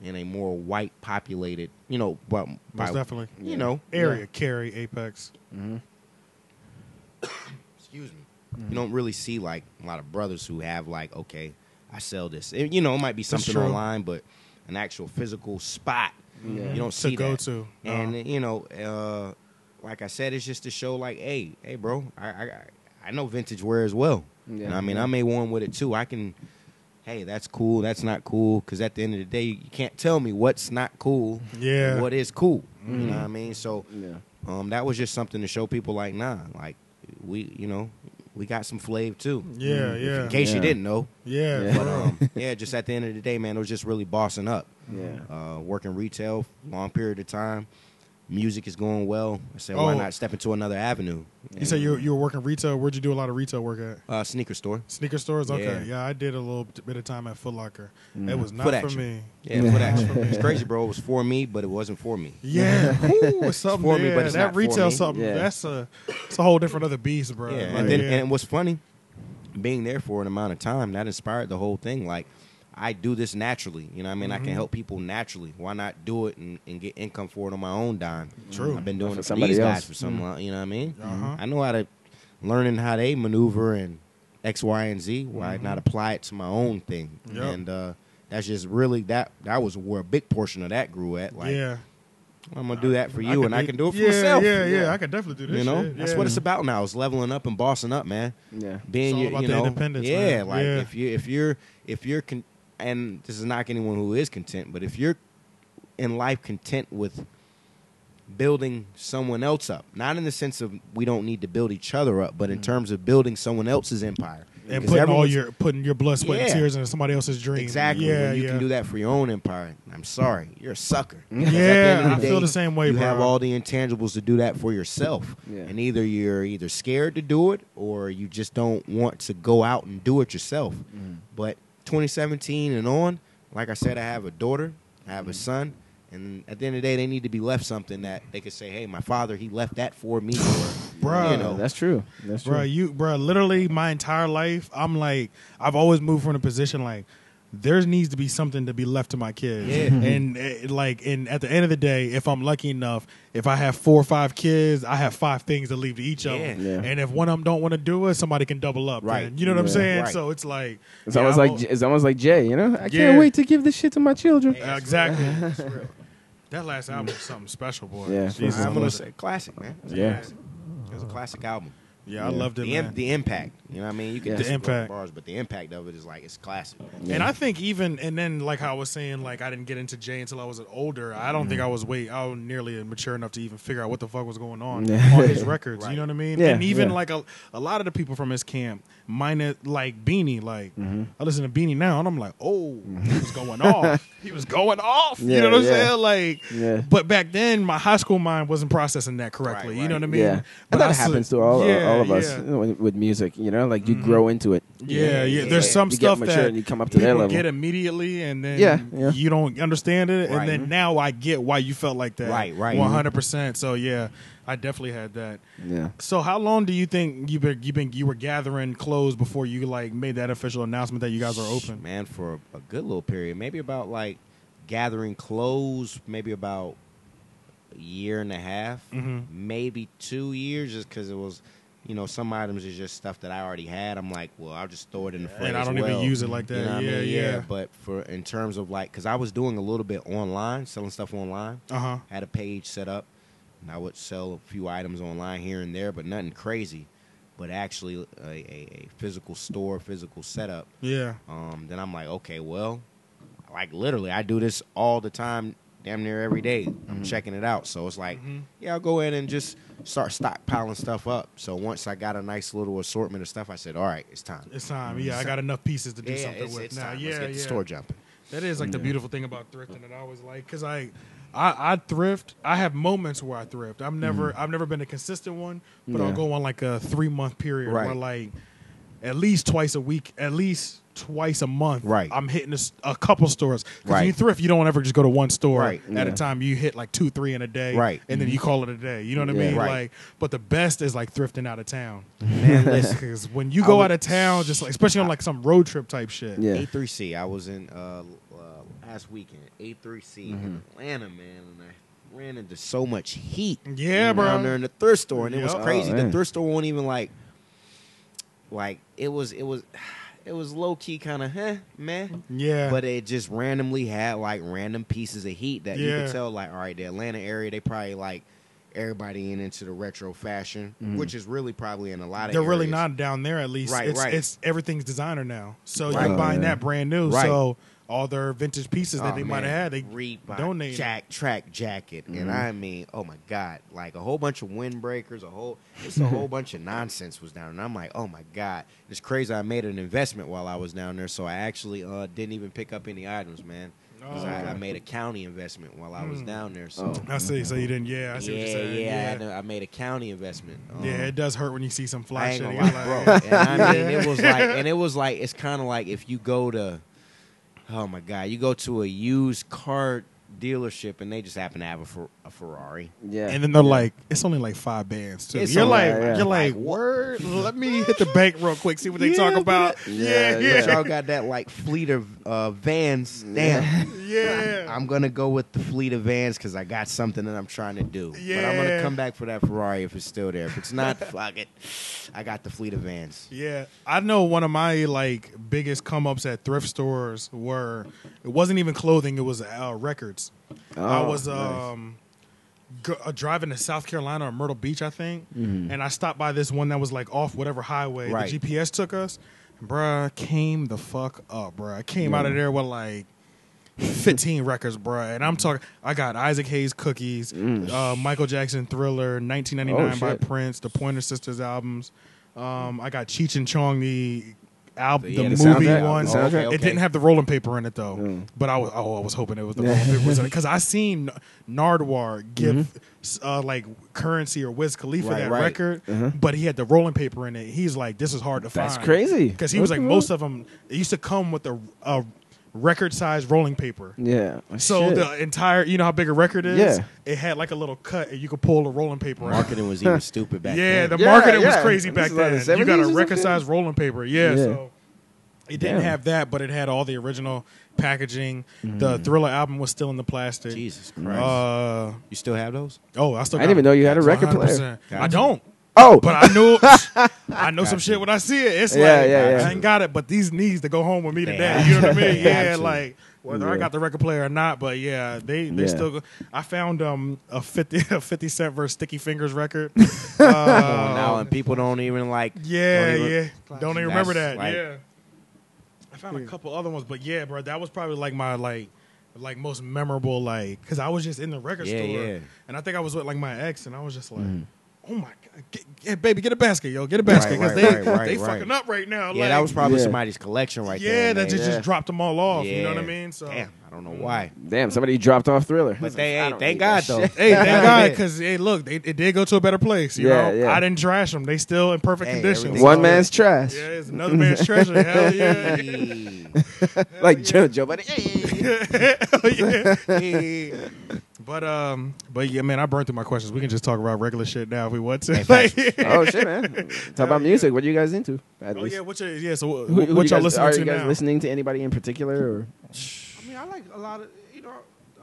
Speaker 5: in a more white populated, you know, but
Speaker 1: Most
Speaker 5: by,
Speaker 1: definitely.
Speaker 5: you know
Speaker 1: Area, carry, apex.
Speaker 4: Mhm.
Speaker 5: excuse me. You don't really see like a lot of brothers who have like, okay, I sell this. It- you know, it might be something
Speaker 1: true.
Speaker 5: online, but an actual physical spot.
Speaker 4: Yeah.
Speaker 5: You don't
Speaker 1: To
Speaker 5: see
Speaker 1: go
Speaker 5: that.
Speaker 1: to.
Speaker 4: Uh-huh.
Speaker 1: No.
Speaker 5: And you know, uh, like I said, it's just to show like, hey, hey, bro, I I, I know vintage wear as well.
Speaker 4: Yeah.
Speaker 5: And I mean,
Speaker 4: Yeah.
Speaker 5: I'm a one with it too. I can. Hey, that's cool. That's not cool. Because at the end of the day, you can't tell me what's not cool.
Speaker 1: Yeah.
Speaker 5: and What is cool. You know what I mean? So
Speaker 4: Mm-hmm. Yeah.
Speaker 5: um, that was just something to show people like, nah, like we, you know, we got some flav too.
Speaker 1: Yeah, yeah.
Speaker 5: In case
Speaker 4: Yeah.
Speaker 5: you didn't know,
Speaker 1: yeah.
Speaker 4: Yeah.
Speaker 1: for
Speaker 5: but
Speaker 1: real.
Speaker 5: um, yeah, just at the end of the day, man, it was just really bossing up.
Speaker 4: Yeah.
Speaker 5: Uh, working retail, long period of time. Music is going well. I said,
Speaker 1: Oh.
Speaker 5: why not step into another avenue?
Speaker 1: you said you you were working retail. Where'd you do a lot of retail work at?
Speaker 5: Uh, sneaker store.
Speaker 1: Sneaker stores. Okay. Yeah,
Speaker 5: Yeah. Mm.
Speaker 1: I did a little bit of time at Foot Locker. It was not
Speaker 5: Foot
Speaker 1: for
Speaker 5: Action.
Speaker 1: me.
Speaker 5: Yeah,
Speaker 1: It
Speaker 5: foot
Speaker 1: was
Speaker 5: action.
Speaker 1: not for me.
Speaker 5: It's crazy, bro. It was for me, but it wasn't for me.
Speaker 1: Yeah, Ooh, it's something
Speaker 5: for me,
Speaker 1: yeah,
Speaker 5: but it's
Speaker 1: that
Speaker 5: not for
Speaker 1: retail
Speaker 5: me.
Speaker 1: something.
Speaker 4: Yeah.
Speaker 1: That's a it's a whole different other beast, bro.
Speaker 5: Yeah,
Speaker 1: Like,
Speaker 5: and then
Speaker 1: yeah.
Speaker 5: and what's funny, being there for an amount of time that inspired the whole thing. Like, I do this naturally. You know, what I mean,
Speaker 1: Mm-hmm.
Speaker 5: I can help people naturally. Why not do it and, and get income for it on my own dime?
Speaker 1: True. Mm.
Speaker 5: I've been doing
Speaker 4: For
Speaker 5: it for
Speaker 4: somebody
Speaker 5: these
Speaker 4: else.
Speaker 5: guys for some. long, You know what I mean?
Speaker 1: Uh-huh.
Speaker 5: I know how to learning how they maneuver and X, Y, and Z. Why not apply it to my own thing?
Speaker 1: Mm-hmm. Yep.
Speaker 5: And uh, that's just really that. That was where a big portion of that grew at. Like,
Speaker 1: yeah,
Speaker 5: I'm gonna do that for
Speaker 1: I
Speaker 5: you,
Speaker 1: could
Speaker 5: and I
Speaker 1: do-
Speaker 5: can do it for
Speaker 1: yeah,
Speaker 5: myself.
Speaker 1: Yeah, yeah, I can definitely do this.
Speaker 5: You know,
Speaker 1: shit.
Speaker 5: that's
Speaker 1: yeah.
Speaker 5: what it's about now. It's leveling up and bossing up, man.
Speaker 4: Yeah.
Speaker 5: Being
Speaker 1: It's all
Speaker 5: your,
Speaker 1: about
Speaker 5: you
Speaker 1: the
Speaker 5: know,
Speaker 1: independence,
Speaker 5: yeah.
Speaker 1: man.
Speaker 5: Like
Speaker 1: Yeah.
Speaker 5: if you if you're if you're con- and this is not anyone who is content, but if you're in life content with building someone else up, not in the sense of we don't need to build each other up, but in terms of building someone else's empire
Speaker 1: Mm. and
Speaker 5: Because
Speaker 1: putting all
Speaker 5: everyone's-
Speaker 1: your putting your blood, sweat, and
Speaker 5: Yeah.
Speaker 1: tears into somebody else's dream.
Speaker 5: Exactly.
Speaker 1: Yeah,
Speaker 5: when you
Speaker 1: yeah.
Speaker 5: can do that for your own empire. I'm sorry, you're a sucker. 'Cause
Speaker 1: Yeah,
Speaker 5: at the end of
Speaker 1: I feel the same way,
Speaker 5: You
Speaker 1: bro.
Speaker 5: have all the intangibles to do that for yourself,
Speaker 4: Yeah.
Speaker 5: and either you're either scared to do it or you just don't want to go out and do it yourself.
Speaker 4: Mm-hmm.
Speaker 5: But 2017 and on, like I said, I have a daughter, I
Speaker 4: Mm-hmm.
Speaker 5: have a son. And at the end of the day, they need to be left something that they could say, "Hey, my father, he left that for me." Or,
Speaker 1: Bruh.
Speaker 5: you know,
Speaker 4: that's true. That's true.
Speaker 1: bro. You, bro, literally my entire life, I'm like, I've always moved from a position like there needs to be something to be left to my kids,
Speaker 4: Mm-hmm.
Speaker 5: Yeah.
Speaker 1: and eh, like, and at the end of the day, if I'm lucky enough, if I have four or five kids, I have five things to leave to each of them,
Speaker 5: Yeah.
Speaker 4: Yeah.
Speaker 1: and if one of them don't want to do it, somebody can double up,
Speaker 5: Right.
Speaker 1: then. You know what I'm
Speaker 4: Yeah.
Speaker 1: saying?
Speaker 5: Right.
Speaker 1: So it's like
Speaker 4: It's
Speaker 1: yeah,
Speaker 4: almost
Speaker 1: I'm
Speaker 4: like it's almost like Jay. You know, I
Speaker 1: Yeah.
Speaker 4: can't wait to give this shit to my children.
Speaker 1: al- exactly. that last album was something special, boy.
Speaker 4: Yeah.
Speaker 1: Jesus, I
Speaker 5: I'm gonna
Speaker 1: love
Speaker 5: say
Speaker 1: it.
Speaker 5: classic, man. It's a
Speaker 4: Yeah.
Speaker 5: classic. it was a classic album.
Speaker 1: yeah, I loved it,
Speaker 5: the,
Speaker 1: man.
Speaker 5: Im- the impact. You know what I mean? You can
Speaker 4: Yeah.
Speaker 5: yeah.
Speaker 1: The
Speaker 5: just
Speaker 1: impact.
Speaker 5: bars, but the impact of it is like it's classic.
Speaker 1: And I think even and then like how I was saying like I didn't get into Jay until I was older. I don't
Speaker 4: Mm-hmm.
Speaker 1: think I was way I was nearly mature enough to even figure out what the fuck was going on
Speaker 4: Yeah.
Speaker 1: on his records. You know what I mean?
Speaker 4: Yeah,
Speaker 1: and even
Speaker 4: yeah.
Speaker 1: like a, a lot of the people from his camp, minus like Beanie, like
Speaker 4: Mm-hmm.
Speaker 1: I listen to Beanie now and I'm like, oh, he was going off. He was going off. you
Speaker 4: Yeah,
Speaker 1: know what I'm
Speaker 4: yeah.
Speaker 1: saying? Like,
Speaker 4: Yeah.
Speaker 1: but back then my high school mind wasn't processing that correctly.
Speaker 5: Right,
Speaker 1: You know
Speaker 5: right.
Speaker 1: what I mean?
Speaker 4: Yeah,
Speaker 1: But
Speaker 4: and that
Speaker 1: I said-
Speaker 4: happens to all
Speaker 1: yeah,
Speaker 4: all of us
Speaker 1: yeah. Mm-hmm.
Speaker 4: you know, with- with music. You know, like you grow into it.
Speaker 1: Yeah, yeah.
Speaker 5: yeah.
Speaker 1: There's some
Speaker 4: you
Speaker 1: stuff
Speaker 4: get mature
Speaker 1: that
Speaker 4: and you come up to
Speaker 1: people
Speaker 4: their level.
Speaker 1: get immediately, and then
Speaker 4: Yeah, yeah.
Speaker 1: you don't understand it, and
Speaker 5: Right.
Speaker 1: then now I get why you felt like that.
Speaker 5: Right, right.
Speaker 1: one hundred percent. So yeah, I definitely had that.
Speaker 4: Yeah.
Speaker 1: So how long do you think you been you been you were gathering clothes before you like made that official announcement that you guys are open?
Speaker 5: man, for a, a good little period. Maybe about like gathering clothes, maybe about a year and a half,
Speaker 1: Mhm.
Speaker 5: maybe two years, just because it was, you know, some items is just stuff that I already had. I'm like, well, I'll just throw it in the fridge.
Speaker 1: And I don't
Speaker 5: as
Speaker 1: even
Speaker 5: well.
Speaker 1: use it like that.
Speaker 5: You know what
Speaker 1: yeah,
Speaker 5: I mean?
Speaker 1: yeah.
Speaker 5: But for in terms of like, because I was doing a little bit online, selling stuff online.
Speaker 1: Uh huh.
Speaker 5: had a page set up and I would sell a few items online here and there, but nothing crazy. but actually a, a, a physical store, physical setup,
Speaker 1: Yeah.
Speaker 5: um, then I'm like, okay, well, like literally, I do this all the time, damn near every day.
Speaker 1: Mm-hmm.
Speaker 5: I'm checking it out, so it's like, yeah, I'll go in and just start stockpiling stuff up. So once I got a nice little assortment of stuff, I said, all right, it's time.
Speaker 1: It's time. Yeah, I got enough pieces to do
Speaker 5: yeah,
Speaker 1: something
Speaker 5: it's,
Speaker 1: with
Speaker 5: it's
Speaker 1: now.
Speaker 5: time.
Speaker 1: Yeah,
Speaker 5: Let's get
Speaker 1: yeah.
Speaker 5: the store jumping.
Speaker 1: That is like the beautiful thing about thrifting that I always like because I, I, I thrift. I have moments where I thrift. I'm never,
Speaker 5: Mm.
Speaker 1: I've never been a consistent one, but I'll
Speaker 4: Yeah.
Speaker 1: go on like a three month period where
Speaker 5: Right.
Speaker 1: like at least twice a week, at least twice a month,
Speaker 5: Right.
Speaker 1: I'm hitting a, s- a couple stores because
Speaker 5: Right.
Speaker 1: you thrift, you don't ever just go to one store
Speaker 5: Right.
Speaker 1: at a
Speaker 4: Yeah.
Speaker 1: time. You hit like two, three in a day,
Speaker 5: Right. Mm-hmm.
Speaker 1: and then you call it a day. You know what I
Speaker 4: Yeah.
Speaker 1: mean?
Speaker 5: Right.
Speaker 1: Like, but the best is like thrifting out of town
Speaker 5: Man, listen,
Speaker 1: because when you
Speaker 5: I
Speaker 1: go
Speaker 5: would-
Speaker 1: out of town, just like especially on like some road trip type shit,
Speaker 4: Yeah.
Speaker 5: A3C. I was in uh, uh, last weekend. A3C
Speaker 4: Mm-hmm.
Speaker 5: in Atlanta, man, and I ran into so much heat.
Speaker 1: Yeah, bro.
Speaker 5: Down there in the thrift store, and it was
Speaker 1: Yup.
Speaker 5: crazy.
Speaker 4: Oh,
Speaker 5: the
Speaker 4: man.
Speaker 5: thrift store won't even like, like it was, it was, it was low key kind of, huh, man.
Speaker 1: yeah.
Speaker 5: But it just randomly had like random pieces of heat that you
Speaker 1: Yeah.
Speaker 5: could tell, like, all right, the Atlanta area, they probably like everybody in into the retro fashion,
Speaker 4: Mm-hmm.
Speaker 5: which is really probably in a lot of.
Speaker 1: They're really
Speaker 5: areas.
Speaker 1: not down there at least.
Speaker 5: Right,
Speaker 1: it's,
Speaker 5: right.
Speaker 1: it's everything's designer now. So
Speaker 5: Right.
Speaker 1: you're
Speaker 5: Oh,
Speaker 1: buying
Speaker 4: yeah.
Speaker 1: that brand new.
Speaker 5: Right.
Speaker 1: So all their vintage pieces that
Speaker 5: Oh,
Speaker 1: they might
Speaker 5: man.
Speaker 1: have had, they
Speaker 5: Reebok
Speaker 1: donated. Mm-hmm.
Speaker 5: Jack track jacket, and I mean, oh my god, like a whole bunch of windbreakers, a whole just a whole bunch of nonsense was down, and I'm like, oh my god, it's crazy. I made an investment while I was down there, so I actually uh, didn't even pick up any items, man, because
Speaker 1: Oh,
Speaker 5: I,
Speaker 1: okay.
Speaker 5: I made a county investment while I was
Speaker 1: Mm.
Speaker 5: down there, so.
Speaker 4: Oh.
Speaker 1: I see. So you didn't. Yeah, I see
Speaker 5: Yeah,
Speaker 1: what you're
Speaker 5: yeah,
Speaker 1: saying.
Speaker 5: I
Speaker 1: Yeah,
Speaker 5: had to- I, made a county investment. Um,
Speaker 1: Yeah, it does hurt when you see some
Speaker 5: I
Speaker 1: fly
Speaker 5: ain't
Speaker 1: shit.
Speaker 5: gonna
Speaker 1: and you're
Speaker 5: lie,
Speaker 1: like,
Speaker 5: bro. And I mean, it was like, and it was like, it's kind of like if you go to, oh my god, you go to a used car dealership and they just happen to have a, Fer- a Ferrari.
Speaker 4: Yeah.
Speaker 1: And then they're like, it's only like five bands too.
Speaker 5: It's
Speaker 1: you're like,
Speaker 4: only- yeah, yeah.
Speaker 1: you're like, word. Let me hit the bank real quick, see what they talk about. Yeah,
Speaker 4: Yeah,
Speaker 1: yeah,
Speaker 5: But y'all got that like fleet of uh, vans. Damn.
Speaker 1: yeah.
Speaker 5: I'm gonna go with the fleet of vans because I got something that I'm trying to do. But I'm
Speaker 1: Yeah.
Speaker 5: gonna come back for that Ferrari if it's still there. If it's not, fuck it. I got the fleet of vans.
Speaker 1: Yeah, I know one of my like biggest come ups at thrift stores were it wasn't even clothing; it was uh, records. I
Speaker 4: Oh,
Speaker 1: was
Speaker 4: nice.
Speaker 1: um go, uh, driving to South Carolina or Myrtle Beach, I think,
Speaker 4: Mm-hmm.
Speaker 1: and I stopped by this one that was like off whatever highway
Speaker 5: Right.
Speaker 1: the GPS took us. Bruh, came the fuck up, bruh. I came out of there with like 15 records, bruh. And I'm talking, I got Isaac Hayes Cookies, uh, Michael Jackson Thriller, 1999
Speaker 4: Mm. Oh,
Speaker 1: by
Speaker 4: shit.
Speaker 1: Prince, the Pointer Sisters albums. Um, I got Cheech and Chong, the album,
Speaker 5: Yeah,
Speaker 1: the,
Speaker 5: the
Speaker 1: movie
Speaker 4: soundtrack.
Speaker 1: one.
Speaker 4: The soundtrack.
Speaker 1: It
Speaker 5: Okay.
Speaker 1: didn't have the rolling paper in it though,
Speaker 4: Mm.
Speaker 1: but I was oh I was hoping it was the rolling paper was in it because I seen Nardwar give
Speaker 4: Mm-hmm.
Speaker 1: s uh, like currency or Wiz Khalifa
Speaker 5: Right,
Speaker 1: that
Speaker 5: right.
Speaker 1: record, but he had the rolling paper in it. He's like, this is hard to find.
Speaker 4: Mm-hmm. That's crazy. Mm-hmm.
Speaker 1: because he was like most of them. It used to come with a, a record size rolling paper.
Speaker 4: Yeah. Oh,
Speaker 1: So
Speaker 4: shit.
Speaker 1: the entire, you know how big a record is.
Speaker 4: Yeah.
Speaker 1: it had like a little cut, and you could pull the rolling paper out.
Speaker 5: Marketing was even stupid back
Speaker 1: Yeah,
Speaker 5: then.
Speaker 1: the
Speaker 4: Yeah,
Speaker 1: marketing was
Speaker 4: yeah.
Speaker 1: crazy
Speaker 4: This
Speaker 1: back
Speaker 4: is like the
Speaker 1: then. You got
Speaker 4: 70s or
Speaker 1: a
Speaker 4: something?
Speaker 1: record size rolling paper. Yeah,
Speaker 4: Yeah.
Speaker 1: so it didn't
Speaker 4: Damn.
Speaker 1: have that, but it had all the original packaging. The Thriller album was still in the plastic.
Speaker 5: Mm-hmm. Jesus Christ.
Speaker 1: Uh,
Speaker 5: you still have those?
Speaker 1: oh, I still.
Speaker 4: I didn't even know you had a record player.
Speaker 1: 100%. I
Speaker 5: Gotcha.
Speaker 1: don't.
Speaker 4: oh,
Speaker 1: But I know, I know some shit when I see it. It's
Speaker 4: Yeah,
Speaker 1: like
Speaker 4: yeah, yeah.
Speaker 1: I ain't got it, but these needs to go home with me
Speaker 5: They
Speaker 1: today.
Speaker 5: have
Speaker 1: You know what I
Speaker 5: to.
Speaker 1: mean?
Speaker 5: They
Speaker 1: Yeah,
Speaker 5: have to.
Speaker 1: like whether I
Speaker 4: Yeah.
Speaker 1: got the record player or not, but yeah, they they
Speaker 4: Yeah.
Speaker 1: still. Go, I found um a fifty a fifty cent verse Sticky Fingers record. Uh,
Speaker 5: now and people don't even like.
Speaker 1: yeah,
Speaker 5: don't even-
Speaker 1: yeah. Don't even remember that.
Speaker 5: That's like-
Speaker 1: yeah. I found a couple other ones, but yeah, bro, that was probably like my like like most memorable like because I was just in the record
Speaker 5: Yeah,
Speaker 1: store
Speaker 5: yeah. Mm-hmm.
Speaker 1: and I think I was with like my ex and I was just like. Oh my god! Get, get- baby, get a basket, yo! Get a basket
Speaker 5: Right,
Speaker 1: because
Speaker 5: right,
Speaker 1: they
Speaker 5: right, right,
Speaker 1: they
Speaker 5: right.
Speaker 1: fucking up right now.
Speaker 5: Yeah,
Speaker 1: like,
Speaker 5: that was probably
Speaker 4: Yeah.
Speaker 5: somebody's collection right
Speaker 1: yeah,
Speaker 5: there.
Speaker 1: that
Speaker 5: man.
Speaker 1: just,
Speaker 4: Yeah.
Speaker 1: just dropped them all off. You know what I
Speaker 5: Yeah.
Speaker 1: mean? So
Speaker 5: Damn, I don't know why.
Speaker 4: damn! Somebody dropped off Thriller.
Speaker 5: But they
Speaker 4: I
Speaker 5: ain't.
Speaker 4: don't
Speaker 5: Thank
Speaker 4: need
Speaker 5: God,
Speaker 4: that
Speaker 5: though.
Speaker 4: shit.
Speaker 1: Hey, thank God, because hey, look, they, it did go to a better place. You
Speaker 4: Yeah,
Speaker 1: know,
Speaker 4: yeah.
Speaker 1: I didn't trash them; they still in perfect
Speaker 5: Hey,
Speaker 1: condition.
Speaker 5: everything-
Speaker 4: One
Speaker 1: so-
Speaker 4: man's trash,
Speaker 1: yeah, it's another man's treasure. Hell yeah!
Speaker 4: like Joe, Joe Buddy. Hey.
Speaker 1: Yeah. but um, but yeah, man, I burned through my questions. We can just talk about regular shit now if we want to. Like-
Speaker 4: oh shit, man! Talk about music. What are you guys into? At
Speaker 1: oh
Speaker 4: least.
Speaker 1: yeah, what you yeah? So what,
Speaker 4: Who- who
Speaker 1: what
Speaker 4: you
Speaker 1: y'all
Speaker 4: guys-
Speaker 1: listening
Speaker 4: are
Speaker 1: to
Speaker 4: you guys
Speaker 1: now?
Speaker 4: listening to anybody in particular? Or
Speaker 3: I mean, I like a lot of you know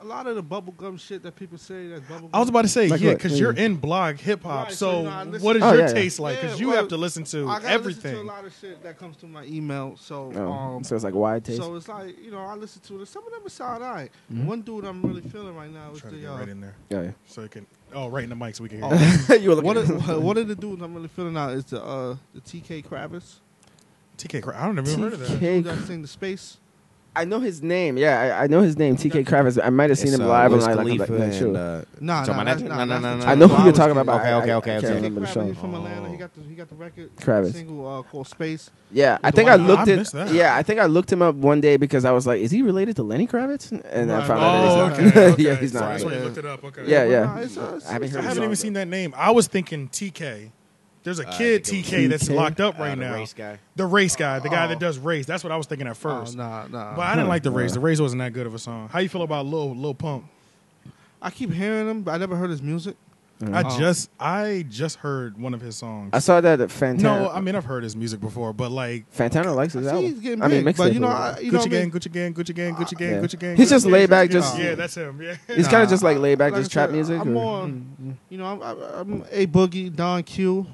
Speaker 3: a lot of the bubblegum shit that people say that's bubblegum.
Speaker 1: I was about to say,
Speaker 4: Like
Speaker 1: yeah,
Speaker 4: what?
Speaker 1: because
Speaker 4: Yeah.
Speaker 1: you're in blog hip hop.
Speaker 3: Right, so
Speaker 1: so
Speaker 3: you know, I listen-
Speaker 1: what is
Speaker 4: Oh,
Speaker 1: your
Speaker 4: yeah, yeah.
Speaker 1: taste like? Because
Speaker 3: Yeah,
Speaker 1: you
Speaker 3: well,
Speaker 1: have to listen to
Speaker 3: I gotta
Speaker 1: everything.
Speaker 3: listen to a lot of shit that comes to my email. So,
Speaker 4: Oh,
Speaker 3: um,
Speaker 4: so
Speaker 3: so,
Speaker 4: it's like wide taste. Mm-hmm.
Speaker 3: it's like you know, I listen to it. Some of them sound alright. One dude I'm really feeling right now is
Speaker 1: Try to
Speaker 3: the
Speaker 1: get
Speaker 3: uh,
Speaker 1: right in there
Speaker 4: yeah.
Speaker 1: so it can. Oh, right in the mic so we can hear.
Speaker 3: Oh.
Speaker 4: yeah. you were
Speaker 3: one
Speaker 4: looking.
Speaker 3: of one of the dudes I'm really feeling out is the uh, the TK Kravis.
Speaker 1: TK, Cra- I don't even heard of that.
Speaker 3: Who
Speaker 4: TK,
Speaker 3: that sing the space?
Speaker 4: I know his name. Yeah, I, I know his name. TK Kravis. I might have seen him live.
Speaker 5: Wiz
Speaker 4: and I, like, I'm like,
Speaker 5: Khalifa
Speaker 4: nah,
Speaker 5: and, uh,
Speaker 4: sure.
Speaker 3: Nah,
Speaker 5: Talking
Speaker 3: nah,
Speaker 5: about
Speaker 3: that's
Speaker 5: that-
Speaker 3: not-
Speaker 5: no, no,
Speaker 3: that's
Speaker 5: no,
Speaker 3: not-
Speaker 5: no,
Speaker 4: I know
Speaker 5: no,
Speaker 4: who
Speaker 5: I
Speaker 4: you're
Speaker 5: was
Speaker 4: talking about. but
Speaker 5: Okay, okay,
Speaker 4: I- I-
Speaker 5: okay,
Speaker 4: I
Speaker 5: okay.
Speaker 4: can't
Speaker 3: TK
Speaker 4: remember the
Speaker 3: Kravis,
Speaker 4: show.
Speaker 3: He's from Atlanta. He got the he got the record
Speaker 4: Kravis.
Speaker 3: single uh, called Space.
Speaker 4: Yeah, I
Speaker 3: With
Speaker 4: think
Speaker 3: the
Speaker 4: I
Speaker 3: white-
Speaker 4: looked
Speaker 1: I
Speaker 4: it.
Speaker 1: missed that.
Speaker 4: Yeah, I think I looked him up one day because I was like, "Is he related to Lenny Kravitz?" And I
Speaker 3: Right.
Speaker 4: found
Speaker 1: Oh,
Speaker 4: out
Speaker 1: okay.
Speaker 4: that he's not.
Speaker 1: okay.
Speaker 4: yeah, he's
Speaker 1: So
Speaker 4: not.
Speaker 1: That's why you
Speaker 3: Yeah.
Speaker 1: looked it up. Okay.
Speaker 4: Yeah, yeah.
Speaker 3: Nah, it's- it's-
Speaker 4: I haven't
Speaker 1: I
Speaker 4: heard.
Speaker 1: uh, haven't even
Speaker 4: his
Speaker 1: seen
Speaker 4: song,
Speaker 1: that name. I was thinking TK. There's a
Speaker 5: Uh, I
Speaker 1: kid
Speaker 5: think it was
Speaker 1: TK that's
Speaker 4: TK?
Speaker 1: locked up
Speaker 5: uh,
Speaker 1: right
Speaker 5: the
Speaker 1: now.
Speaker 5: race guy.
Speaker 1: The race guy, the guy
Speaker 3: Oh.
Speaker 1: that does race. That's what I was thinking at first.
Speaker 3: Oh, nah, nah.
Speaker 1: But I didn't
Speaker 4: Huh.
Speaker 1: like the race. The race wasn't that good of a song. How you feel about Lil Lil Pump?
Speaker 3: I keep hearing him, but I never heard his music.
Speaker 1: I
Speaker 3: Oh.
Speaker 1: just I just heard one of his songs.
Speaker 4: though. I saw that uh, at Fantana.
Speaker 1: no, I mean I've heard his music before, but like
Speaker 4: Fantana likes his
Speaker 3: I see
Speaker 4: album.
Speaker 3: he's getting
Speaker 4: I mean,
Speaker 3: big, but
Speaker 4: mixtape
Speaker 3: you know,
Speaker 4: or whatever.
Speaker 3: I, you know,
Speaker 1: Gucci
Speaker 3: what I
Speaker 1: Gang,
Speaker 3: mean?
Speaker 1: Gucci Gang, Gucci Gang, Gucci
Speaker 4: yeah.
Speaker 1: Gang, Gucci Gang.
Speaker 4: He's
Speaker 1: Gucci
Speaker 4: just
Speaker 1: Gang.
Speaker 4: laid back,
Speaker 3: Yeah.
Speaker 4: just
Speaker 1: Yeah, that's him. Yeah.
Speaker 4: he's kind
Speaker 3: Nah,
Speaker 4: of just like laid back,
Speaker 3: like
Speaker 4: just
Speaker 3: I
Speaker 4: trap
Speaker 3: said,
Speaker 4: music.
Speaker 3: I'm
Speaker 4: or- Mm,
Speaker 3: more, you know, I'm, I'm a boogie, Don Q.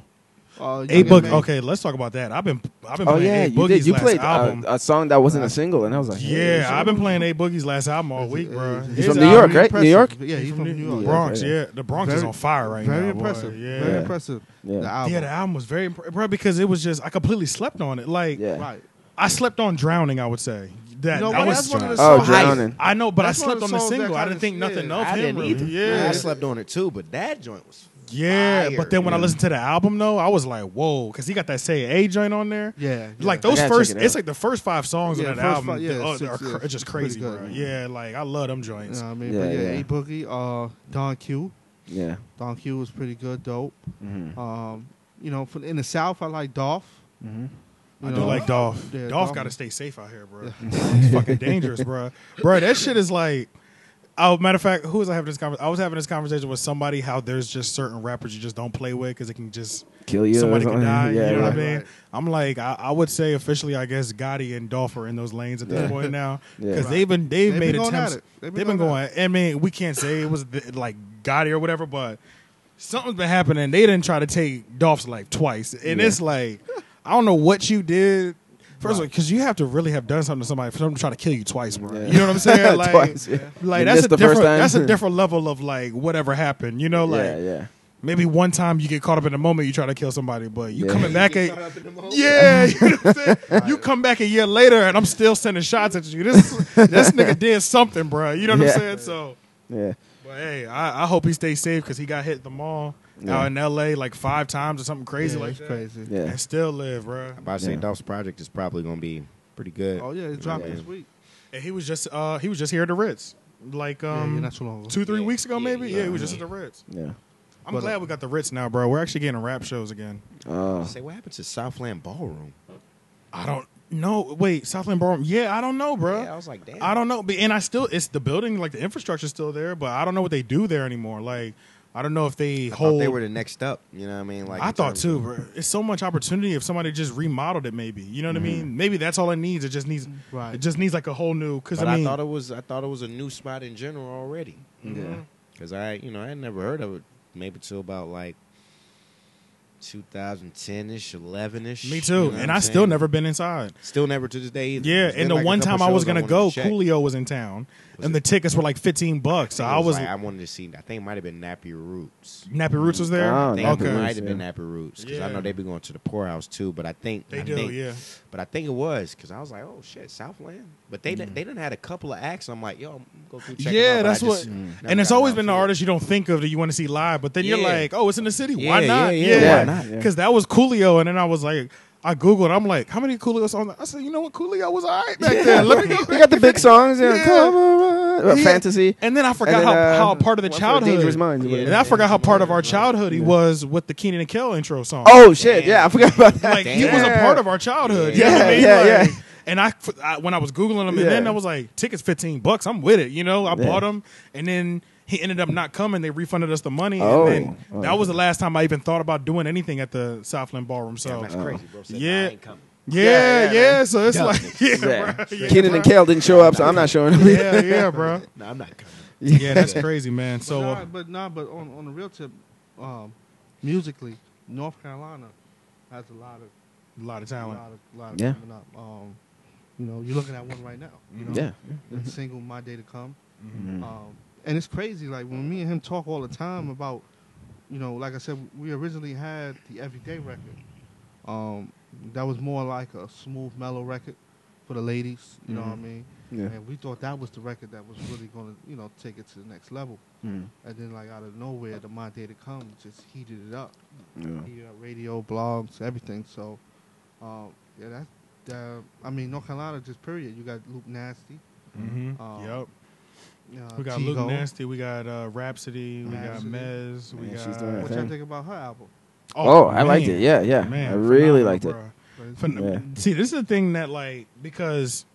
Speaker 3: Uh,
Speaker 1: A
Speaker 3: Young
Speaker 1: book.
Speaker 3: M.A.
Speaker 1: Okay, let's talk about that. I've been I've been
Speaker 4: Oh
Speaker 1: playing
Speaker 4: yeah,
Speaker 1: A
Speaker 4: you
Speaker 1: Boogie's
Speaker 4: did. You
Speaker 1: last
Speaker 4: played uh,
Speaker 1: album.
Speaker 4: a song that wasn't a single, and I was like, hey,
Speaker 1: yeah, I've been playing A Boogie's last album all week, bro.
Speaker 4: uh, He's from New York, right? New York?
Speaker 3: Yeah, uh, he's from New York.
Speaker 1: Bronx,
Speaker 4: yeah.
Speaker 1: yeah. The Bronx is
Speaker 3: Very-
Speaker 1: on fire right
Speaker 3: very
Speaker 1: now. boy.
Speaker 3: impressive.
Speaker 1: Yeah.
Speaker 3: Very
Speaker 4: Yeah.
Speaker 3: impressive. The
Speaker 4: Yeah,
Speaker 3: album.
Speaker 1: Yeah, the album was very impre- bro because it was just I completely slept on it. Like
Speaker 4: yeah.
Speaker 3: Right.
Speaker 1: I slept on Drowning. I would say that
Speaker 3: You know
Speaker 1: I
Speaker 3: what?
Speaker 1: was.
Speaker 3: That's one of the
Speaker 4: Oh,
Speaker 3: songs.
Speaker 4: drowning.
Speaker 1: I know, but
Speaker 3: That's
Speaker 1: I
Speaker 3: one of
Speaker 1: slept
Speaker 3: the
Speaker 1: on the
Speaker 3: songs that
Speaker 1: single. I
Speaker 3: kinda-
Speaker 1: didn't think nothing
Speaker 3: yeah.
Speaker 1: of
Speaker 5: I
Speaker 1: him.
Speaker 5: didn't
Speaker 1: really.
Speaker 5: either.
Speaker 1: Yeah,
Speaker 5: I slept on it too, but that joint was
Speaker 1: yeah.
Speaker 5: fire,
Speaker 1: But then when I
Speaker 5: yeah.
Speaker 1: listened to the album though, I was like, whoa, because he got that Say A joint on there.
Speaker 3: Yeah. yeah.
Speaker 1: Like those
Speaker 4: gotta
Speaker 1: first,
Speaker 4: check it
Speaker 1: it's
Speaker 4: out.
Speaker 1: like the first five songs
Speaker 3: Yeah,
Speaker 1: on that
Speaker 3: first
Speaker 1: album
Speaker 3: five- yeah,
Speaker 1: that- uh,
Speaker 3: six,
Speaker 1: are cr-
Speaker 3: yeah,
Speaker 1: it's just
Speaker 3: pretty
Speaker 1: crazy,
Speaker 3: good,
Speaker 1: bro.
Speaker 3: yeah.
Speaker 1: Yeah, like I love them
Speaker 3: You know
Speaker 1: joints.
Speaker 3: what I mean?
Speaker 4: Yeah,
Speaker 3: but yeah,
Speaker 4: yeah.
Speaker 3: A Boogie, uh, Don Q.
Speaker 4: yeah.
Speaker 3: Don Q was pretty good, dope.
Speaker 4: Mhm.
Speaker 3: Um, you know, for, in the South, I like Dolph. Mm-hmm.
Speaker 4: Mhm.
Speaker 3: You
Speaker 1: I do
Speaker 3: know,
Speaker 1: like Dolph.
Speaker 3: Yeah,
Speaker 1: Dolph
Speaker 3: Dolph.
Speaker 1: got to stay safe out here, bro. it's fucking dangerous, bro. Bro, that shit is like. Oh, matter of fact, who was I having this conversation? I was having this conversation with somebody. How there's just certain rappers you just don't play with because it can just
Speaker 4: Kill you. or
Speaker 1: somebody can
Speaker 4: something.
Speaker 1: die.
Speaker 4: Yeah,
Speaker 1: you know what I
Speaker 4: right.
Speaker 1: mean?
Speaker 3: Right.
Speaker 1: I'm like, I, I would say officially, I guess Gotti and Dolph are in those lanes at this
Speaker 4: Yeah.
Speaker 1: point now
Speaker 4: Yeah.
Speaker 1: because
Speaker 4: Right.
Speaker 1: they've been they've,
Speaker 3: They've
Speaker 1: made
Speaker 3: been going
Speaker 1: attempts.
Speaker 3: at it.
Speaker 1: They've been, going. I mean, we can't say it was th- like Gotti or whatever, but something's been happening. They didn't try to take Dolph's life twice, and
Speaker 4: Yeah.
Speaker 1: it's like I don't know what you did. First of all, because you have to really have done something to somebody for them to try to kill you twice, bro.
Speaker 4: Yeah.
Speaker 1: You know what I'm saying? Like,
Speaker 4: Twice, yeah.
Speaker 1: like
Speaker 4: You
Speaker 1: that's
Speaker 4: missed
Speaker 1: a
Speaker 4: the first
Speaker 1: different
Speaker 4: time.
Speaker 1: that's a different level of like whatever happened. You know, like
Speaker 4: yeah, yeah.
Speaker 1: maybe one time you get caught up in the moment you try to kill somebody, but you
Speaker 4: Yeah.
Speaker 1: coming back
Speaker 5: Get
Speaker 1: at
Speaker 5: caught up in the moment.
Speaker 1: yeah, you know what I'm saying? You come back a year later and I'm still sending shots at you. This this nigga did something, bro. You know what
Speaker 4: Yeah.
Speaker 1: I'm saying? So,
Speaker 4: Yeah.
Speaker 1: but hey, I, I hope he stays safe because he got hit at the mall
Speaker 4: Yeah.
Speaker 1: out in L.A. like five times or something crazy
Speaker 3: yeah,
Speaker 1: like
Speaker 3: it's
Speaker 1: that,
Speaker 3: crazy.
Speaker 4: Yeah.
Speaker 1: and still live, bro.
Speaker 5: I'm about to say
Speaker 4: Yeah.
Speaker 5: Dolph's project is probably gonna be pretty good.
Speaker 3: Oh yeah, it dropped
Speaker 5: Yeah.
Speaker 3: this week.
Speaker 1: And he was just uh he was just here at the Ritz, like
Speaker 3: Yeah,
Speaker 1: um
Speaker 3: yeah, not too long ago.
Speaker 1: two three
Speaker 5: Yeah,
Speaker 1: weeks ago
Speaker 5: yeah,
Speaker 1: maybe. Yeah,
Speaker 5: yeah.
Speaker 1: he was just at the Ritz.
Speaker 4: Yeah.
Speaker 1: I'm
Speaker 3: But, uh,
Speaker 1: glad we got the Ritz now, bro. We're actually getting rap shows again.
Speaker 4: Oh.
Speaker 5: Say what happened to Southland Ballroom?
Speaker 1: I don't know. Wait, Southland Ballroom. Yeah, I don't know, bro.
Speaker 5: Yeah, I was like, damn.
Speaker 1: I don't know. But- And I still, it's the building, like the infrastructure's still there, but I don't know what they do there anymore. Like, I don't know if they
Speaker 5: I thought
Speaker 1: hold.
Speaker 5: they were the next up. You know what I mean? Like
Speaker 1: I
Speaker 5: in
Speaker 1: thought
Speaker 5: terms
Speaker 1: too,
Speaker 5: of-
Speaker 1: bro. It's so much opportunity if somebody just remodeled it. Maybe you know what I
Speaker 5: Mm-hmm.
Speaker 1: mean. Maybe that's all it needs. It just needs.
Speaker 3: Right.
Speaker 1: It just needs like a whole new. Because
Speaker 5: But
Speaker 1: I
Speaker 5: I,
Speaker 1: mean,
Speaker 5: thought it was I thought it was a new spot in general already.
Speaker 4: Yeah.
Speaker 5: Cause I you know I had never heard of it maybe till about like 2010 ish, 11 ish.
Speaker 1: me too. and I still never been inside.
Speaker 5: still never to this day either.
Speaker 1: Yeah,
Speaker 5: There's been,
Speaker 1: and the
Speaker 5: like, a
Speaker 1: one
Speaker 5: couple
Speaker 1: time I was
Speaker 5: shows
Speaker 1: gonna
Speaker 5: wanted
Speaker 1: go,
Speaker 5: check.
Speaker 1: Coolio was in town,
Speaker 5: Was
Speaker 1: and
Speaker 5: it-
Speaker 1: the tickets were like fifteen bucks. So
Speaker 5: I
Speaker 1: I
Speaker 5: think it
Speaker 1: was,
Speaker 5: like, I wanted to see. I think it might have been Nappy Roots.
Speaker 1: Nappy Roots was there.
Speaker 4: Oh,
Speaker 5: I think
Speaker 4: Nappy
Speaker 5: it
Speaker 1: okay,
Speaker 5: might have been
Speaker 4: yeah.
Speaker 5: Nappy Roots because
Speaker 1: Yeah.
Speaker 5: I know they be going to the poorhouse too. But I think
Speaker 1: they
Speaker 5: I
Speaker 1: do.
Speaker 5: think-
Speaker 1: yeah.
Speaker 5: But I think it was because I was like, oh shit, Southland. But they done- they didn't had a couple of acts. I'm like, yo, I'm gonna go through. Check 'em
Speaker 1: Mm. Yeah,
Speaker 5: out, but I
Speaker 1: that's
Speaker 5: just Mm.
Speaker 1: what-
Speaker 5: never
Speaker 1: And it's
Speaker 5: got
Speaker 1: always
Speaker 5: around
Speaker 1: been the
Speaker 5: to it.
Speaker 1: artists you don't think of that you want to see live, but then you're
Speaker 5: Yeah.
Speaker 1: like, oh, it's in the city.
Speaker 5: Yeah,
Speaker 1: Why not?
Speaker 5: yeah, yeah,
Speaker 4: why not? Yeah.
Speaker 1: Because that was Coolio. And then I was like, I Googled, I'm like, how many Coolio songs? I said, you know what? Coolio was all right back then. Let me go
Speaker 4: They
Speaker 1: back.
Speaker 4: got the big songs. Yeah.
Speaker 1: Yeah.
Speaker 4: Come on. Uh,
Speaker 1: Yeah.
Speaker 4: Fantasy.
Speaker 1: And then I forgot
Speaker 4: And then,
Speaker 1: how,
Speaker 4: uh,
Speaker 1: how a part of the
Speaker 4: One for the
Speaker 1: childhood.
Speaker 4: Dangerous Minds.
Speaker 5: Yeah.
Speaker 1: And I forgot how part of our childhood he
Speaker 4: Yeah.
Speaker 1: was with the Keenan and Kel intro song.
Speaker 4: Oh shit! Yeah, I forgot about that.
Speaker 1: like he was a part of our childhood. you know
Speaker 4: Yeah,
Speaker 1: what I mean?
Speaker 4: yeah,
Speaker 1: Like,
Speaker 4: yeah.
Speaker 1: And I, I- when I was googling him, and
Speaker 4: Yeah.
Speaker 1: then I was like, tickets fifteen bucks. I'm with it. You know, I
Speaker 4: Yeah.
Speaker 1: bought him, and then he ended up not coming. They refunded us the money,
Speaker 4: Oh.
Speaker 1: and then
Speaker 4: Oh.
Speaker 1: that was the last time I even thought about doing anything at the Southland Ballroom. So. Yeah,
Speaker 5: Damn, that's crazy, bro. Said,
Speaker 1: Yeah.
Speaker 5: I ain't coming.
Speaker 1: yeah,
Speaker 4: Yeah, yeah,
Speaker 1: so it's like, yeah,
Speaker 4: Yeah.
Speaker 1: bro. yeah,
Speaker 4: Kenan
Speaker 1: bro.
Speaker 4: and Kale didn't show up, so I'm not showing up.
Speaker 1: yeah, yeah, bro.
Speaker 5: No, I'm not coming.
Speaker 1: Yeah, that's crazy, man.
Speaker 3: So,
Speaker 1: So
Speaker 3: but nah,
Speaker 1: uh,
Speaker 3: but, nah, but on on the real tip, um, musically, North Carolina has a lot of
Speaker 1: a lot of
Speaker 3: a
Speaker 1: talent.
Speaker 3: lot of, lot of
Speaker 4: Yeah.
Speaker 3: coming up. Um, you know, you're looking at one right now. You know,
Speaker 4: Yeah.
Speaker 3: the
Speaker 1: Mm-hmm.
Speaker 3: single "My Day to Come."
Speaker 4: Mhm.
Speaker 3: Um, and it's crazy, like when me and him talk all the time about, you know, like I said, we originally had the Everyday record. Um, that was more like a smooth, mellow record for the ladies. You know what I mean?
Speaker 4: Mm-hmm. Yeah.
Speaker 3: And we thought that was the record that was really gonna, you know, take it to the next level.
Speaker 4: Mhm.
Speaker 3: And then, like out of nowhere, the My Day to Come just heated it up.
Speaker 4: Yeah.
Speaker 3: Heated up radio, blogs, everything. So, um, yeah, that's. Uh, I mean, North Carolina, just period. You got Luke Nasty.
Speaker 1: Mm-hmm.
Speaker 3: Um,
Speaker 1: yep.
Speaker 3: Uh,
Speaker 1: We got
Speaker 3: T-Go.
Speaker 1: Luke Nasty. We got uh, Rhapsody. We got
Speaker 3: Rhapsody.
Speaker 1: Mez. We
Speaker 4: Man,
Speaker 1: got.
Speaker 4: she's doing her
Speaker 3: What
Speaker 4: thing.
Speaker 3: y'all think about her album?
Speaker 4: Oh, I liked it.
Speaker 1: man.
Speaker 4: Yeah, yeah.
Speaker 1: Man,
Speaker 4: I really
Speaker 1: phenomenal,
Speaker 4: liked it.
Speaker 1: bruh.
Speaker 3: But it's-
Speaker 1: Phen-
Speaker 4: Yeah.
Speaker 1: See, this is the thing that like because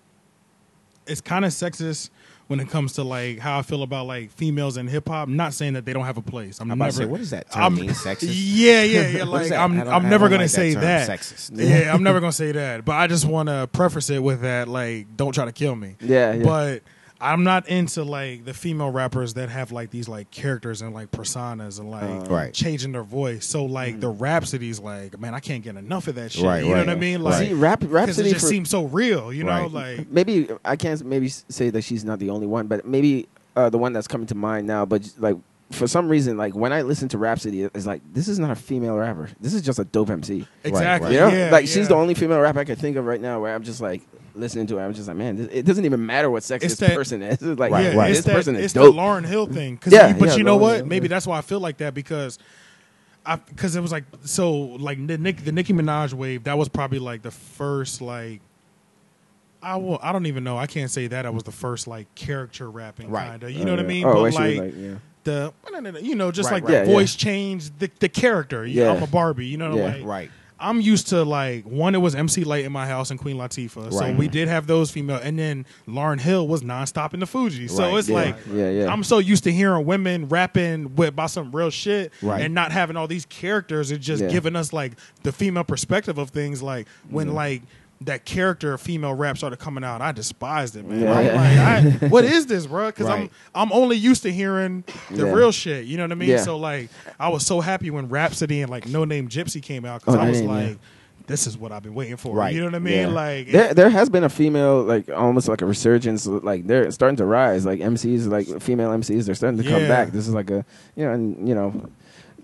Speaker 1: it's kind of sexist when it comes to like how I feel about like females in hip hop. Not saying that they don't have a place. I'm
Speaker 5: I'm about
Speaker 1: never.
Speaker 5: to say, what does that
Speaker 1: I'm-
Speaker 5: term mean? Sexist?
Speaker 1: Yeah, yeah, yeah.
Speaker 5: What is
Speaker 1: Like
Speaker 5: that?
Speaker 1: I'm,
Speaker 5: I don't- I
Speaker 1: I'm
Speaker 5: don't
Speaker 1: never gonna
Speaker 5: like that
Speaker 1: say
Speaker 5: term,
Speaker 1: that.
Speaker 5: sexist.
Speaker 1: Yeah, I'm never gonna say that. But I just want to preface it with that. Like, don't try to kill me.
Speaker 4: Yeah, yeah.
Speaker 1: But I'm not into like the female rappers that have like these like characters and like personas and like
Speaker 5: Uh, Right.
Speaker 1: changing their voice. So
Speaker 4: Mm.
Speaker 1: like the rhapsodies, like man, I can't get enough of that shit.
Speaker 5: Right,
Speaker 1: you know
Speaker 5: right.
Speaker 1: what I mean?
Speaker 5: Right.
Speaker 1: Like,
Speaker 4: See, rap,
Speaker 1: because it
Speaker 4: Rhapsody
Speaker 1: just
Speaker 4: for,
Speaker 1: seems so real. You know,
Speaker 5: Right.
Speaker 1: like
Speaker 4: maybe I can't maybe s- say that she's not the only one, but maybe uh, the one that's coming to mind now. But just, like for some reason, like when I listen to Rhapsody, it's like this is not a female rapper. This is just a dope MC.
Speaker 1: exactly.
Speaker 4: You know,
Speaker 1: Yeah,
Speaker 4: like
Speaker 1: yeah.
Speaker 4: she's the only female rapper I can think of right now where I'm just like listening to her. I'm just like, man, this, it doesn't even matter what sex
Speaker 1: It's
Speaker 4: this
Speaker 1: that-
Speaker 4: person is. It's like,
Speaker 5: Right,
Speaker 1: yeah,
Speaker 5: right.
Speaker 1: It's
Speaker 4: this
Speaker 1: that,
Speaker 4: person is
Speaker 1: it's
Speaker 4: dope. Mm.
Speaker 1: the Lauren Hill thing. 'Cause-
Speaker 4: Yeah,
Speaker 1: but
Speaker 4: yeah,
Speaker 1: you know
Speaker 4: Lauryn
Speaker 1: what?
Speaker 4: Hill,
Speaker 1: Maybe
Speaker 4: yeah.
Speaker 1: that's why I feel like that because. I Because it was like so, like the Nick, the Nicki Minaj wave. That was probably like the first, like I will. I don't even know. I can't say that I was the first like character rapping,
Speaker 5: Right.
Speaker 1: Kinda, you know what I mean?
Speaker 4: Oh,
Speaker 1: but
Speaker 4: I see,
Speaker 1: like,
Speaker 4: like, yeah.
Speaker 1: the, you know, just
Speaker 5: Right,
Speaker 1: like
Speaker 5: right.
Speaker 4: Yeah,
Speaker 1: the
Speaker 4: yeah.
Speaker 1: voice changed the, the character. Yeah,
Speaker 4: Yeah.
Speaker 1: I'm a Barbie. You know,
Speaker 4: Yeah.
Speaker 1: like
Speaker 5: Right.
Speaker 1: I'm used to like one. It was MC Light in my house and Queen Latifah, so
Speaker 5: Right.
Speaker 1: we did have those female. And then Lauren Hill was nonstop in the Fuji, so
Speaker 5: Right.
Speaker 1: it's
Speaker 4: Yeah,
Speaker 1: like
Speaker 4: yeah, yeah.
Speaker 1: I'm so used to hearing women rapping with about some real shit,
Speaker 5: Right.
Speaker 1: and not having all these characters. It's just
Speaker 4: Yeah.
Speaker 1: giving us like the female perspective of things. Like when like that character of female rap started coming out, I despised it, man.
Speaker 4: Yeah.
Speaker 1: I'm like, I, what is this, bro? Because
Speaker 5: Right.
Speaker 1: I'm I'm only used to hearing the
Speaker 4: Yeah.
Speaker 1: real shit. You know what I mean?
Speaker 4: Yeah.
Speaker 1: So like, I was so happy when Rhapsody and like No Name Gypsy came out because
Speaker 4: Oh,
Speaker 1: I
Speaker 4: No
Speaker 1: was
Speaker 4: Name, yeah.
Speaker 1: like this is what I've been waiting for.
Speaker 5: Right.
Speaker 1: You know what I mean?
Speaker 4: Yeah.
Speaker 1: Like,
Speaker 4: there, there has been a female like almost like a resurgence. Like they're starting to rise. Like MCs, like female MCs, they're starting to come
Speaker 1: Yeah.
Speaker 4: back. This is like a you know, and you know,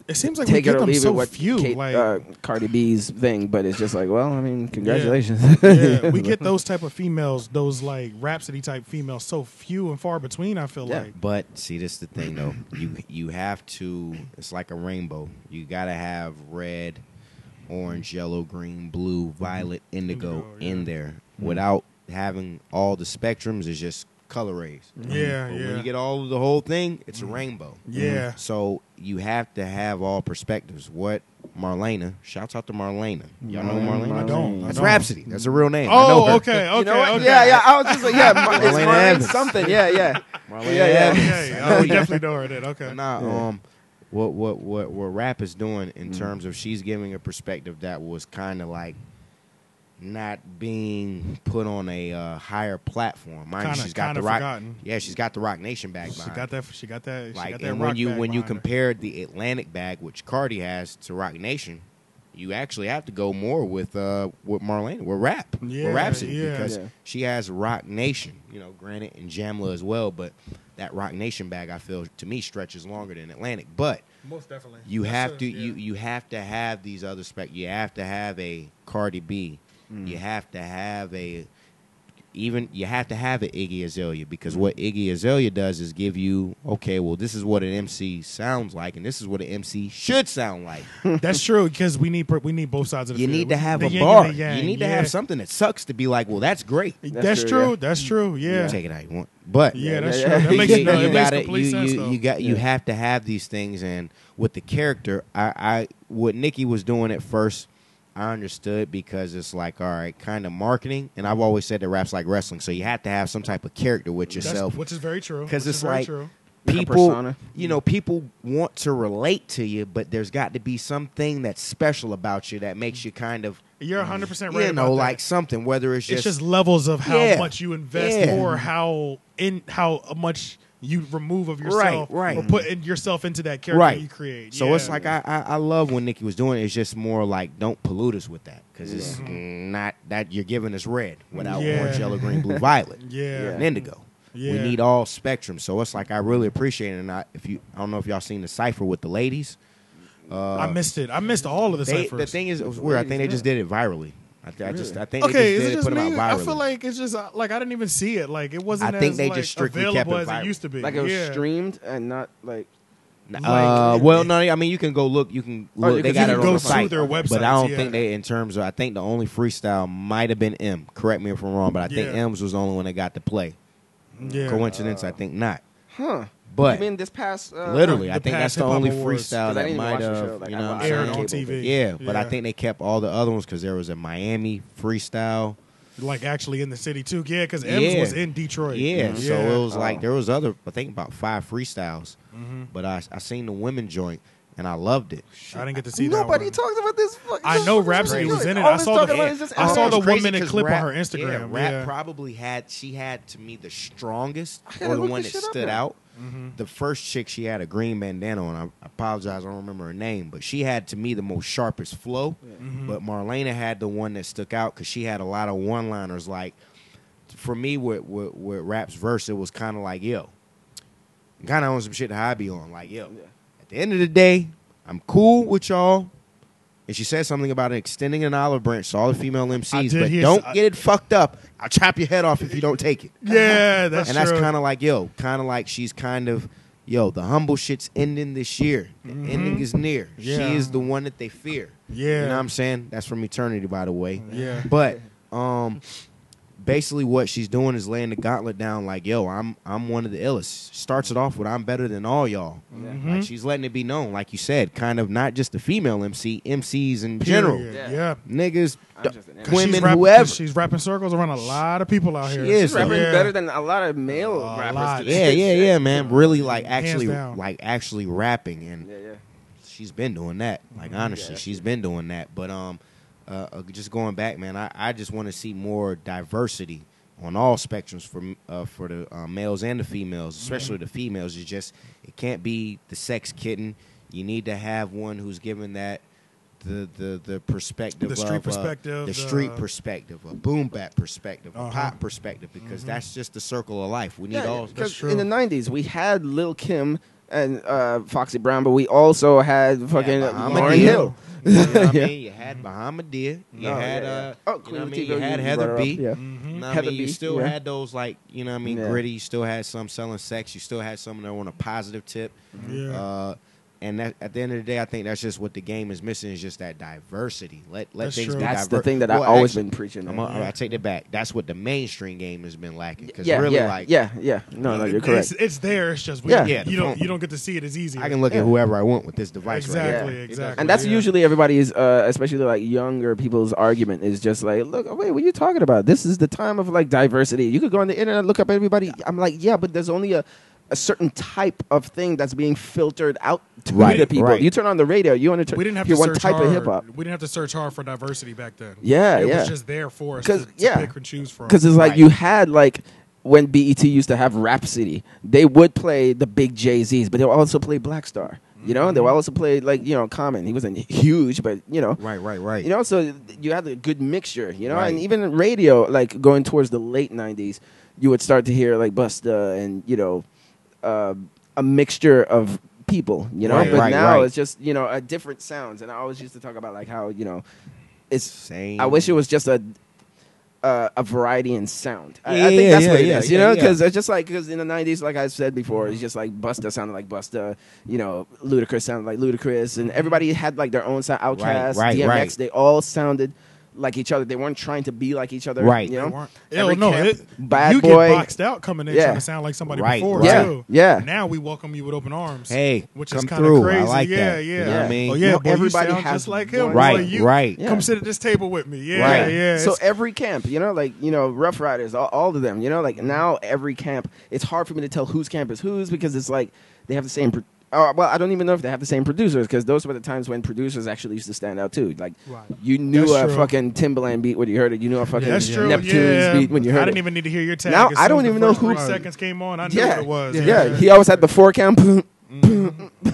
Speaker 1: it seems like we
Speaker 4: take
Speaker 1: get
Speaker 4: it or
Speaker 1: them
Speaker 4: leave
Speaker 1: so
Speaker 4: it. What
Speaker 1: few.
Speaker 4: Kate,
Speaker 1: like,
Speaker 4: uh, Cardi B's thing, but it's just like, well, I mean, congratulations.
Speaker 1: yeah, we get those type of females, those like Rhapsody type females, so few and far between. I feel
Speaker 4: Yeah.
Speaker 1: like.
Speaker 5: But see, this is the thing though. You you have to. It's like a rainbow. You gotta have red, orange, yellow, green, blue, violet, indigo,
Speaker 1: Mm-hmm. Indigo, yeah. Mm-hmm.
Speaker 5: in there. Without having all the spectrums, it's just color rays.
Speaker 1: Yeah,
Speaker 5: Mm-hmm. But
Speaker 1: yeah. Mm-hmm.
Speaker 5: When you get Mm-hmm. all of the whole thing, it's a rainbow.
Speaker 1: Yeah.
Speaker 5: So you have to have all perspectives. What Marlena? Shouts out to Marlena. Y'all know
Speaker 4: Marlena,
Speaker 5: Marlena?
Speaker 1: I don't. I
Speaker 5: That's
Speaker 1: don't.
Speaker 5: Rhapsody. That's a real name. I know her.
Speaker 1: Oh, okay, okay,
Speaker 4: You know what?
Speaker 1: okay.
Speaker 4: Yeah, yeah. I was just like, yeah, Mar- it's
Speaker 5: Marlena
Speaker 4: Marlene
Speaker 5: Evans.
Speaker 4: something. Yeah, yeah.
Speaker 5: Marlena
Speaker 4: Yeah, yeah.
Speaker 5: Evans.
Speaker 1: Okay, I would definitely know her then. Okay.
Speaker 5: But nah,
Speaker 4: Yeah.
Speaker 5: um, what what what what rap is doing in terms of she's giving a perspective that was kind of like not being put on a uh, higher platform. Mind you,
Speaker 1: Kinda-
Speaker 5: she's got
Speaker 1: kinda
Speaker 5: the rock.
Speaker 1: forgotten.
Speaker 5: Yeah, she's got the Rock Nation back.
Speaker 1: She got that. She got that. She
Speaker 5: Like,
Speaker 1: got that
Speaker 5: and
Speaker 1: rock
Speaker 5: when you
Speaker 1: bag
Speaker 5: when you
Speaker 1: behind her.
Speaker 5: compared the Atlantic bag, which Cardi has, to Rock Nation, you actually have to go more with uh with Marlena, with rap,
Speaker 1: Yeah,
Speaker 5: with Rhapsody,
Speaker 1: yeah.
Speaker 5: because
Speaker 4: Yeah.
Speaker 5: she has Rock Nation. You know, granted, and Jamla as well, but that Rock Nation bag, I feel to me, stretches longer than Atlantic. But
Speaker 1: most definitely,
Speaker 5: you
Speaker 1: That's
Speaker 5: have
Speaker 1: a-
Speaker 5: to
Speaker 1: yeah.
Speaker 5: you you have to have these other spec. You have to have a Cardi B.
Speaker 1: Mm.
Speaker 5: You have to have a even you have to have an Iggy Azalea because what Iggy Azalea does is give you okay, well this is what an MC sounds like and this is what an MC should sound like.
Speaker 1: That's true because we need we need both sides of the.
Speaker 5: You
Speaker 1: field.
Speaker 5: need to have
Speaker 1: The
Speaker 5: a
Speaker 1: yin and
Speaker 5: bar.
Speaker 1: the
Speaker 5: You
Speaker 1: yang,
Speaker 5: need to
Speaker 1: yeah.
Speaker 5: have something that sucks to be like, well that's great.
Speaker 1: That's,
Speaker 4: That's
Speaker 1: true.
Speaker 4: true, yeah.
Speaker 1: That's true. Yeah.
Speaker 5: You take it how you want. But
Speaker 1: Yeah,
Speaker 4: Yeah,
Speaker 1: that's
Speaker 4: yeah,
Speaker 1: true.
Speaker 4: yeah.
Speaker 1: That makes,
Speaker 5: you,
Speaker 1: no, it
Speaker 5: you
Speaker 1: makes
Speaker 5: gotta-
Speaker 1: complete
Speaker 5: you-
Speaker 1: sense.
Speaker 5: you-
Speaker 1: though.
Speaker 5: you got you
Speaker 4: Yeah.
Speaker 5: have to have these things, and with the character, I, I what Nikki was doing at first, I understood because it's like all right, kind of marketing, and I've always said that raps like wrestling, so you have to have some type of character with
Speaker 1: That's-
Speaker 5: yourself.
Speaker 1: which is very true.
Speaker 5: 'Cause
Speaker 1: which is
Speaker 5: it's
Speaker 1: very
Speaker 5: like-
Speaker 1: true.
Speaker 4: Like a
Speaker 5: people,
Speaker 4: persona.
Speaker 5: you know, people want to relate to you, but there's got to be something that's special about you that makes you kind of.
Speaker 1: You're 100 percent right.
Speaker 5: Mm. You know,
Speaker 1: about
Speaker 5: like
Speaker 1: that.
Speaker 5: something, whether it's just,
Speaker 1: it's just levels of how
Speaker 5: Yeah.
Speaker 1: much you invest
Speaker 5: Yeah.
Speaker 1: or how in how much you remove of yourself
Speaker 5: right.
Speaker 1: or put in yourself into that character
Speaker 5: Right.
Speaker 1: you create.
Speaker 5: So it's
Speaker 1: Yeah.
Speaker 5: like I, I I love when Nikki was doing. it. It's just more like don't pollute us with that because it's not that you're giving us red without
Speaker 1: Yeah.
Speaker 5: orange, yellow, green, blue, violet,
Speaker 1: yeah.
Speaker 5: and indigo.
Speaker 1: yeah.
Speaker 5: We need all spectrum. So it's like I really appreciate it. And I, if you, I don't know if y'all seen the cipher with the ladies.
Speaker 1: I missed it. I missed all of the
Speaker 5: uh, They,
Speaker 1: ciphers.
Speaker 5: the thing is, it was weird. I think they just did it virally. I, th- I just I think
Speaker 1: okay,
Speaker 5: they
Speaker 1: is
Speaker 5: just
Speaker 1: it
Speaker 5: did
Speaker 1: just
Speaker 5: put
Speaker 1: me?
Speaker 5: them out
Speaker 1: I
Speaker 5: virally.
Speaker 1: feel like it's just uh, like I didn't even see it. Like it wasn't.
Speaker 5: I think
Speaker 1: as,
Speaker 5: they
Speaker 1: like,
Speaker 5: just strictly
Speaker 1: available
Speaker 5: kept it
Speaker 1: as it
Speaker 5: viral.
Speaker 1: used to be.
Speaker 4: Like it was
Speaker 1: yeah.
Speaker 4: streamed and not like.
Speaker 5: uh,
Speaker 1: like-
Speaker 5: well, no, I mean you can go look. You can
Speaker 4: Oh,
Speaker 5: look.
Speaker 4: you
Speaker 5: they
Speaker 4: can-
Speaker 5: got
Speaker 4: you
Speaker 5: it
Speaker 4: can
Speaker 5: on
Speaker 4: go
Speaker 5: the
Speaker 4: through
Speaker 5: site,
Speaker 1: their
Speaker 5: but I
Speaker 1: websites,
Speaker 5: don't
Speaker 1: yeah.
Speaker 5: think they in terms of. I think the only freestyle might have been M. Correct me if I'm wrong, but I think
Speaker 1: Yeah.
Speaker 5: M's was the only one that got to play.
Speaker 1: Yeah.
Speaker 5: Coincidence? I think not.
Speaker 4: Huh.
Speaker 5: But
Speaker 4: I mean, this past. Uh,
Speaker 5: literally,
Speaker 1: The
Speaker 5: I think
Speaker 1: past
Speaker 5: that's the
Speaker 1: hip-hop
Speaker 5: only
Speaker 1: awards.
Speaker 5: freestyle
Speaker 4: 'Cause I
Speaker 5: that
Speaker 4: didn't even
Speaker 5: might
Speaker 4: watch the show.
Speaker 5: have.
Speaker 4: Like,
Speaker 5: You
Speaker 4: I
Speaker 5: know what I'm
Speaker 4: watched it
Speaker 1: aired
Speaker 5: saying?
Speaker 4: on
Speaker 1: on
Speaker 4: cable,
Speaker 1: TV.
Speaker 4: but-
Speaker 5: Yeah, but I
Speaker 1: Yeah.
Speaker 5: think they kept all the other ones because there was a Miami freestyle.
Speaker 1: like actually in the city too. Yeah, because M's
Speaker 5: Yeah.
Speaker 1: was in Detroit.
Speaker 5: Yeah, so it was
Speaker 4: Oh.
Speaker 5: like there was other. I think about five freestyles,
Speaker 1: Mm-hmm.
Speaker 5: but I I seen the women joint and I loved it.
Speaker 1: I didn't get to see
Speaker 4: Nobody
Speaker 1: that. one.
Speaker 4: talks about this. Fucking,
Speaker 1: I
Speaker 4: this
Speaker 1: know
Speaker 4: fucking
Speaker 1: Rhapsody
Speaker 4: shit.
Speaker 1: was in it.
Speaker 4: All
Speaker 1: I
Speaker 4: this
Speaker 1: saw
Speaker 4: talk
Speaker 1: the-
Speaker 4: about is just
Speaker 1: I saw
Speaker 4: Eminem.
Speaker 1: the
Speaker 5: It's crazy
Speaker 1: woman in
Speaker 5: 'cause
Speaker 1: clip on
Speaker 5: rap-
Speaker 1: her Instagram,
Speaker 5: Yeah, rap
Speaker 1: yeah.
Speaker 5: probably had she had to me the strongest
Speaker 4: I gotta
Speaker 5: or the
Speaker 4: look
Speaker 5: one
Speaker 4: this
Speaker 5: that
Speaker 4: shit up
Speaker 5: stood
Speaker 4: now.
Speaker 5: out.
Speaker 1: Mm-hmm.
Speaker 5: The first chick she had a green bandana on. I I apologize, I don't remember her name, but she had to me the most sharpest flow.
Speaker 1: Mm-hmm.
Speaker 5: But Marlena had the one that stuck out because she had a lot of one liners. Like for me, with, with with rap's verse, it was kind of like yo, kind of on some shit that I be on. Like yo,
Speaker 4: Yeah.
Speaker 5: at the end of the day, I'm cool with y'all. And she said something about extending an olive branch to all the female MCs,
Speaker 1: did
Speaker 5: but
Speaker 1: hear-
Speaker 5: don't
Speaker 1: I-
Speaker 5: get it fucked up. I'll chop your head off if you don't take it.
Speaker 1: Yeah, that's
Speaker 5: and that's
Speaker 1: true.
Speaker 5: kind of like, yo, kind of like she's kind of, yo, the humble shit's ending this year. The ending is near.
Speaker 1: Mm-hmm. Yeah.
Speaker 5: She is the one that they fear.
Speaker 1: Yeah.
Speaker 5: You know what I'm saying? That's from eternity, by the way.
Speaker 1: Yeah.
Speaker 5: But um, basically, what she's doing is laying the gauntlet down. Like, yo, I'm I'm one of the illest. Starts it off with I'm better than all y'all. Like she's letting it be known, like you said, kind of not just the female MC, MCs in general,
Speaker 1: Period.
Speaker 4: Yeah.
Speaker 1: Yeah.
Speaker 5: niggas,
Speaker 4: I'm
Speaker 5: d-
Speaker 4: just an
Speaker 1: 'Cause she's rap-
Speaker 5: women,
Speaker 1: 'cause
Speaker 5: whoever.
Speaker 1: She's wrapping circles around a lot of people out
Speaker 5: She
Speaker 1: here.
Speaker 5: is,
Speaker 4: She's rapping
Speaker 1: Yeah.
Speaker 4: better than a lot of male
Speaker 1: A
Speaker 4: rappers.
Speaker 1: lot.
Speaker 4: today.
Speaker 5: yeah, yeah, yeah, man. Really, like actually,
Speaker 1: down.
Speaker 5: like actually rapping, and
Speaker 4: Yeah, yeah.
Speaker 5: she's been doing that. Like
Speaker 1: Mm-hmm.
Speaker 5: honestly,
Speaker 4: Yeah.
Speaker 5: she's been doing that. But um, uh, uh, just going back, man, I, I just want to see more diversity on all spectrums for m- uh, for the uh, males and the females,
Speaker 1: Mm-hmm.
Speaker 5: especially the females. It's just it can't be the sex kitten. You need to have one who's given that. The, the the perspective
Speaker 1: The street
Speaker 5: of, uh,
Speaker 1: perspective,
Speaker 5: the street
Speaker 1: the-
Speaker 5: perspective a boom bap perspective
Speaker 1: Uh-huh. Mm-hmm.
Speaker 5: a pop perspective because that's just the circle of life we need all
Speaker 1: That's
Speaker 4: because
Speaker 1: true.
Speaker 4: in the '90s we had Lil Kim and uh, Foxy Brown, but we also had fucking
Speaker 5: Yeah, Muhammad
Speaker 4: Lauren
Speaker 5: Hill.
Speaker 4: Hill.
Speaker 5: You know what I
Speaker 4: Yeah.
Speaker 5: mean? You had Bahamadia. You
Speaker 4: Oh,
Speaker 5: had
Speaker 4: yeah, yeah.
Speaker 5: uh,
Speaker 4: Oh,
Speaker 5: you know
Speaker 4: Queen
Speaker 5: what I mean?
Speaker 4: Latifah,
Speaker 5: You had
Speaker 4: you
Speaker 5: Heather
Speaker 4: brought her
Speaker 5: B.
Speaker 4: up, yeah.
Speaker 5: You know what I
Speaker 4: Heather
Speaker 5: mean? You
Speaker 4: B,
Speaker 5: still
Speaker 4: yeah.
Speaker 5: had those like you know what I mean
Speaker 4: Yeah.
Speaker 5: gritty. You still had some selling sex. You still had some that were on a positive tip.
Speaker 1: Yeah.
Speaker 5: Uh, and that, at the end of the day, I think that's just what the game is missing is just that diversity. Let let
Speaker 1: That's
Speaker 5: things
Speaker 1: true.
Speaker 5: be
Speaker 4: That's the
Speaker 5: diver-
Speaker 4: thing that I've
Speaker 5: Well,
Speaker 4: always
Speaker 5: actually,
Speaker 4: been preaching.
Speaker 5: I'm a- I take that back. That's what the mainstream game has been lacking. Because
Speaker 4: yeah,
Speaker 5: really,
Speaker 4: yeah,
Speaker 5: like
Speaker 4: yeah, yeah. No, no, you're correct.
Speaker 1: It's, it's there. It's just we,
Speaker 4: Yeah.
Speaker 5: Yeah,
Speaker 1: you
Speaker 5: the
Speaker 1: don't
Speaker 5: phone.
Speaker 1: you don't get to see it as easy.
Speaker 5: I can look
Speaker 4: Yeah.
Speaker 5: at whoever I want with this device. Right
Speaker 1: exactly,
Speaker 4: Yeah.
Speaker 1: exactly.
Speaker 4: and that's
Speaker 1: yeah.
Speaker 4: usually everybody's, uh, especially like younger people's argument is just like, look, wait, what are you talking about? This is the time of like diversity. You could go on the internet, look up everybody. I'm like, yeah, but there's only a, a certain type of thing that's being filtered out to
Speaker 5: Right,
Speaker 4: the people.
Speaker 5: right.
Speaker 4: You turn on the radio, you want to
Speaker 1: We didn't have
Speaker 4: hear
Speaker 1: to
Speaker 4: one
Speaker 1: search
Speaker 4: type
Speaker 1: hard.
Speaker 4: of hip hop.
Speaker 1: We didn't have to search hard for diversity back then.
Speaker 4: Yeah,
Speaker 1: it
Speaker 4: yeah.
Speaker 1: was just there for us to,
Speaker 4: 'Cause,
Speaker 1: to
Speaker 4: yeah.
Speaker 1: pick and choose from.
Speaker 4: Because it's like
Speaker 5: Right.
Speaker 4: you had like when BET used to have Rap City, they would play the big Jay Z's, but they would also play Black Star. You know,
Speaker 1: Mm-hmm.
Speaker 4: they would also play like you know Common. He wasn't huge, but you know,
Speaker 5: Right, right, right.
Speaker 4: you know, so th- you had a good mixture. You know,
Speaker 5: Right.
Speaker 4: and even radio, like going towards the late '90s, you would start to hear like Busta and you know uh, a mixture of people. You know,
Speaker 5: Right,
Speaker 4: but
Speaker 5: right,
Speaker 4: now
Speaker 5: right.
Speaker 4: it's just you know a different sounds. And I always used to talk about like how you know it's
Speaker 5: Same.
Speaker 4: I wish it was just a uh, a variety in sound. I, I
Speaker 5: Yeah,
Speaker 4: think
Speaker 5: yeah,
Speaker 4: that's
Speaker 5: yeah,
Speaker 4: what it is,
Speaker 5: yeah,
Speaker 4: you
Speaker 5: yeah,
Speaker 4: know,
Speaker 5: yeah.
Speaker 4: because it's just like because in the '90s, like I said before, it's just like Busta sounded like Busta, you know, Ludacris sounded like Ludacris, and everybody had like their own sound. Outkast,
Speaker 5: right,
Speaker 4: DMX,
Speaker 5: right.
Speaker 4: they all sounded like each other. They weren't trying to be like each other,
Speaker 5: Right.
Speaker 4: You
Speaker 1: They
Speaker 4: know,
Speaker 1: weren't-
Speaker 4: Every
Speaker 1: Hell no,
Speaker 4: camp,
Speaker 1: it,
Speaker 4: bad
Speaker 1: you
Speaker 4: boy.
Speaker 1: get boxed out coming in
Speaker 4: Yeah.
Speaker 1: trying to sound like somebody
Speaker 5: Right,
Speaker 1: before
Speaker 5: right.
Speaker 1: too.
Speaker 4: Yeah, yeah.
Speaker 1: Now we welcome you with open arms.
Speaker 5: Hey,
Speaker 1: which is
Speaker 5: come
Speaker 1: kind of
Speaker 5: through. I
Speaker 1: crazy.
Speaker 5: like
Speaker 1: yeah,
Speaker 5: that.
Speaker 1: yeah.
Speaker 5: You know what I mean?
Speaker 1: Oh yeah,
Speaker 4: No,
Speaker 1: boy,
Speaker 4: everybody
Speaker 1: you sound
Speaker 4: has
Speaker 1: just like him.
Speaker 4: one-
Speaker 1: Boy,
Speaker 5: Right,
Speaker 1: you,
Speaker 5: right.
Speaker 1: Come
Speaker 4: Yeah.
Speaker 1: sit at this table with me. Yeah,
Speaker 5: Right.
Speaker 1: yeah.
Speaker 4: So
Speaker 1: it's-
Speaker 4: every camp, you know, like you know, Rough Riders, all, all of them, you know, like now every camp, it's hard for me to tell whose camp is whose because it's like they have the same pr- Oh, well, I don't even know if they have the same producers because those were the times when producers actually used to stand out too. Like
Speaker 3: Right.
Speaker 4: you knew
Speaker 1: That's
Speaker 4: a
Speaker 1: true.
Speaker 4: fucking Timbaland beat when you heard it. You knew a fucking
Speaker 1: That's true.
Speaker 4: Neptune's
Speaker 1: yeah.
Speaker 4: beat when you
Speaker 1: I
Speaker 4: heard
Speaker 1: didn't
Speaker 4: it.
Speaker 1: even need to hear your tag.
Speaker 4: Now,
Speaker 1: As
Speaker 4: I
Speaker 1: soon
Speaker 4: don't
Speaker 1: as the
Speaker 4: even know
Speaker 1: first
Speaker 4: who-
Speaker 1: three seconds came on. I knew
Speaker 4: Yeah.
Speaker 1: what it was. Mm-hmm.
Speaker 3: Yeah.
Speaker 4: Yeah, he always had the four count.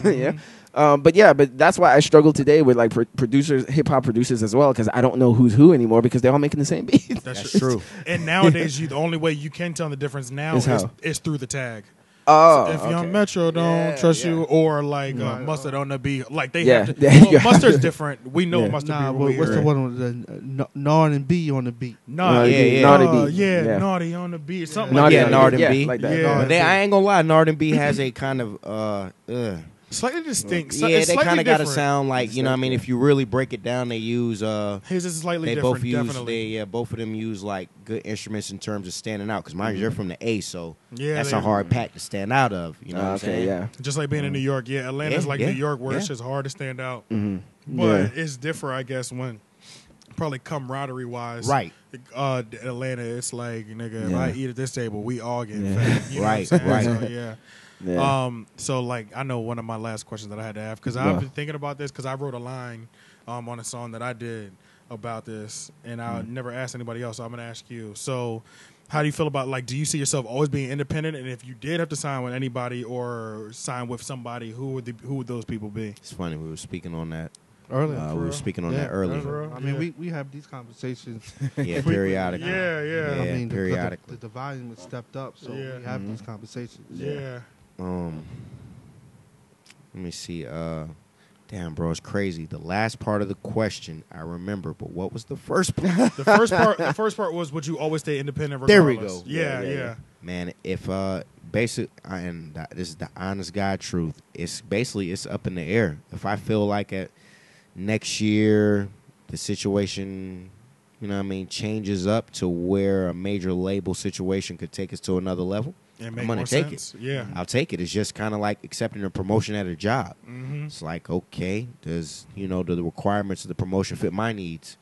Speaker 4: yeah, um, but yeah, but that's why I struggle today with like pro- producers, hip hop producers as well, because I don't know who's who anymore because they're all making the same beats.
Speaker 1: That's
Speaker 5: That's
Speaker 1: true.
Speaker 5: true.
Speaker 1: And nowadays, you the only way you can tell the difference now
Speaker 4: Is
Speaker 1: is,
Speaker 4: how?
Speaker 1: is, through the tag.
Speaker 4: Oh,
Speaker 1: if Young
Speaker 4: okay.
Speaker 1: Metro don't
Speaker 4: Yeah,
Speaker 1: trust
Speaker 4: yeah.
Speaker 1: you, or like uh,
Speaker 3: Right.
Speaker 1: Mustard on the beat, like they
Speaker 4: Yeah.
Speaker 1: have to.
Speaker 4: Yeah, you
Speaker 1: Well,
Speaker 4: have
Speaker 1: Mustard's different. We know
Speaker 4: Yeah.
Speaker 1: what Mustard
Speaker 3: Nah,
Speaker 1: be.
Speaker 3: what-
Speaker 1: we
Speaker 3: what's the
Speaker 1: hear.
Speaker 3: one on the uh, N- Nard and B on the beat?
Speaker 1: Naughty,
Speaker 5: Yeah, yeah.
Speaker 1: Uh,
Speaker 4: Naughty beat.
Speaker 1: yeah,
Speaker 4: Yeah.
Speaker 1: naughty on the beat, something
Speaker 4: Naughty
Speaker 1: like that.
Speaker 5: yeah, Nard and
Speaker 4: yeah,
Speaker 5: B.
Speaker 4: like that.
Speaker 1: Yeah.
Speaker 5: But they, I ain't gonna lie, Nardin B has a kind of uh, ugh.
Speaker 1: Slightly distinct. so-
Speaker 5: yeah,
Speaker 1: it's
Speaker 5: they kind
Speaker 1: slightly
Speaker 5: of got to
Speaker 1: different.
Speaker 5: sound like you know. what I mean, if you really break it down, they use uh,
Speaker 1: His is slightly
Speaker 5: they
Speaker 1: different.
Speaker 5: both use
Speaker 1: definitely.
Speaker 5: they yeah, both of them use like good instruments in terms of standing out. Because mind you, they're from the A, so
Speaker 1: Mm-hmm. Yeah,
Speaker 5: that's
Speaker 1: they-
Speaker 5: a hard pack to stand out of. You know,
Speaker 4: Ah,
Speaker 5: what I'm
Speaker 4: okay,
Speaker 5: saying?
Speaker 4: yeah.
Speaker 1: Just like being in New York, yeah, Atlanta's
Speaker 5: Yeah,
Speaker 1: like
Speaker 5: yeah,
Speaker 1: New York, where it's
Speaker 5: yeah.
Speaker 1: just hard to stand out.
Speaker 4: Mhm.
Speaker 1: But it's different, I guess, when probably camaraderie wise,
Speaker 5: Right.
Speaker 1: Uh, Atlanta, it's like nigga, if
Speaker 4: Yeah.
Speaker 1: I eat at this table, we all get
Speaker 4: Yeah.
Speaker 1: fat. You know
Speaker 5: Right,
Speaker 1: what I'm saying?
Speaker 5: right.
Speaker 1: So, yeah.
Speaker 4: Yeah. yeah.
Speaker 1: Um, so like I know one of my last questions that I had to have because
Speaker 4: Yeah.
Speaker 1: I've been thinking about this because I wrote a line um, on a song that I did about this, and I
Speaker 5: Mm-hmm.
Speaker 1: never asked anybody else. So I'm gonna ask you. So, how do you feel about like? Do you see yourself always being independent? And if you did have to sign with anybody or sign with somebody, who would the, who would those people be?
Speaker 5: It's funny we were speaking on that.
Speaker 3: Earlier.
Speaker 5: Uh, we were speaking on
Speaker 3: Yeah,
Speaker 5: that earlier.
Speaker 1: for
Speaker 3: I mean,
Speaker 1: Yeah.
Speaker 3: we, we have these conversations.
Speaker 5: Yeah,
Speaker 1: We-
Speaker 5: periodically.
Speaker 1: Yeah, yeah,
Speaker 3: I
Speaker 5: Yeah,
Speaker 3: mean, the- the-
Speaker 5: periodically.
Speaker 3: The,
Speaker 5: Mm-hmm.
Speaker 3: the, volume has stepped up, so
Speaker 1: Yeah.
Speaker 3: we have these conversations.
Speaker 1: yeah.
Speaker 5: Um, let me see. Uh, damn, bro, it's crazy. The last part of the question I remember, but what was the first part?
Speaker 1: The first part, the first part was, would you always stay independent?
Speaker 5: There we
Speaker 1: regardless?
Speaker 5: go.
Speaker 1: Yeah, yeah.
Speaker 5: Man, if uh, basic I- and th- this is the honest guy truth. It's basically it's up in the air. If I feel like at next year the situation, you know, what I mean, changes up to where a major label situation could take us to another level.
Speaker 1: And
Speaker 5: I'm
Speaker 1: make
Speaker 5: gonna
Speaker 1: more
Speaker 5: take
Speaker 1: sense. Yeah.
Speaker 5: I'll take it. It's just kind of like accepting a promotion at a job.
Speaker 1: Mm-hmm.
Speaker 5: It's like, okay, does you know do the requirements of the promotion fit my needs?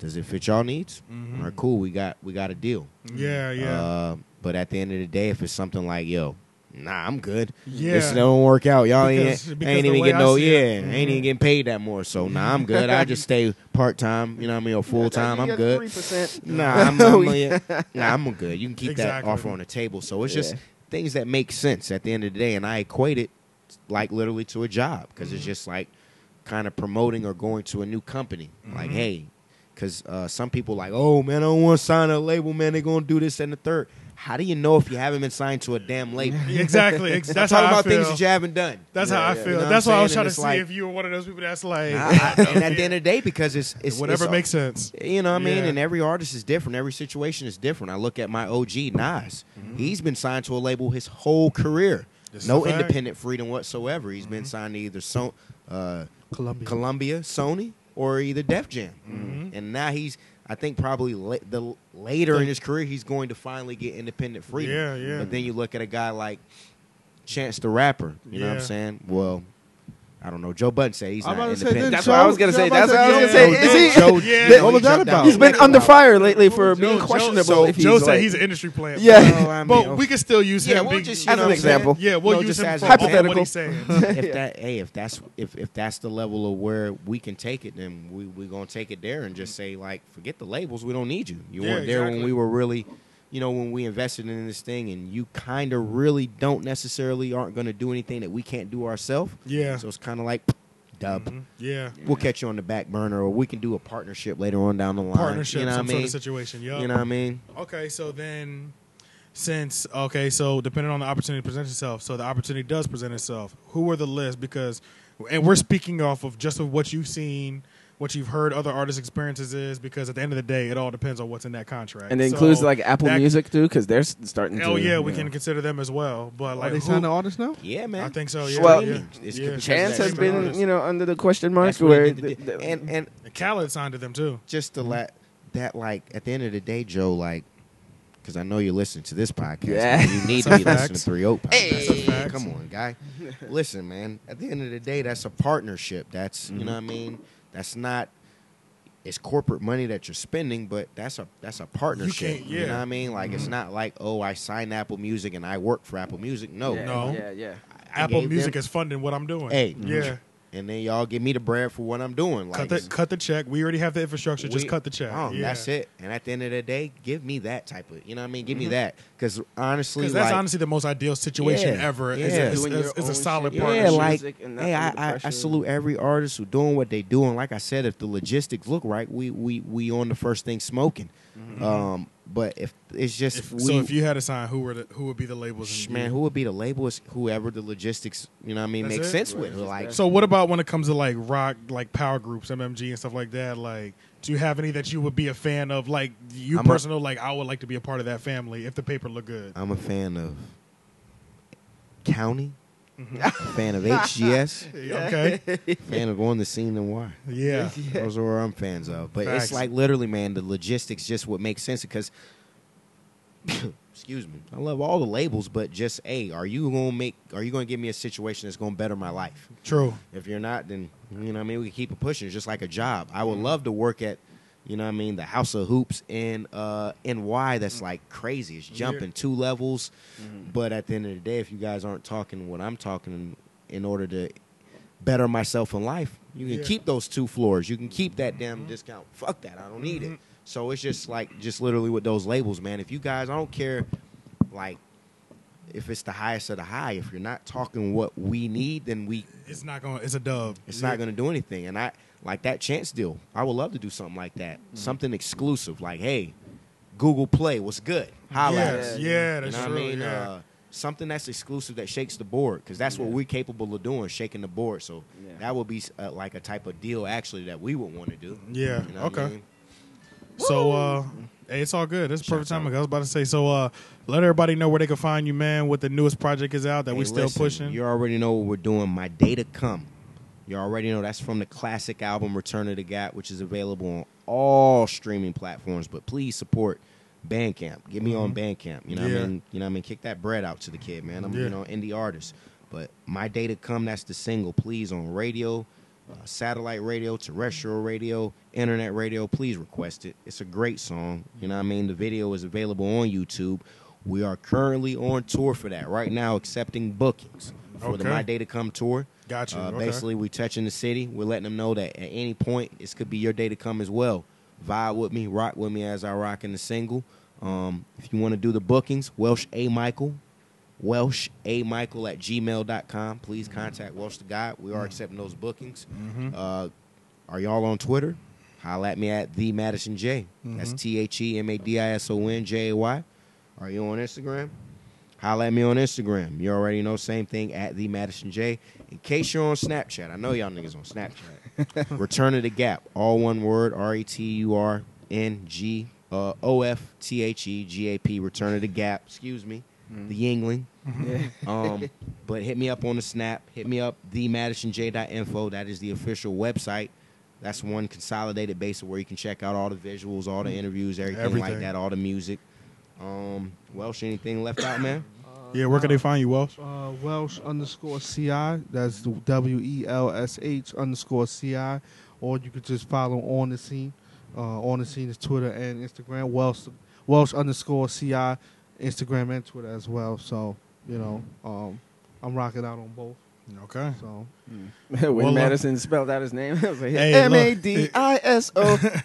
Speaker 5: Does it fit y'all needs?
Speaker 1: Mhm.
Speaker 5: All right, cool. We got we got a deal.
Speaker 1: Yeah, yeah.
Speaker 5: Uh, but at the end of the day, if it's something like, yo, nah, I'm good.
Speaker 1: Yeah.
Speaker 5: This don't work out. Y'all
Speaker 1: Because-
Speaker 5: ain't,
Speaker 1: because
Speaker 5: ain't
Speaker 1: the
Speaker 5: even
Speaker 1: way
Speaker 5: getting
Speaker 1: I
Speaker 5: no,
Speaker 1: see
Speaker 5: yeah,
Speaker 1: it. Mm-hmm.
Speaker 5: ain't even getting paid that more. So, nah, I'm good. I just stay part time, you know what I mean, or full time. I'm good.
Speaker 4: 3%.
Speaker 5: Nah, I'm, I'm a- nah, I'm good. You can keep
Speaker 1: Exactly.
Speaker 5: that offer on the table. So it's just
Speaker 4: Yeah.
Speaker 5: things that make sense at the end of the day, and I equate it like literally to a job because
Speaker 1: Mm-hmm.
Speaker 5: it's just like kind of promoting or going to a new company. Like,
Speaker 1: Mm-hmm.
Speaker 5: hey, because uh, some people like, oh man, I don't want to sign a label, man. They're gonna do this and the third. How do you know if you haven't been signed to a damn label?
Speaker 1: Exactly. Ex- That's
Speaker 5: Talk
Speaker 1: how I
Speaker 5: about
Speaker 1: feel.
Speaker 5: things that you haven't done.
Speaker 1: That's
Speaker 4: Yeah,
Speaker 1: how I
Speaker 4: yeah.
Speaker 1: feel.
Speaker 5: You know what
Speaker 1: that's
Speaker 5: I'm
Speaker 1: why I was
Speaker 5: saying?
Speaker 1: trying
Speaker 5: And
Speaker 1: to
Speaker 5: it's
Speaker 1: see
Speaker 5: like-
Speaker 1: if you were one of those people that's like,
Speaker 5: I- I- and at the end of the day, because it's, it's
Speaker 1: whatever
Speaker 5: it's,
Speaker 1: makes sense.
Speaker 5: You know what I mean?
Speaker 1: Yeah.
Speaker 5: And every artist is different. Every situation is different. I look at my OG Nas. He's been signed to a label his whole career.
Speaker 1: Mm-hmm. This is a
Speaker 5: no
Speaker 1: fact. Mm-hmm.
Speaker 5: independent freedom whatsoever. He's been signed to either so, uh,
Speaker 3: Columbia.
Speaker 5: Columbia, Sony, or either Def Jam.
Speaker 1: Mhm.
Speaker 5: And now he's, I think, probably la- the later in his career he's going to finally get independent freedom.
Speaker 1: Yeah, yeah.
Speaker 5: But then you look at a guy like Chance the Rapper. You know what
Speaker 1: Yeah.
Speaker 5: I'm saying? Well. I don't know. Joe Budden said he's
Speaker 3: I'm
Speaker 5: not
Speaker 3: about to say,
Speaker 5: independent.
Speaker 3: didn't
Speaker 4: That's what I was gonna
Speaker 3: Joe-
Speaker 4: say.
Speaker 3: Joe about
Speaker 4: That's what I was gonna
Speaker 3: yeah.
Speaker 4: say. Is he?
Speaker 5: Joe,
Speaker 1: Yeah.
Speaker 5: Joe-
Speaker 3: What was
Speaker 5: Joe
Speaker 3: that
Speaker 5: jumped
Speaker 3: about?
Speaker 5: out.
Speaker 4: He's been
Speaker 5: Like,
Speaker 4: under
Speaker 5: wow.
Speaker 4: fire lately for being
Speaker 1: Joe-
Speaker 4: questionable.
Speaker 1: Joe,
Speaker 4: if he's
Speaker 1: Joe said
Speaker 4: like-
Speaker 1: he's an industry plant.
Speaker 4: Yeah.
Speaker 5: Well, I mean,
Speaker 1: but
Speaker 5: okay.
Speaker 1: we could still use
Speaker 5: Yeah,
Speaker 1: him.
Speaker 5: we'll
Speaker 1: be-
Speaker 5: just-
Speaker 4: you As know an what I'm saying? example.
Speaker 1: Yeah, we'll
Speaker 5: No,
Speaker 1: use
Speaker 5: just
Speaker 1: him
Speaker 5: as
Speaker 1: for
Speaker 5: an
Speaker 1: all- what
Speaker 4: example.
Speaker 1: he's saying.
Speaker 5: if that hey if that's if, if that's the level of where we can take it then we we gonna take it there and just say like forget the labels we don't need you you
Speaker 1: Yeah,
Speaker 5: weren't there when
Speaker 1: exactly.
Speaker 5: we were really you know when we invested in this thing and you kind of really don't necessarily aren't gonna do anything that we can't do ourselves
Speaker 1: Yeah.
Speaker 5: so it's kind of like dub
Speaker 1: Mhm. Yeah.
Speaker 5: we'll catch you on the back burner or we can do a partnership later on down the line
Speaker 1: Partnership,
Speaker 5: you know what I
Speaker 1: some sort
Speaker 5: mean
Speaker 1: of situation. Yup.
Speaker 5: you know what I mean
Speaker 1: Okay, so then, since okay, so depending on the opportunity that presents itself, so the opportunity does present itself. Who are the list? Because, and we're speaking off of just of what you've seen, what you've heard other artists' experiences is. Because at the end of the day, it all depends on what's in that contract.
Speaker 4: and it
Speaker 1: So
Speaker 4: includes like Apple
Speaker 1: that-
Speaker 4: Music too, because they're s- starting.
Speaker 1: Oh
Speaker 4: to,
Speaker 1: yeah, we
Speaker 4: you
Speaker 1: can
Speaker 4: know.
Speaker 1: consider them as well. But
Speaker 3: Are
Speaker 1: like,
Speaker 3: they
Speaker 1: who-
Speaker 3: signing artists now?
Speaker 5: yeah man
Speaker 1: I think so. Yeah.
Speaker 4: Well,
Speaker 1: yeah.
Speaker 5: it's-
Speaker 1: Yeah.
Speaker 5: it's-
Speaker 4: Chance has
Speaker 5: That's
Speaker 4: been,
Speaker 1: artist.
Speaker 4: you know, under the question mark.
Speaker 5: that's what
Speaker 4: Where
Speaker 5: it did to-
Speaker 4: the- the-
Speaker 1: mm.
Speaker 5: and and
Speaker 1: Khaled signed to them too.
Speaker 5: just to let that like at the end of the day, Joe, like because I know you're listening to this podcast,
Speaker 4: Yeah.
Speaker 5: man. you need to
Speaker 1: That's
Speaker 5: be
Speaker 1: a fact.
Speaker 5: listening to Three Oak. Podcast.
Speaker 4: Hey. That's
Speaker 1: a fact.
Speaker 5: come on, guy. Listen, man. At the end of the day, that's a partnership. That's you
Speaker 1: Mm-hmm.
Speaker 5: know what I mean. That's not. It's corporate money that you're spending, but that's a that's a partnership.
Speaker 1: can't-
Speaker 5: You know
Speaker 1: yeah. Mm-hmm.
Speaker 5: what I mean? Like it's not like oh, I signed Apple Music and I work for Apple Music. No,
Speaker 4: yeah,
Speaker 1: No.
Speaker 4: Yeah, yeah.
Speaker 5: I-
Speaker 1: Apple
Speaker 5: gave
Speaker 1: Music
Speaker 5: them-
Speaker 1: is funding what I'm doing.
Speaker 5: Hey.
Speaker 1: yeah,
Speaker 5: and then y'all give me the bread for what I'm doing.
Speaker 1: cut
Speaker 5: Like,
Speaker 1: the cut the check. We already have the infrastructure. just
Speaker 5: we-
Speaker 1: cut the check.
Speaker 5: Oh,
Speaker 1: yeah. Mm-hmm.
Speaker 5: That's it. And at the end of the day, give me that type of, you know what I mean? Give me that. Because honestly,
Speaker 1: Because that's
Speaker 5: like,
Speaker 1: honestly the most ideal situation
Speaker 5: Yeah,
Speaker 1: ever. It's,
Speaker 5: yeah.
Speaker 1: it's-
Speaker 4: Doing
Speaker 1: it's-
Speaker 4: your
Speaker 1: it's
Speaker 4: own
Speaker 1: a solid
Speaker 4: shit.
Speaker 1: partnership.
Speaker 5: yeah, like,
Speaker 4: Music and not
Speaker 5: hey,
Speaker 4: under
Speaker 5: I,
Speaker 4: the
Speaker 5: I, I
Speaker 4: pressure.
Speaker 5: salute every artist who doing what they do. And like I said, if the logistics look right, we we we on the first thing smoking. Um, but if it's just
Speaker 1: Mm-hmm. If- so
Speaker 5: we,
Speaker 1: if you had a sign, who were the, who would be the labels?
Speaker 5: Sh-
Speaker 1: and
Speaker 5: man,
Speaker 1: you?
Speaker 5: who would be the label? Is whoever the logistics, you know, what I mean,
Speaker 1: That's
Speaker 5: makes
Speaker 1: it?
Speaker 5: sense
Speaker 4: Right,
Speaker 5: with.
Speaker 4: just
Speaker 5: Like,
Speaker 4: that.
Speaker 1: So what about when it comes to like rock, like power groups, MMG and stuff like that? Like, do you have any that you would be a fan of? Like, you
Speaker 5: I'm a- Uh,
Speaker 1: personal, like I would like to be a part of that family if the paper looked good.
Speaker 5: I'm a fan of County,
Speaker 1: Mm-hmm.
Speaker 5: fan of HGS,
Speaker 1: Okay,
Speaker 5: fan of On the Scene and Why.
Speaker 1: yeah,
Speaker 5: Those are what I'm fans of. But
Speaker 1: Facts.
Speaker 5: it's like literally, man, the logistics just what makes sense because. Excuse me. I love all the labels, but just hey, are you gonna make? Are you gonna give me a situation that's gonna better my life?
Speaker 1: true.
Speaker 5: If you're not, then you know what I mean. We can keep it pushing. It's just like a job. I would love to work at, you know what I mean, the House of Hoops in uh NY. That's like crazy. It's jumping two levels, but at the end of the day, if you guys aren't talking what I'm talking in, in order to better myself in life, you can
Speaker 1: Yeah.
Speaker 5: keep those two floors. You can keep that damn discount. Fuck that. I don't need it. So it's just like just literally with those labels, man. If you guys, I don't care, like. If it's the highest of the high, if you're not talking what we need, then we
Speaker 1: It's not going. to It's a dub.
Speaker 5: it's not going to do anything. And I like that chance deal. I would love to do something like that,
Speaker 1: Mm-hmm.
Speaker 5: something exclusive. Like, hey, Google Play, what's good? Holla at
Speaker 1: Yes,
Speaker 5: us.
Speaker 1: yeah,
Speaker 5: You
Speaker 1: that's
Speaker 5: know
Speaker 1: true.
Speaker 5: what I mean?
Speaker 1: yeah.
Speaker 5: Uh, something that's exclusive that shakes the board because that's what we're capable of doing, shaking the board. So
Speaker 4: Yeah.
Speaker 5: that would be uh, like a type of deal actually that we would want to do.
Speaker 1: Yeah,
Speaker 5: You know what I
Speaker 1: okay.
Speaker 5: mean?
Speaker 1: So uh hey, it's all good. That's perfect
Speaker 5: Shouts out.
Speaker 1: timing. I was about to say. So uh let everybody know where they can find you, man. What the newest project is out that we
Speaker 5: Hey,
Speaker 1: still
Speaker 5: listen,
Speaker 1: pushing.
Speaker 5: You already know what we're doing. My day to come. You already know that's from the classic album Return of the Gap, which is available on all streaming platforms. But please support Bandcamp. Get me on Bandcamp. You know what
Speaker 1: Mm-hmm. Yeah.
Speaker 5: I mean? You know what I mean? Kick that bread out to the kid, man. I'm
Speaker 1: Yeah.
Speaker 5: you know indie artist. But my day to come, that's the single. Please on radio, uh, satellite radio, terrestrial radio, internet radio. Please request it. It's a great song. You know what I mean? The video is available on YouTube. We are currently on tour for that right now, accepting bookings for the
Speaker 1: Okay.
Speaker 5: My Day to Come tour.
Speaker 1: Gotcha.
Speaker 5: Uh,
Speaker 1: Okay.
Speaker 5: Basically, we touching the city. We're letting them know that at any point, this could be your day to come as well. Vibe with me, rock with me as I rock in the single. Um, if you want to do the bookings, Welsh A. Michael, Welsh A. Michael at gmail.com. Please contact Welsh the Guy. We are accepting those bookings. Uh, are y'all on Twitter? Holla at me at the Madison J. That's T H E M A D I S O N J A Y. Are you on Instagram? Holla at me on Instagram. You already know, same thing at the Madison J. In case you're on Snapchat, I know y'all niggas on Snapchat. Return of the Gap, all one word, R E T U R N G uh, O F T H E G A P. Return of the Gap. Excuse me, the Yingling.
Speaker 4: Yeah.
Speaker 5: Um, but hit me up on the snap. Hit me up themadisonj.info. That is the official website. That's one consolidated base of where you can check out all the visuals, all the interviews, everything,
Speaker 1: Everything.
Speaker 5: like that, all the music. Um, Welsh, anything left out, man?
Speaker 1: yeah, where can they find you, Welsh?
Speaker 3: Uh, Welsh underscore ci. That's the W E L S H underscore ci. Or you could just follow on the scene. Uh, on the scene is Twitter and Instagram. Welsh Welsh underscore ci. Instagram and Twitter as well. So you know, um, I'm rocking out on both.
Speaker 1: Okay.
Speaker 3: So
Speaker 4: when
Speaker 1: Well, uh,
Speaker 4: Madison spelled out his name, I was like,
Speaker 1: Hey, look.
Speaker 4: M A D I S O. Yeah.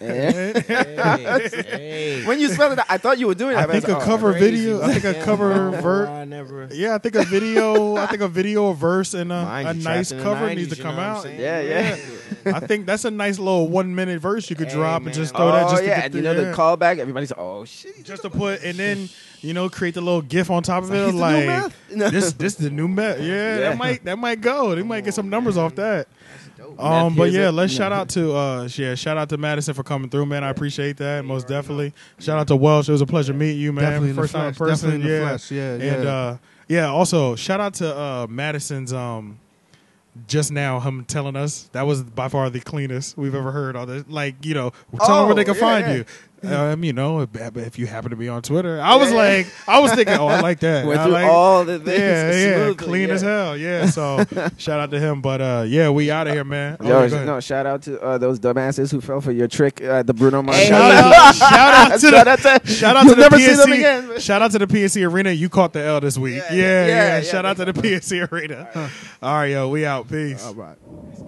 Speaker 5: hey, hey.
Speaker 4: When you spelled it, out, I thought you were doing it.
Speaker 1: I
Speaker 4: was
Speaker 1: think a
Speaker 4: like, oh,
Speaker 1: cover
Speaker 5: crazy.
Speaker 1: video. I think a
Speaker 5: Damn,
Speaker 1: cover
Speaker 5: why
Speaker 1: vert.
Speaker 5: I never.
Speaker 1: Yeah, I think a video. I think a video, a verse, and a,
Speaker 5: Mind
Speaker 1: a
Speaker 5: you,
Speaker 1: nice
Speaker 5: trapped in the
Speaker 1: cover
Speaker 5: 90s,
Speaker 1: needs to
Speaker 5: you know
Speaker 1: come
Speaker 5: what I'm
Speaker 1: out.
Speaker 5: saying?
Speaker 4: Yeah, yeah.
Speaker 1: I think that's a nice little one minute verse you could
Speaker 5: Hey,
Speaker 1: drop and
Speaker 5: man.
Speaker 1: just throw
Speaker 4: Oh,
Speaker 1: that just to
Speaker 4: yeah.
Speaker 1: get
Speaker 4: And you
Speaker 1: through-
Speaker 4: know the
Speaker 1: yeah.
Speaker 4: callback? Everybody's like, oh, shit.
Speaker 1: just to put and then you know create the little gif on top of it
Speaker 4: He's the new
Speaker 1: like
Speaker 4: Meth. No.
Speaker 1: this this the new meth yeah,
Speaker 4: Yeah.
Speaker 1: that might that might go they might get some numbers off that
Speaker 5: dope.
Speaker 1: um
Speaker 4: Meth
Speaker 1: but
Speaker 4: hears
Speaker 1: yeah
Speaker 4: it.
Speaker 1: let's
Speaker 4: Yeah.
Speaker 1: shout out to uh yeah shout out to Madison for coming through man I appreciate that most definitely shout out to Welsh it was a pleasure meeting you man
Speaker 3: definitely in the
Speaker 1: first time in
Speaker 3: flesh.
Speaker 1: person
Speaker 3: definitely in
Speaker 1: yeah
Speaker 3: the flesh. Yeah, yeah.
Speaker 1: and uh yeah also shout out to uh Madison's um just now him telling us that was by far the cleanest we've ever heard on this like you know tell them
Speaker 4: Oh,
Speaker 1: where they can
Speaker 4: yeah,
Speaker 1: find
Speaker 4: yeah.
Speaker 1: you um, you know, if, if you happen to be on Twitter, I was like, I was thinking, oh, I like that.
Speaker 4: Went
Speaker 1: I
Speaker 4: through
Speaker 1: like,
Speaker 4: all the things.
Speaker 1: yeah, yeah,
Speaker 4: smoothly,
Speaker 1: clean
Speaker 4: yeah.
Speaker 1: as hell. Yeah, so shout out to him. But uh, yeah, we out of here, man. Oh,
Speaker 4: Yo,
Speaker 1: yeah, go ahead.
Speaker 4: no, shout out to uh, those dumbasses who fell for your trick at the Bruno Mars.
Speaker 1: shout, out, shout out to
Speaker 4: Shout
Speaker 1: the
Speaker 4: out to
Speaker 1: shout out
Speaker 4: You'll
Speaker 1: to the
Speaker 4: never
Speaker 1: PSC.
Speaker 4: see them again.
Speaker 1: Shout out to the PSC arena. You caught the L this week. Yeah,
Speaker 4: Yeah,
Speaker 1: yeah.
Speaker 4: yeah, yeah,
Speaker 1: shout
Speaker 4: they
Speaker 1: out to the PSC arena. All right, yo, we out. Peace.
Speaker 4: Uh,
Speaker 3: All right.
Speaker 4: shout out.